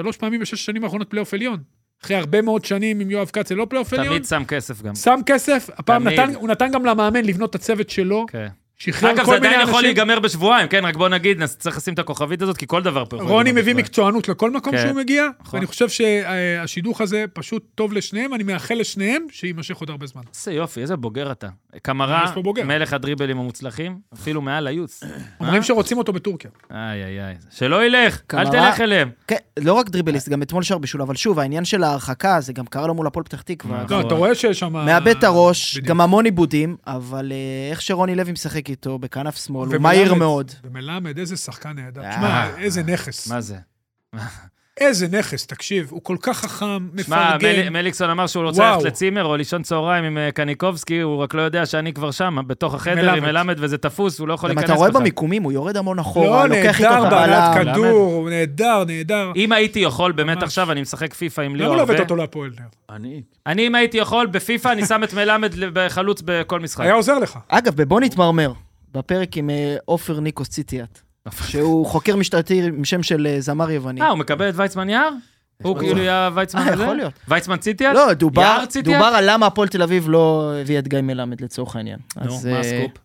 F: שלוש פעמים בשש השנים האחרונות פלייאוף עליון. אחרי הרבה מאוד שנים עם יואב כץ, זה לא פלייאוף עליון.
D: תמיד שם כסף גם.
F: שם כסף, הפעם
D: תמיד.
F: נתן, הוא נתן גם למאמן לבנות את הצוות שלו,
D: כן.
F: שחרר
D: אגב, זה
F: כל מיני
D: עדיין יכול
F: אנשים.
D: להיגמר בשבועיים, כן? רק בוא נגיד, נס- צריך לשים את הכוכבית הזאת, כי כל דבר פה יכול
F: רוני
D: להיגמר
F: מביא
D: בשבועיים.
F: מקצוענות לכל מקום
D: כן,
F: שהוא מגיע,
D: נכון.
F: ואני חושב שהשידוך הזה פשוט טוב לשניהם, אני מאחל לשניהם שיימשך עוד הרבה זמן.
G: אה?
D: איזה יופי, איזה בוגר אתה.
F: יש
D: קמרה,
F: פה בוגר.
D: מלך הדריבלים המוצלחים, אפילו מעל היוץ.
F: אומרים שרוצים אותו בטורקיה.
D: איי, איי, איי. שלא ילך, אל
G: קמרה-
D: תלך אליהם.
G: כן, לא רק דריבליסט, גם אתמול שער בישול, אבל שוב, העניין של ההרחקה, זה גם קרה לו מול הפועל פתח תקווה.
D: נכון.
F: לא, אתה רואה שיש שם...
G: מאבד את הראש,
F: בדיוק.
G: גם המון עיבודים, אבל אה, איך שרוני לוי משחק איתו, בכנף שמאל, הוא
F: ומלמד-
G: מהיר מאוד.
F: ומלמד, איזה שחקן נהדר.
D: אה.
F: תשמע, איזה נכס.
D: מה זה?
F: איזה נכס, תקשיב, הוא כל כך חכם,
D: שמע, מל-
F: מפרגן.
D: מליקסון אמר שהוא רוצה
F: וואו.
D: ללכת לצימר או לישון צהריים עם אה, קניקובסקי, הוא רק לא יודע שאני כבר שם, בתוך החדר
F: מלמד.
D: עם מלמד וזה תפוס, הוא לא יכול
G: גם
D: להיכנס
G: אתה רואה
D: בכלל.
G: במיקומים, הוא יורד המון
F: לא,
G: אחורה, לוקח איתו
F: נהדר
G: את הבעלה.
F: בעלת כדור, הוא נהדר, נהדר.
D: אם הייתי יכול, באמת
F: ממש.
D: עכשיו, אני משחק פיפא עם
F: למה
D: ליאור
F: לא הבאת
D: הרבה.
F: אותו להפועל? ניר?
E: אני...
D: אני, אם הייתי יכול, בפיפא אני שם את מלמד בחלוץ בכל משחק.
G: נכון.
F: היה עוזר לך.
G: אגב, בבוא נתמרמר, בפרק עם אה, עופר ניקוס ציטיאט, שהוא חוקר משטרתי עם שם של אה, זמר יווני.
D: אה, הוא מקבל את ויצמן יער? הוא כאילו היה ויצמן
G: אה,
D: הזה?
G: יכול להיות.
D: ויצמן ציטיאט?
G: לא, דובר
D: יער ציטיאט?
G: דובר על למה הפועל תל אביב לא הביא את גיא מלמד לצורך העניין.
D: נו,
G: אז,
D: מה
G: אה,
D: הסקופ?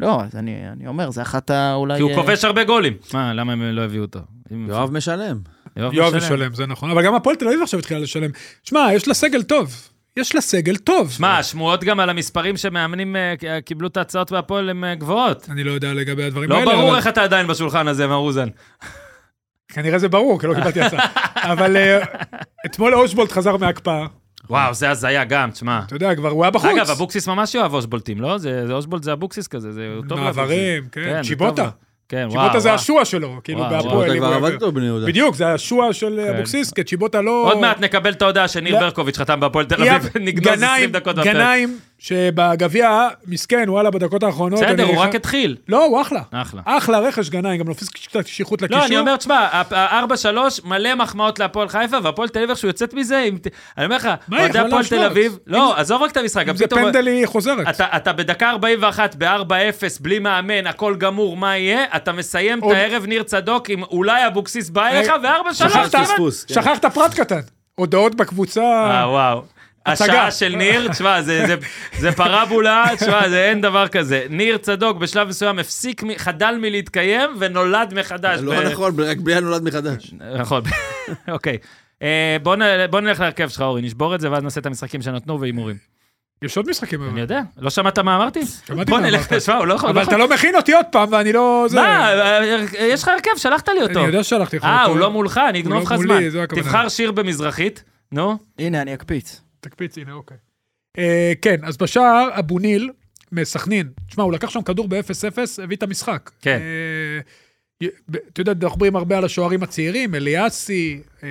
G: לא, אז אני אני אומר, זה אחת ה... אולי...
D: כי הוא
G: אה,
D: כובש הרבה גולים. מה, למה הם לא הביאו אותו? אם-
E: יואב משלם.
F: יואב
D: משלם.
F: משלם, זה נכון. אבל גם הפועל תל אביב עכשיו התחילה לשלם. שמע, יש לה סגל טוב. יש לה סגל טוב.
D: שמע, השמועות גם על המספרים שמאמנים אה, ק- קיבלו את ההצעות בהפועל הן אה, גבוהות.
F: אני לא יודע לגבי הדברים
D: לא
F: האלה.
D: ברור
F: אבל-
D: איך אתה עדיין בשולחן הזה, מר אוזן.
F: כנראה זה ברור, כי לא קיבלתי הצעה.
D: [laughs]
F: אבל אה, אתמול אושבולט חזר מההקפאה.
D: וואו, זה הזיה גם, תשמע.
F: אתה יודע, כבר הוא היה בחוץ.
D: אגב, אבוקסיס ממש יאהב אושבולטים, לא? זה זה אושבולט זה אבוקסיס כזה, זה הוא טוב לאבוקסיס.
F: מעברים,
D: כן,
F: כן.
D: זה
F: צ'יבוטה.
D: טוב. כן, וואו.
F: צ'יבוטה זה
D: וואו.
F: השוע שלו, כאילו,
D: וואו, כן.
F: בהפועל.
E: אה, אתה
F: אם
E: כבר
F: הוא
E: עבד
F: יעביר.
E: איתו בבני יהודה.
F: בדיוק, זה השוע של אבוקסיס, כי צ'יבוטה לא...
D: עוד מעט נקבל את ההודעה שניר
F: לא.
D: ברקוביץ' חתם בהפועל תל [laughs] אביב, נגנוז 20 דקות בפרק.
F: גנאים, שבגביע, מסכן, וואלה, בדקות האחרונות.
D: בסדר,
F: אני-
D: הוא רק התחיל.
F: לא, הוא אחלה.
D: אחלה.
F: אחלה רכש גנאים, גם נופס קצת קשיחות לקישור.
D: לא, אני אומר, תשמע, ה-4-3, מלא מחמאות להפועל חיפה, והפועל תל אביב, שהוא יוצאת מזה, עם- אני אומר לך,
F: היא
D: אוהדי
F: יכלה
D: הפועל תל
F: להשוות?
D: אביב, לא, עזוב רק את המשחק, גם
F: זה
D: פתאום...
F: פנדל היא חוזרת.
D: אתה, אתה בדקה 41 ב-4-0, בלי מאמן, הכל גמור, מה יהיה? אתה מסיים
F: עוד-
D: את הערב ניר צדוק עם אולי אבוקסיס בא אליך,
F: אה,
D: ו-4-3
F: שכחת?
D: כמעט...
E: פספוס. כן.
F: שכחת פרט קטן. הודעות בקבוצה.
D: אה, וואו.
F: הצגה.
D: השעה של ניר, תשמע, זה, זה, זה פרבולה, תשמע, זה אין דבר כזה. ניר צדוק בשלב מסוים הפסיק, מ- חדל מלהתקיים ונולד מחדש. ב-
E: לא נכון, רק ביה נולד מחדש.
D: נכון, [laughs] אוקיי. אה, בוא נ- בוא נלך להרכב שלך, אורי, נשבור את זה, ואז נעשה את המשחקים שנתנו והימורים.
F: יש עוד משחקים. אבל.
D: אני יודע, לא שמעת מה אמרתי?
F: שמעתי
D: בוא
F: מה
D: נלך,
F: אמרת.
D: תשמע, הוא לא יכול...
F: אבל אתה לא מכין אותי עוד פעם, ואני לא... זה-
D: מה, אה, יש לך הרכב, שלחת לי אותו.
F: אני יודע שהלכתי לך.
D: אה,
F: אותו.
D: הוא לא מולך, אני
F: הוא לא
D: אגנוב לך
F: מולי,
D: זמן.
F: זו הכוונה.
D: תבחר שיר במזרחית, נו.
G: הנה, אני אקפיץ.
F: תקפיץ, הנה, אוקיי. אה, כן, אז בשער, אבו ניל מסכנין. תשמע, הוא לקח שם כדור ב-0-0, הביא את המשחק.
D: כן.
F: אה, י- ב- אתה יודע, אנחנו מדברים הרבה על השוערים הצעירים, אליאסי אה,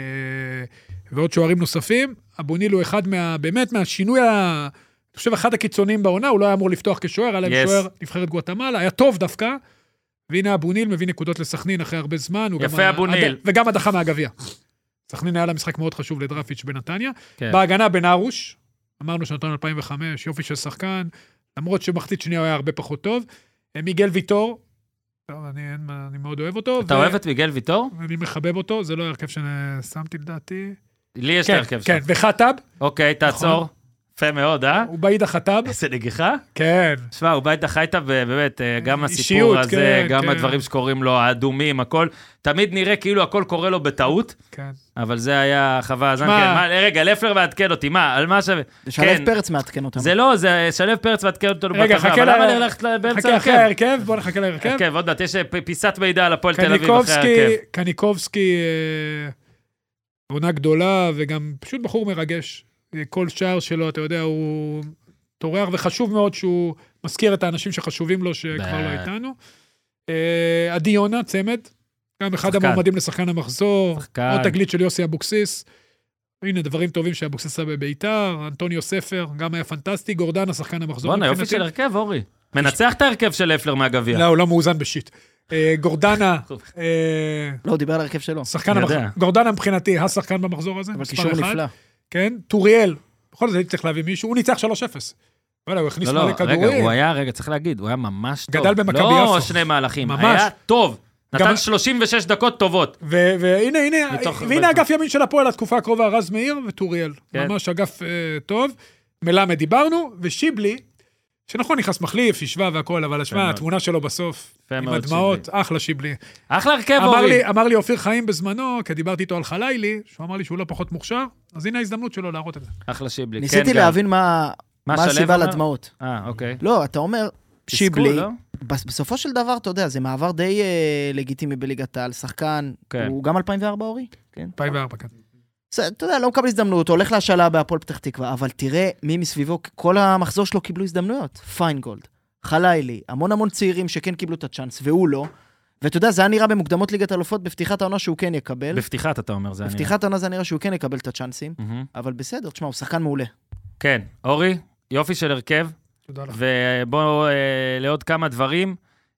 F: ועוד שוערים נוספים. אבו ניל הוא אחד מה... באמת, מהשינוי ה... אני חושב, אחד הקיצוניים בעונה, הוא לא היה אמור לפתוח כשוער, היה להם
D: Yes.
F: שוער נבחרת גואטמלה, היה טוב דווקא. והנה אבו ניל מביא נקודות לסכנין אחרי הרבה זמן. הוא גם
D: יפה,
F: ה-
D: אבו ניל.
F: הד- וגם הדחה מהגביע. סכנין היה לה משחק מאוד חשוב לדרפיץ' בנתניה.
D: כן.
F: בהגנה בן ארוש, אמרנו שנתון 2005, יופי של שחקן, למרות שמחצית שנייה הוא היה הרבה פחות טוב. אה, מיגל ויטור, טוב, אני, אין מה- אני מאוד אוהב אותו.
D: אתה
F: ו-
D: אוהב את מיגל ויטור?
F: אני מחבב אותו, זה לא ההרכב ששמתי לדעתי.
D: לי יש את
F: כן,
D: ההרכב שלך.
F: כן, נכון. וחטאב,
D: אוקיי, תעצור. יפה מאוד, אה?
F: הוא בעיד החטאב,
D: איזה נגיחה.
F: כן.
D: תשמע, הוא בא איתך חייתה, באמת, אה, גם
F: אישיות,
D: הסיפור הזה,
F: כן,
D: גם
F: כן.
D: הדברים שקורים לו, האדומים, הכל, תמיד נראה כאילו הכל קורה לו בטעות,
F: כן.
D: אבל זה היה חווה הזן.
F: שמע.
D: כן, מה, רגע, לפלר ועדכן אותי, מה, על מה ש... כן,
G: שלו פרץ מעדכן אותנו.
D: זה לא, זה שלו פרץ ועדכן אותנו
F: רגע,
D: בטבלה,
F: חכה
D: אבל למה
F: ל-
D: ללכת ל- באמצע
F: חכה אחרי
D: ההרכב?
F: ההרכב, בוא נחכה להרכב.
D: הרכב, עוד מעט, יש אה, פ- פיסת מידע על הפועל תל אביב אחרי
F: כן. קניקובסקי,
D: ההרכב.
F: קניקובסקי, אה, עונה גדולה וגם פשוט בחור מרגש. אה, כל שער שלו, אתה יודע, הוא טורח, וחשוב מאוד שהוא מזכיר את האנשים שחשובים לו שכבר לא
D: בטח.
F: איתנו. אה, עדי יונה, צמד, גם אחד
D: שחקן.
F: המועמדים לשחקן המחזור,
D: שחקן.
F: עוד תגלית של יוסי אבוקסיס. הנה, דברים טובים שאבוקסיס עשה בביתר, אנטוניו ספר, גם היה פנטסטי, גורדן, השחקן המחזור.
D: בואנה, יופי
F: מבחינתי.
D: של הרכב, אורי. מנצח את ההרכב של לפלר מהגביע.
F: לא, הוא לא מאוזן בשיט. אה,
D: [laughs]
F: גורדנה, אה,
G: לא, הוא דיבר על הרכב שלו.
F: שחקן
D: אני יודע.
F: המחזור. גורדנה מבחינתי, השחקן במחזור הזה,
G: אבל
F: מספר
G: קישור
F: אחד.
G: נפלא.
F: כן, טוריאל, בכל זאת הייתי צריך להביא מישהו, הוא ניצח 3-0. וואלה, הוא הכניס
D: לא, לא,
F: מלא
D: רגע,
F: כדורים.
D: הוא היה, רגע, צריך להגיד, הוא היה ממש טוב.
F: גדל במכבי
D: לא
F: יפו.
D: שני מהלכים,
F: ממש.
D: היה טוב. נתן
F: גם-
D: 36 דקות טובות.
F: ו- והנה, הנה,
D: מתוך-
F: והנה אגף ימין של הפועל לתקופה הקרובה, רז מאיר וטוריאל.
D: כן.
F: ממש אגף אה, טוב. מלמד דיברנו, ושיבלי, שנכון, נכנס מחליף, השווה והכל, אבל שמע,
D: מאוד.
F: התמונה שלו בסוף,
D: יפה
F: עם
D: מאוד,
F: הדמעות, אחלה שיבלי.
D: אחלה הרכב,
F: אמר
D: אורי.
F: לי, אמר לי אופיר חיים בזמנו, כי דיברתי איתו על חלילי, שהוא אמר לי שהוא לא פחות מוכשר, אז הנה ההזדמנות שלו להראות את זה.
D: אחלה שיבלי.
G: ניסיתי
D: כן,
G: להבין מה
D: גם.
G: מה
D: שלו
G: הסיבה
D: אמר?
G: לדמעות.
D: אה, אוקיי.
G: לא, אתה אומר,
D: תסכול,
G: שיבלי,
D: לא?
G: בס- בסופו של דבר, אתה יודע, זה מעבר די אה, לגיטימי בליגת העל, שחקן,
D: כן.
G: הוא גם 2004 אורי? כן.
F: 2004 כאן.
G: זה, אתה יודע, לא מקבל הזדמנות, הולך להשאלה בהפועל פתח תקווה, אבל תראה מי מסביבו, כל המחזור שלו קיבלו הזדמנויות. פיינגולד, חלילי, המון המון צעירים שכן קיבלו את הצ'אנס, והוא לא. ואתה יודע, זה היה נראה במוקדמות ליגת אלופות בפתיחת העונה שהוא כן יקבל.
D: לא? בפתיחת, אתה אומר, זה אני.
G: בפתיחת העונה זה נראה שהוא כן יקבל את הצ'אנסים,
D: מהמם.
G: אבל בסדר, תשמע, הוא שחקן מעולה.
D: כן, אורי, יופי של הרכב,
F: תודה לך.
D: ובואו אה, לעוד כמה דברים.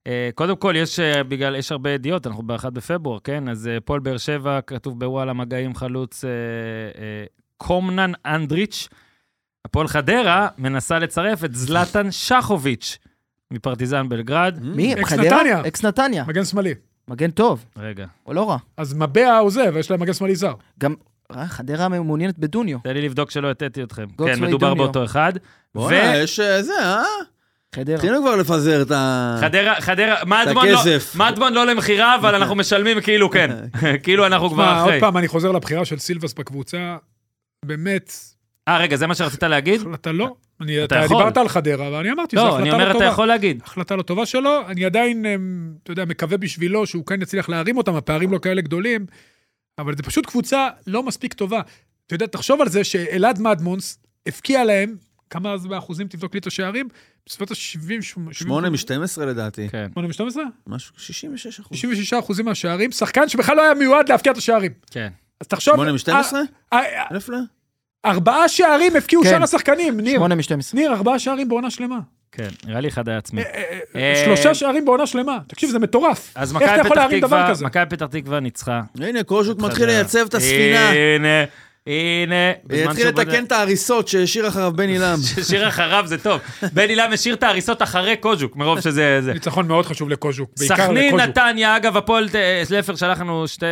D: אה, קודם כל, יש, אה, בגלל, יש הרבה ידיעות, אנחנו ב-1 בפברואר, כן? אז אה, פועל באר שבע, כתוב בוואלה, מגעים חלוץ אה, אה, קומנן אנדריץ'. הפועל חדרה מנסה לצרף את זלטן שחוביץ' מפרטיזן בלגרד.
G: מי?
F: אקס
G: חדרה?
F: נתניה.
G: אקס נתניה.
F: מגן שמאלי.
G: מגן טוב,
E: Mm-hmm.
D: רגע,
G: או לא רע.
F: אז מבע עוזב, יש להם מגן שמאלי זר.
G: גם אה, חדרה מעוניינת בדוניו.
D: תן לי לבדוק שלא הטעתי אתכם.
G: גולדסווי
D: כן, מדובר
G: דוניו.
D: באותו אחד.
E: בואנה, יש אה, זה, אה?
G: חדרה.
E: התחילו כבר לפזר את ה...
D: חדרה, חדרה, מדמון לא,
E: הכסף.
D: מדמון לא למכירה, אבל אנחנו משלמים כאילו
E: [laughs]
D: כן. כאילו אנחנו
F: מה,
D: כבר
F: עוד
D: אחרי.
F: פעם, אני חוזר לבחירה של סילבס בקבוצה, באמת,
D: אה, רגע, זה מה שרצית להגיד?
F: החלטה לא. אני-
D: אתה
F: אתה
D: יכול.
F: דיברת על חדרה, אבל אני אמרתי, זו
D: לא, אני
F: החלטה לא
D: אומר, אתה
F: טובה.
D: יכול להגיד.
F: החלטה לא טובה שלו, אני עדיין, אמ, אתה יודע, מקווה בשבילו שהוא כן יצליח להרים אותם, הפערים לא כאלה גדולים, אבל זה פשוט קבוצה לא מספיק טובה. אתה יודע, תחשוב על זה שאלעד מדמונס הבקיע להם, כמה אז באחוזים תבדוק לי את השערים? בסביבות ה-70,
E: 8 מ-12 לדעתי.
D: כן.
F: 8 מ-12?
E: משהו, 66 אחוז.
F: 96 אחוזים מהשערים, שחקן שבכלל לא היה מיועד להבקיע את השערים.
D: כן.
F: אז תחשוב...
E: 8 מ-12?
F: אה, אה,
E: נפלא.
F: ארבעה שערים הבקיעו
G: כן.
F: שאר השחקנים, ניר.
G: 8 מ-12.
F: ניר, ארבעה שערים בעונה שלמה.
D: כן, נראה לי אחד היה עצמי. אה,
F: שלושה שערים בעונה שלמה. תקשיב, זה מטורף.
D: אז
F: איך
D: מכבי
F: אתה יכול
D: פתח
F: להרים דבר
D: תקווה,
F: כזה?
D: מכבי פתח תקווה ניצחה.
E: הנה, קוז'וק מתחיל
D: חדרה.
E: לייצב את הספינה.
D: הנה, הנה. אה, בזמן
E: יתחיל
D: שהוא
E: לתקן
D: בדק-
E: את ההריסות שהשאיר אחריו
D: [laughs]
E: בן עילם.
D: ששיר אחריו זה
E: [laughs]
D: טוב. בני לם השאיר את ההריסות אחרי קוז'וק, מרוב שזה... זה.
F: ניצחון מאוד חשוב לקוז'וק, בעיקר לקוז'וק.
D: סכנין, נתניה, אגב, הפועל אה, לפר שלח לנו שתי-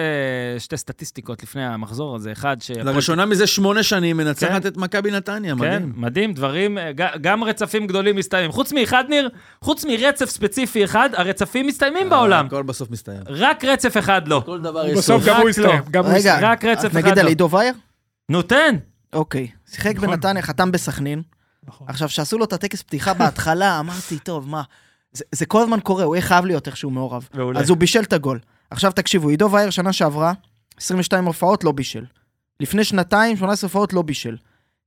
D: שתי סטטיסטיקות לפני המחזור הזה. אחד, שהפועל
E: לראשונה מזה שמונה שנים מנצחת
D: כן.
E: את מכבי נתניה,
D: כן,
E: מדהים.
D: מדהים, דברים, אה, ג- גם רצפים גדולים מסתיימים. חוץ מאחד, ניר, חוץ מרצף ספציפי אחד, הרצפים
E: אה,
D: מסתיימים בעולם.
E: הכל בסוף מסתיים.
D: רק רצף אחד לא.
E: כל דבר יש סוף.
F: בסוף גם
D: רק
F: הוא
D: לא.
F: הסתיים, גם הוא
G: רגע,
F: הסתיים.
D: רק רצף
G: רק
D: אחד
G: נגיד
D: לא.
G: על עידו וייר?
D: נו, תן.
G: אוקיי. שיחק
F: נכון.
G: בנתניה, חתם בסכנין.
F: נכון.
G: עכשיו, כשעשו לו את הטקס פתיחה בהתחלה, אמרתי, טוב, מה, זה, זה כל הזמן קורה, הוא יהיה חייב להיות איכשהו מעורב.
D: מעולה.
G: אז הוא בישל את הגול. עכשיו תקשיבו, עידו וייר שנה שעברה, 22 הופעות לא בישל. לפני שנתיים, 18 הופעות לא בישל.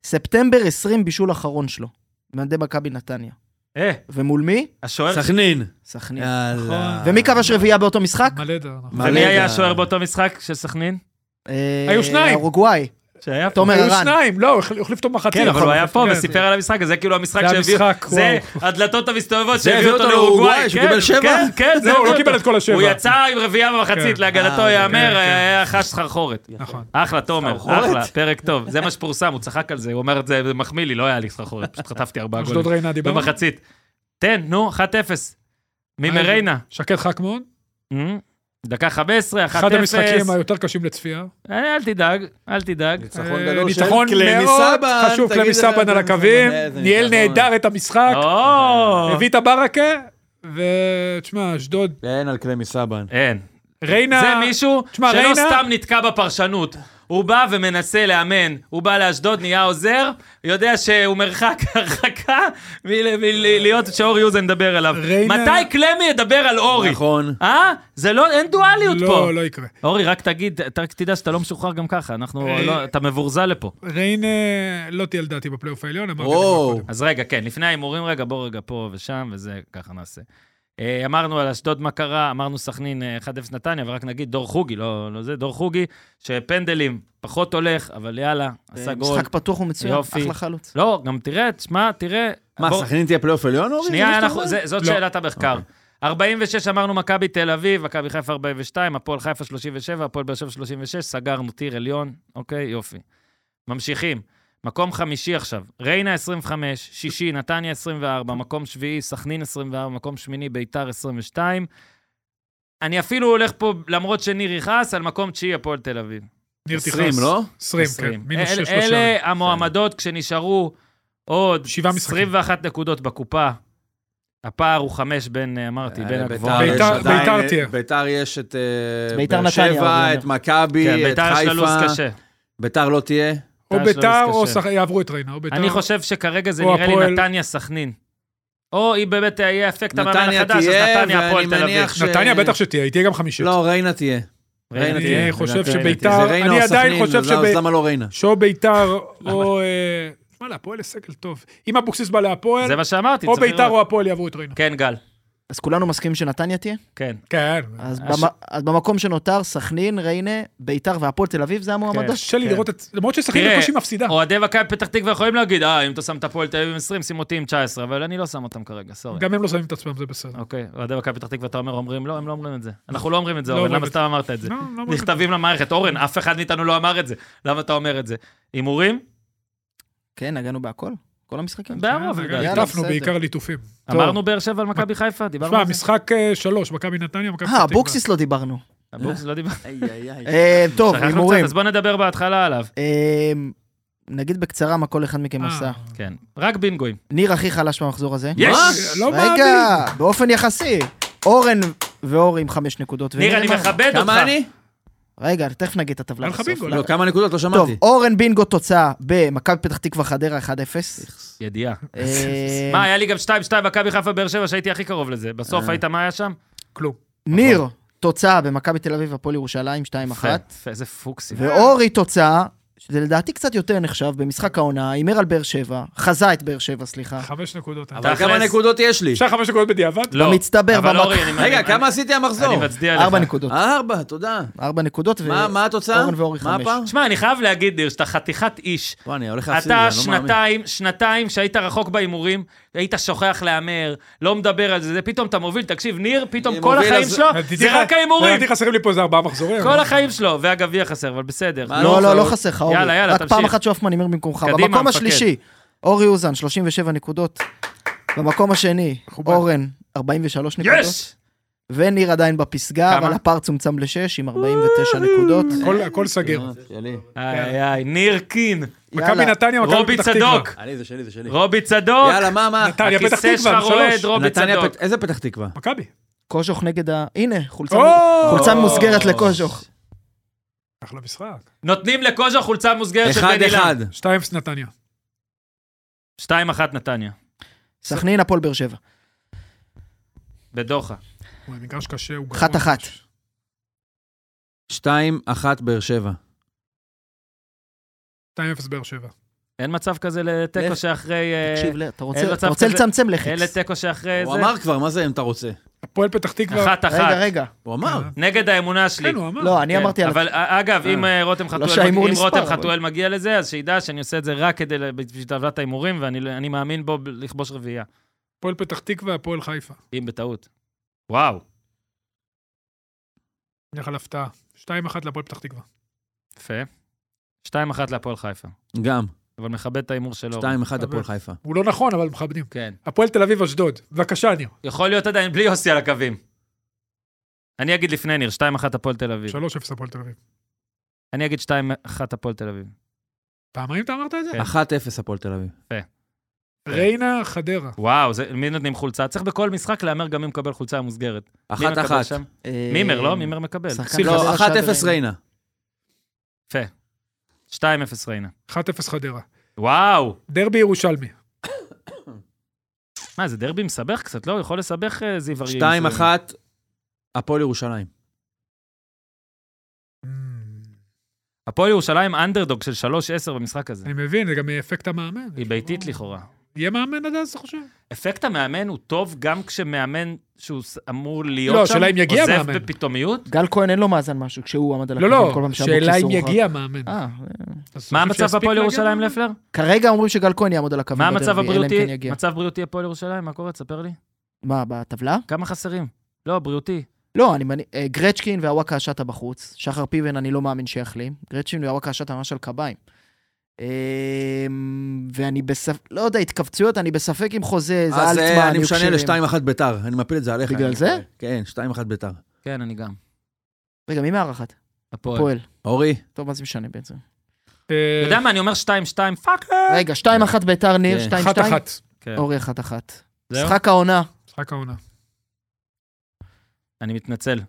G: ספטמבר 20 בישול אחרון שלו. במדי מכבי נתניה.
D: אה,
G: ומול מי?
D: השוער...
E: סכנין.
G: סכנין.
E: אה, יאללה.
G: ומי כבש רביעייה באותו משחק?
F: מלדה. נכון.
E: מלא
D: נכון. ומי היה
E: דה.
D: השוער באותו משחק של סכנין?
G: אה,
F: היו שניים.
G: אורוגוואי.
D: שהיה פה.
G: תומר
F: היו
G: הרן.
F: שניים, לא, הוא החל- הוא החליף אותו במחצית.
D: כן, אבל הוא היה פה
F: כן.
D: וסיפר על המשחק, זה כאילו המשחק
F: זה
D: שהביאו...
F: המשחק,
D: זה הדלתות המסתובבות
E: זה
D: שהביאו אותו לאורוגוואי.
E: שהוא
D: כן,
E: קיבל שבע?
D: כן, כן, זה
F: לא, הוא
D: הביא
F: לא
D: אותו.
F: קיבל את כל השבע.
D: הוא יצא עם רביעייה במחצית,
F: כן.
D: להגנתו
E: אה,
D: ייאמר,
F: כן,
D: היה חש סחרחורת.
F: נכון.
D: אחלה, תומר,
E: סחרחורת?
D: אחלה, פרק טוב. זה מה שפורסם, הוא צחק על זה, הוא אומר את זה, זה מחמיא לי, לא היה לי סחרחורת, פשוט חטפתי ארבעה
F: אשדוד
D: גולים.
F: ריינה דיברנו.
D: במחצית. תן, נו, 1-0. ממריינה.
F: שקד חכמון,
D: אמ, דקה 15, 1-0.
F: אחד המשחקים היותר קשים לצפייה.
D: אה, אל תדאג, אל תדאג.
E: ניצחון
F: אה,
E: גדול של
F: ניצחון
E: קלמי
F: מאוד
E: סבן,
F: חשוב,
E: תגיד
F: קלמי
E: לך,
F: סבן על
E: זה
F: הקווים,
E: ניצחון, איזה
F: ניהל
E: ניצחון.
F: נהדר את
D: אה,
F: המשחק,
D: לא, או!
F: הביא את הברקה, ותשמע, אשדוד,
E: אין על קלמי סבן.
D: אין.
F: ריינה...
D: זה מישהו
F: תשמע,
D: שלא
F: ריינה-
D: סתם נתקע בפרשנות. הוא בא ומנסה לאמן, הוא בא לאשדוד, נהיה עוזר, יודע שהוא מרחק [laughs] הרחקה מל- מלהיות שאור יוזן ידבר עליו.
F: ריינה-
D: מתי קלמי ידבר על אורי?
E: נכון.
D: אה? זה לא, אין דואליות פה.
F: לא, לא יקרה.
D: אורי, רק תגיד, רק תדע שאתה לא משוחרר גם ככה, אנחנו,
F: אה.
D: לא, אתה מבורזל לפה.
F: ריינה לא תהיה לדעתי בפלייאוף העליון, אמרתי את זה כבר
E: וואו.
F: קודם.
D: אז רגע, כן, לפני ההימורים רגע, בוא רגע פה ושם, וזה, ככה נעשה. אה, אמרנו על אשדוד מה קרה, אמרנו סכנין אה, 1-0 נתניה, ורק נגיד דור חוגי, לא, לא זה, דור חוגי, שפנדלים, פחות הולך, אבל יאללה, עשה גול.
G: אה, משחק פתוח ומצוין,
D: יופי.
G: אחלה חלוץ.
D: לא, גם תראה, תשמע, תראה.
E: מה,
D: בוא-
E: סכנין תהיה פלייאוף עליון, אורי? זה מה
D: שנייה,
E: שאתה
D: אנחנו,
E: אומר?
D: זה, זאת
F: לא.
D: שאלת המחקר. 46 אמרנו מכבי תל אביב, מכבי חיפה 42, הפועל חיפה 37, הפועל באר שבע 36, סגרנו טיר עליון, אוקיי, יופי. ממשיכים. מקום חמישי עכשיו, ריינה 25, שישי, נתניה 24, מקום שביעי, סכנין 24, מקום שמיני, ביתר 22. אני אפילו הולך פה, למרות שניר יכעס, על מקום תשיעי, הפועל תל אביב.
F: ניר
E: 20,
F: תכנס.
E: לא?
F: 20, כן,
D: עשרים.
F: מינוס
D: אל-
F: 6 לשערים.
D: אלה המועמדות כשנשארו עוד
F: שבעה משחקים.
D: 21 נקודות בקופה. הפער הוא חמש בין, אה, אמרתי, בין הגבוהים.
F: בית"ר-
E: ביתר, אה,
F: בית"ר תהיה.
E: ביתר יש את אה,
G: ביתר
E: באר
G: נתניה,
E: שבע,
G: אבל-
E: את מכבי,
D: כן,
E: את
D: ביתר יש לה לו"ז
E: חיפה.
D: קשה.
E: ביתר לא תהיה.
F: או
D: בית"ר
F: ביתר,
D: שלו
F: או
D: אה, קשה.
F: שח- יעברו את ריינה. או ביתר-
D: אני חושב שכרגע זה
F: או
D: נראה לי
F: הפועל.
D: נתניה-סחנין. או היא באמת אה, יהיה אפקט המאמן
E: נתניה
D: החדש, אז
E: תהיה,
D: נתניה הפועל
E: ואני
D: תל אביב.
E: מניח ש...
F: נתניה בטח שתהיה, היא תהיה גם חמישית.
E: לא, ריינה תהיה. ריינה תהיה.
F: אני חושב
D: לדעתי ריינה תהיה.
F: שביתר,
E: זה ריינה
F: אני
E: או
F: עדיין
E: סכנין,
F: חושב
E: אז
F: שב-
E: אז למה לא ריינה?
D: [laughs]
F: שאו ביתר או... אה, וואלה, הפועל יש סגל טוב. אם אבוקסיס בא להפועל,
D: זה מה שאמרתי,
F: או
D: צריך
F: ביתר
D: לראות.
F: או הפועל יעברו את ריינה.
D: כן, גל,
G: אז כולנו מסכימים שנתניה תהיה?
D: כן.
F: כן.
G: אז,
D: הש-
G: במ... אז במקום שנותר, סכנין, ריינה, ביתר והפועל תל אביב, זה המועמדות.
F: קשה לי
D: כן.
F: לראות את... למרות שסכנין
D: תראה,
F: בקושי מפסידה.
D: אוהדי מכבי פתח תקווה יכולים להגיד, אה, אם אתה שם את הפועל תל אביב עם 20, שים אותי עם 19, אבל אני לא שם אותם כרגע, סורי.
F: גם הם לא שמים את עצמם, זה בסדר.
D: אוקיי, אוהדי מכבי פתח תקווה, אתה אומר, אומרים, לא, הם לא אומרים את זה. אנחנו לא אומרים את זה,
F: לא
D: אורן,
F: אומרים
D: למה
F: את
D: סתם אמרת את זה?
F: לא, לא בטוח.
D: נכתבים למערכת, אורן, אף אחד מאיתנו לא אמר את זה. למה אתה אומר את זה? הימורים?
G: כן, נגענו בהכל? כל המשחקים?
D: בערוב,
F: כן,
D: לדעתי.
G: יאללה,
F: ליטפנו
G: בסדר.
F: בעיקר ליטופים.
D: אמרנו באר שבע על מכבי חיפה, דיברנו
F: תשמע,
D: על זה.
F: משחק אה, שלוש, מכבי נתניה, מכבי פתח
G: אה,
F: תקווה.
G: אבוקסיס לא דיברנו.
D: הבוקס לא דיברנו.
G: אה, טוב,
D: שכחנו
G: הימורים.
D: קצת, אז בוא נדבר בהתחלה עליו.
G: אה, נגיד בקצרה מה כל אחד מכם
F: אה,
G: עשה.
D: כן, רק בינגויים.
G: ניר הכי חלש במחזור הזה.
F: יש! לא מאמין.
G: רגע, באופן יחסי. אורן ואורי עם חמש נקודות.
D: ניר,
G: וניר
D: אני
G: עם-
D: מכבד אותך.
E: כמה אני?
G: רגע, תכף נגיד את הטבלה
F: היה לך
G: בסוף.
F: בינגו,
G: לא,
E: לא, כמה נקודות? לא
G: טוב,
E: שמעתי.
G: אורן בינגו תוצאה במכבי פתח תקווה חדרה 1-0.
D: ידיעה.
G: אה,
D: מה, היה לי גם 2-2 מכבי חיפה באר שבע, שהייתי הכי קרוב לזה. בסוף היית, מה היה שם?
F: כלום.
G: ניר תוצאה במכבי תל אביב הפועל ירושלים 2-1.
D: יפה, יפה, איזה פוקסי.
G: ואורי תוצאה, שזה לדעתי קצת יותר נחשב, במשחק העונה, הימר על באר שבע, חזה את באר שבע, סליחה.
F: חמש נקודות.
E: אבל
D: אה, תכלס.
E: כמה נקודות יש לי?
F: אפשר חמש נקודות בדיעבד?
D: לא,
G: במצטבר,
D: אבל
G: במק-
D: אורי, אני
E: רגע,
D: אני-
E: כמה עשיתי המחזור?
D: אני מצדיע לך.
G: ארבע נקודות.
E: ארבע, תודה.
G: ארבע נקודות,
E: מה מה התוצאה?
G: אה, אורן ואורי
E: מה
G: חמש.
E: הפער?
D: תשמע, אני חייב להגיד, ניר, שאתה חתיכת איש.
E: וואי, אני הולך להפסיד,
D: אתה
E: את זה, אני לא מאמין.
D: שנתיים, שנתיים שהיית רחוק בהימורים, היית שוכח להמר, לא מדבר על זה, זה פתאום אתה מוביל, תקשיב, ניר, פתאום
E: אני
D: כל
E: מוביל,
D: החיים
E: אז-
D: שלו,
F: לדעתי
D: לא, זה
F: ח-
D: רק ההימורים.
F: לדעתי אה, חסרים לי פה איזה ארבעה מחזורים.
D: כל החיים שלו, והגביע חסר, אבל בסדר.
E: מה,
G: לא, לא,
E: אורי.
G: לא חסר לך, אורי.
D: יאללה, יאללה,
G: רק פעם
D: תמשיך.
G: אחת שואף מנימר במקומך.
D: קדימה,
G: במקום
D: המפקד.
G: השלישי, אורי אוזן, 37 נקודות. במקום השני, אורן, 43 נקודות.
D: לא- יש!
G: וניר עדיין בפסגה,
D: כמה?
G: אבל הפער צומצם לשש עם 49 נקודות.
F: הכל- הכל סגר.
E: אה, שלי.
D: איי, איי, ניר קין,
F: מכבי
G: יאללה.
F: נתניה, מכבי
D: רובי
F: פתח תקווה.
D: צדוק,
E: אני, זה שלי, זה שלי.
D: רובי צדוק.
E: יאללה, מה, מה?
F: נתניה, פתח
D: הכיסא שלך
F: תקווה,
D: רועד,
F: שלוש.
D: רובי
E: נתניה,
D: צדוק.
E: פת- איזה פתח תקווה?
F: מכבי.
G: קוז'וך נגד ה... הנה, חולצה
D: Oh!
F: או!
G: חולצה
E: Oh!
G: ממוסגרת לקוז'וך.
F: אחלה משחק.
D: נותנים לקוז'ה חולצה מוסגרת של
E: אחד,
D: בן אילן.
E: אחד.
F: שתיים אפס נתניה.
D: 2-1 נתניה,
G: סכנין, הפועל באר שבע.
D: בדוחה.
F: וואי, מגרש קשה, הוא גרוע.
G: אחת אחת.
E: שתיים, אחת, באר שבע.
F: שתיים אפס באר שבע.
D: אין מצב כזה לתיקו
G: לך.
D: שאחרי... אה,
G: תקשיב, ל- אתה רוצה-
D: אין
G: אתה
D: מצב
G: רוצה
D: כזה.
G: לצמצם לחץ.
D: אין לתיקו שאחרי
E: הוא
D: זה.
E: אמר כבר, מה זה אם אתה רוצה?
F: הפועל פתח תקווה.
D: אחת
G: לא, רגע,
D: אחת.
G: רגע.
E: הוא אמר.
D: נגד האמונה שלי.
F: כן, הוא אמר.
G: לא, אני אמרתי
D: כן,
G: על... לא
D: אבל א- אגב, אם אה, רותם חתואל
G: שההימור
D: אם
G: נספר,
D: רותם
G: אבל-
D: חתואל מגיע לזה, אז שידע שאני עושה את זה רק כדי, ל- בשביל טבלת ההימורים, ואני לא- אני מאמין בו ב- לכבוש רביעייה,
F: הפועל פתח תקווה, הפועל חיפה.
D: אם בטעות. וואו,
F: נלך על הפתעה. שתיים אחת להפועל פתח תקווה.
D: יפה. 2-1 להפועל חיפה,
E: גם.
D: אבל מכבד את ההימור שלו.
E: שתיים, אחד, הפועל חיפה.
F: הוא לא נכון, אבל מכבדים.
D: כן.
F: הפועל תל אביב, אשדוד. בבקשה, ניר.
D: יכול להיות עדיין בלי יוסי על הקווים. אני אגיד לפני ניר, 2-1 הפועל תל אביב.
F: שלוש אפס הפועל תל אביב.
D: אני אגיד 2-1 הפועל תל אביב.
F: פעמיים אתה אמרת את זה?
D: כן.
E: אחת, אפס, הפועל תל אביב.
F: ריינה, חדרה.
D: וואו, זה- מי נותנים חולצה? צריך בכל משחק להמר גם מי מקבל חולצה מוסגרת. מי
E: אחת,
D: מקבל
E: אחת.
D: שם?
G: אה,
D: מימר, לא? מימר מקבל.
G: שחקן
D: סילבס.
G: חדרה
E: לא, אחת,
G: שעה
E: אפס,
G: בריינה.
E: ריינה.
D: 2-0 ריינה.
F: 1-0 חדרה.
D: וואו!
F: דרבי ירושלמי.
D: מה, זה דרבי מסבך קצת, לא? יכול לסבך אה, זיו אריה.
E: שתיים,
D: מסוים.
E: אחת, הפועל ירושלים.
D: הפועל ירושלים אנדרדוג של 3-10 במשחק הזה.
F: אני מבין, זה גם אפקט המאמן.
D: היא ביתית לכאורה.
F: יהיה מאמן עד אז, אתה חושב?
D: אפקט המאמן הוא טוב גם כשמאמן שהוא ס- אמור
F: לא,
D: להיות שם,
F: השאלה אם יגיע מאמן.
D: עוזב בפתאומיות?
G: גל כהן אין לו מאזן משהו, כשהוא עמד על
F: לא,
G: הכדור
F: לא,
G: כל פעם שאבוקסיס
F: שאלה אם
G: הורחק.
F: יגיע מאמן.
G: אה,
F: אז
D: מה
F: חושב
D: המצב
F: שיספיק
D: בהפועל
F: להגיע
D: ירושלים,
F: מאמן?
D: לפלר?
G: כרגע אומרים שגל כהן יעמוד על הקווים
D: מה המצב
G: בדרבי, אלא אם כן
D: הבריאותי?
G: יגיע.
D: מצב בריאותי הפועל ירושלים? מה קורה? תספר לי.
G: מה, בטבלה?
D: כמה חסרים? לא, בריאותי.
G: לא, אני מניח... אה, גרצ'קין והוואקה השטה בחוץ. שחר פיבן, אני לא מאמין שיחלים. גרצ'קין והוואקה השטה ממש על קביים. אה, ואני בספק, לא יודע, התכווצויות, אני בספק אם חוזה, זה
E: אז
G: אלצמן,
E: אה, אני
G: יהיו
E: משנה
G: כשירים.
E: לשתיים, אחת, ביתר. אני מפיל את זה עליך.
G: בגלל
E: אני-
G: זה?
E: כן, שתיים, אחת, ביתר.
D: כן, אני גם.
G: רגע, מי מארחת?
D: הפועל.
G: פועל.
E: אורי,
G: טוב, מה זה משנה בעצם?
F: אה,
D: אתה יודע מה, אני אומר 2-2, פאק.
G: רגע, 2-1 ביתר ניר,
D: כן.
G: 2-2.
F: אחת אחת,
D: כן,
G: אורי 1-1.
D: זהו?
G: משחק העונה.
F: משחק העונה.
D: אני מתנצל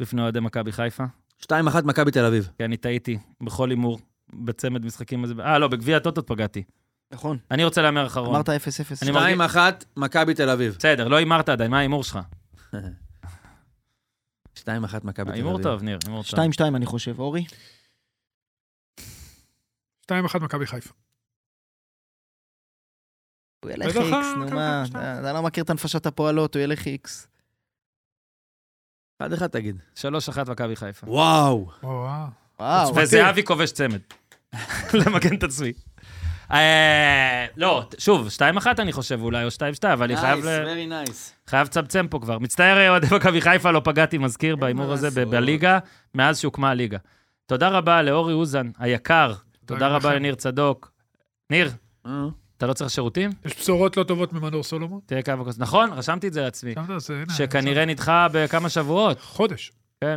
D: בפני אוהדי מכבי חיפה,
E: 2-1 מכבי תל אביב.
D: כי אני טעיתי בכל הימור, בצמד משחקים הזה. אה, לא, בגביע הטוטו פגעתי.
I: נכון.
D: אני רוצה להמר אחרון.
I: אמרת 0-0.
D: אני
E: 2-1
D: מרגיש-
E: מכבי תל אביב.
D: בסדר, לא הימרת עדיין, מה ההימור שלך?
E: 2-1 מכבי תל אביב.
D: הימור טוב, ניר, הימור טוב.
I: 2-2 אני חושב, אורי.
F: 2-1 מכבי חיפה.
G: הוא ילך
F: בטח,
G: איקס, נו
F: כן,
G: מה,
F: כן,
G: אתה אתה לא מכיר את הנפשת הפועלות, הוא ילך איקס.
E: 1-1 תגיד.
D: 3-1 מכבי חיפה.
E: וואו.
F: או, אה.
G: וואו.
E: אוקיי.
G: אוקיי.
D: וזהבי כובש צמד. [laughs] למגן את עצמי. אה, לא, שוב, 2-1 אני חושב אולי, או 2-2, אבל אני חייב ל-
B: אה,
E: very nice.
D: חייב לצמצם פה כבר. מצטער, אה, אוהדי מכבי חיפה, לא פגעתי, מזכיר, בהימור
E: מה
D: הזה ב-
E: לעשות.
D: בליגה, מאז שהוקמה הליגה. תודה רבה לאורי אוזן, היקר. תודה
F: לכם.
D: רבה לניר צדוק. ניר,
E: אה.
D: אתה לא צריך שירותים?
F: יש בשורות לא טובות ממנור סולומון?
D: תהיה קו הכוס. נכון, רשמתי את זה לעצמי.
F: גם זה, הנה,
D: שכנראה נדחה בכמה שבועות.
F: חודש.
D: אה,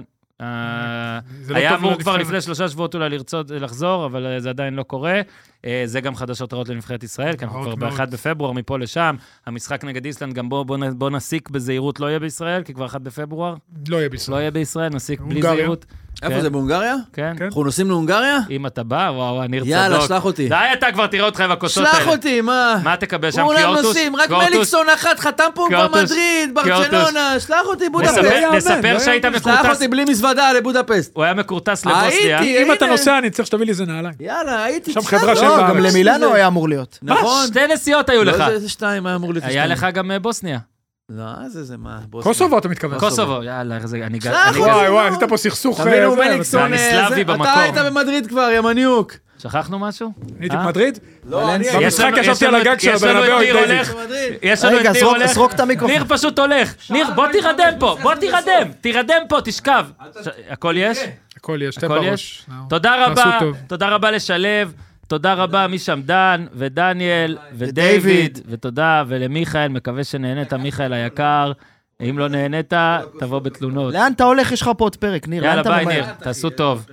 F: זה לא
D: היה
F: טוב
D: אמור כבר
F: לנבחרת.
D: לפני שלושה שבועות אולי לרצות לחזור, אבל אה, זה עדיין לא קורה. אה, זה גם חדשות רעות לנבחרת ישראל, כי אנחנו
F: רעות
D: כבר
F: מאוד.
D: ב-1 בפברואר, מפה לשם. המשחק נגד איסלנד, גם בוא- בוא נ- בוא נסיק בזהירות, לא יהיה בישראל, כי כבר 1 בפברואר.
F: לא יהיה
D: לא
F: בישראל.
D: יהיה בישראל, נסיק בלי
F: הונגריה.
D: זהירות.
E: איפה
D: כן.
E: זה, בהונגריה?
D: כן.
F: כן.
E: אנחנו נוסעים להונגריה?
D: אם אתה בא, וואו, ניר צדוק.
E: יאללה, שלח אותי.
D: די, אתה כבר תראה אותך עם הכוסות האלה.
E: שלח אותי, מה?
D: מה תקבל שם?
E: כולם
D: קיורטוס?
E: נוסעים, רק
D: קיורטוס?
E: מליקסון אחת חתם פה כבר
D: קיורטוס.
E: מדריד,
D: קיורטוס.
E: ברצלונה, שלח אותי
D: נספר-
E: בודפשט.
D: נספר שהיית
E: שלח
D: מכורטס,
E: אותי בלי מזוודה לבודפשט.
D: הוא היה מכורטס לבוסניה.
E: הייתי, אה,
F: אם אתה
E: הנה.
F: נוסע, אני צריך שתביא לי איזה נעליים.
E: יאללה, הייתי,
F: שם
E: תשלח
F: חברה
E: אותי.
F: שאין
G: לא,
F: בארץ.
G: גם למילאנו היה אמור להיות.
E: נכון.
D: שתי נסיעות היו לך.
E: לא, זה- זה שתיים, היה אמור להיות
D: היה
E: שתיים.
D: לך גם אה, בוסניה.
E: לא, זה זה מה... בוסניה.
F: קוסובו אתה מתכוון.
D: קוסובו, יאללה, איך זה, אני גר...
E: שלח
D: אני גר-
E: אותי.
F: וואי וואי, עשית פה סכסוך.
E: אתה מבין,
F: אה,
E: הוא
F: זה,
E: מליקסון,
D: אני
E: אה,
D: סלאבי
E: זה-
D: במקום.
E: אתה היית במדריד כבר, יא מניוק.
D: שכחנו משהו?
F: הייתי
D: אה?
F: במדריד?
E: לא, אני...
D: יש לנו-
F: במשחק
D: יש
F: ישבתי
D: לנו
F: על
D: את-
F: הגג של לא
D: יש לנו את
F: הבנאדו,
D: לא, ניר
F: דייוויד.
D: הולך, יש לנו את
G: רגע,
D: ניר
G: זרוק-
D: הולך.
G: זרוק את המיקרופון.
D: ניר פשוט הולך. ניר, בוא תירדם פה, בוא תירדם. תירדם פה, תשכב. ש- הכל יש?
F: הכל יש, תן
D: הכל
F: בראש.
D: יש?
F: נו.
D: תודה
F: תעשו
D: רבה,
F: טוב.
D: תודה רבה לשלו, תודה רבה משם דן, ודניאל, ודייוויד, ותודה, ולמיכאל, מקווה שנהנית, מיכאל היקר. אם לא נהנית, תבוא בתלונות.
G: לאן אתה הולך? יש לך פה עוד פרק, ניר. לאן
D: יאללה,
G: אתה
D: ביי,
G: ממהר?
D: ניר, תעשו טוב.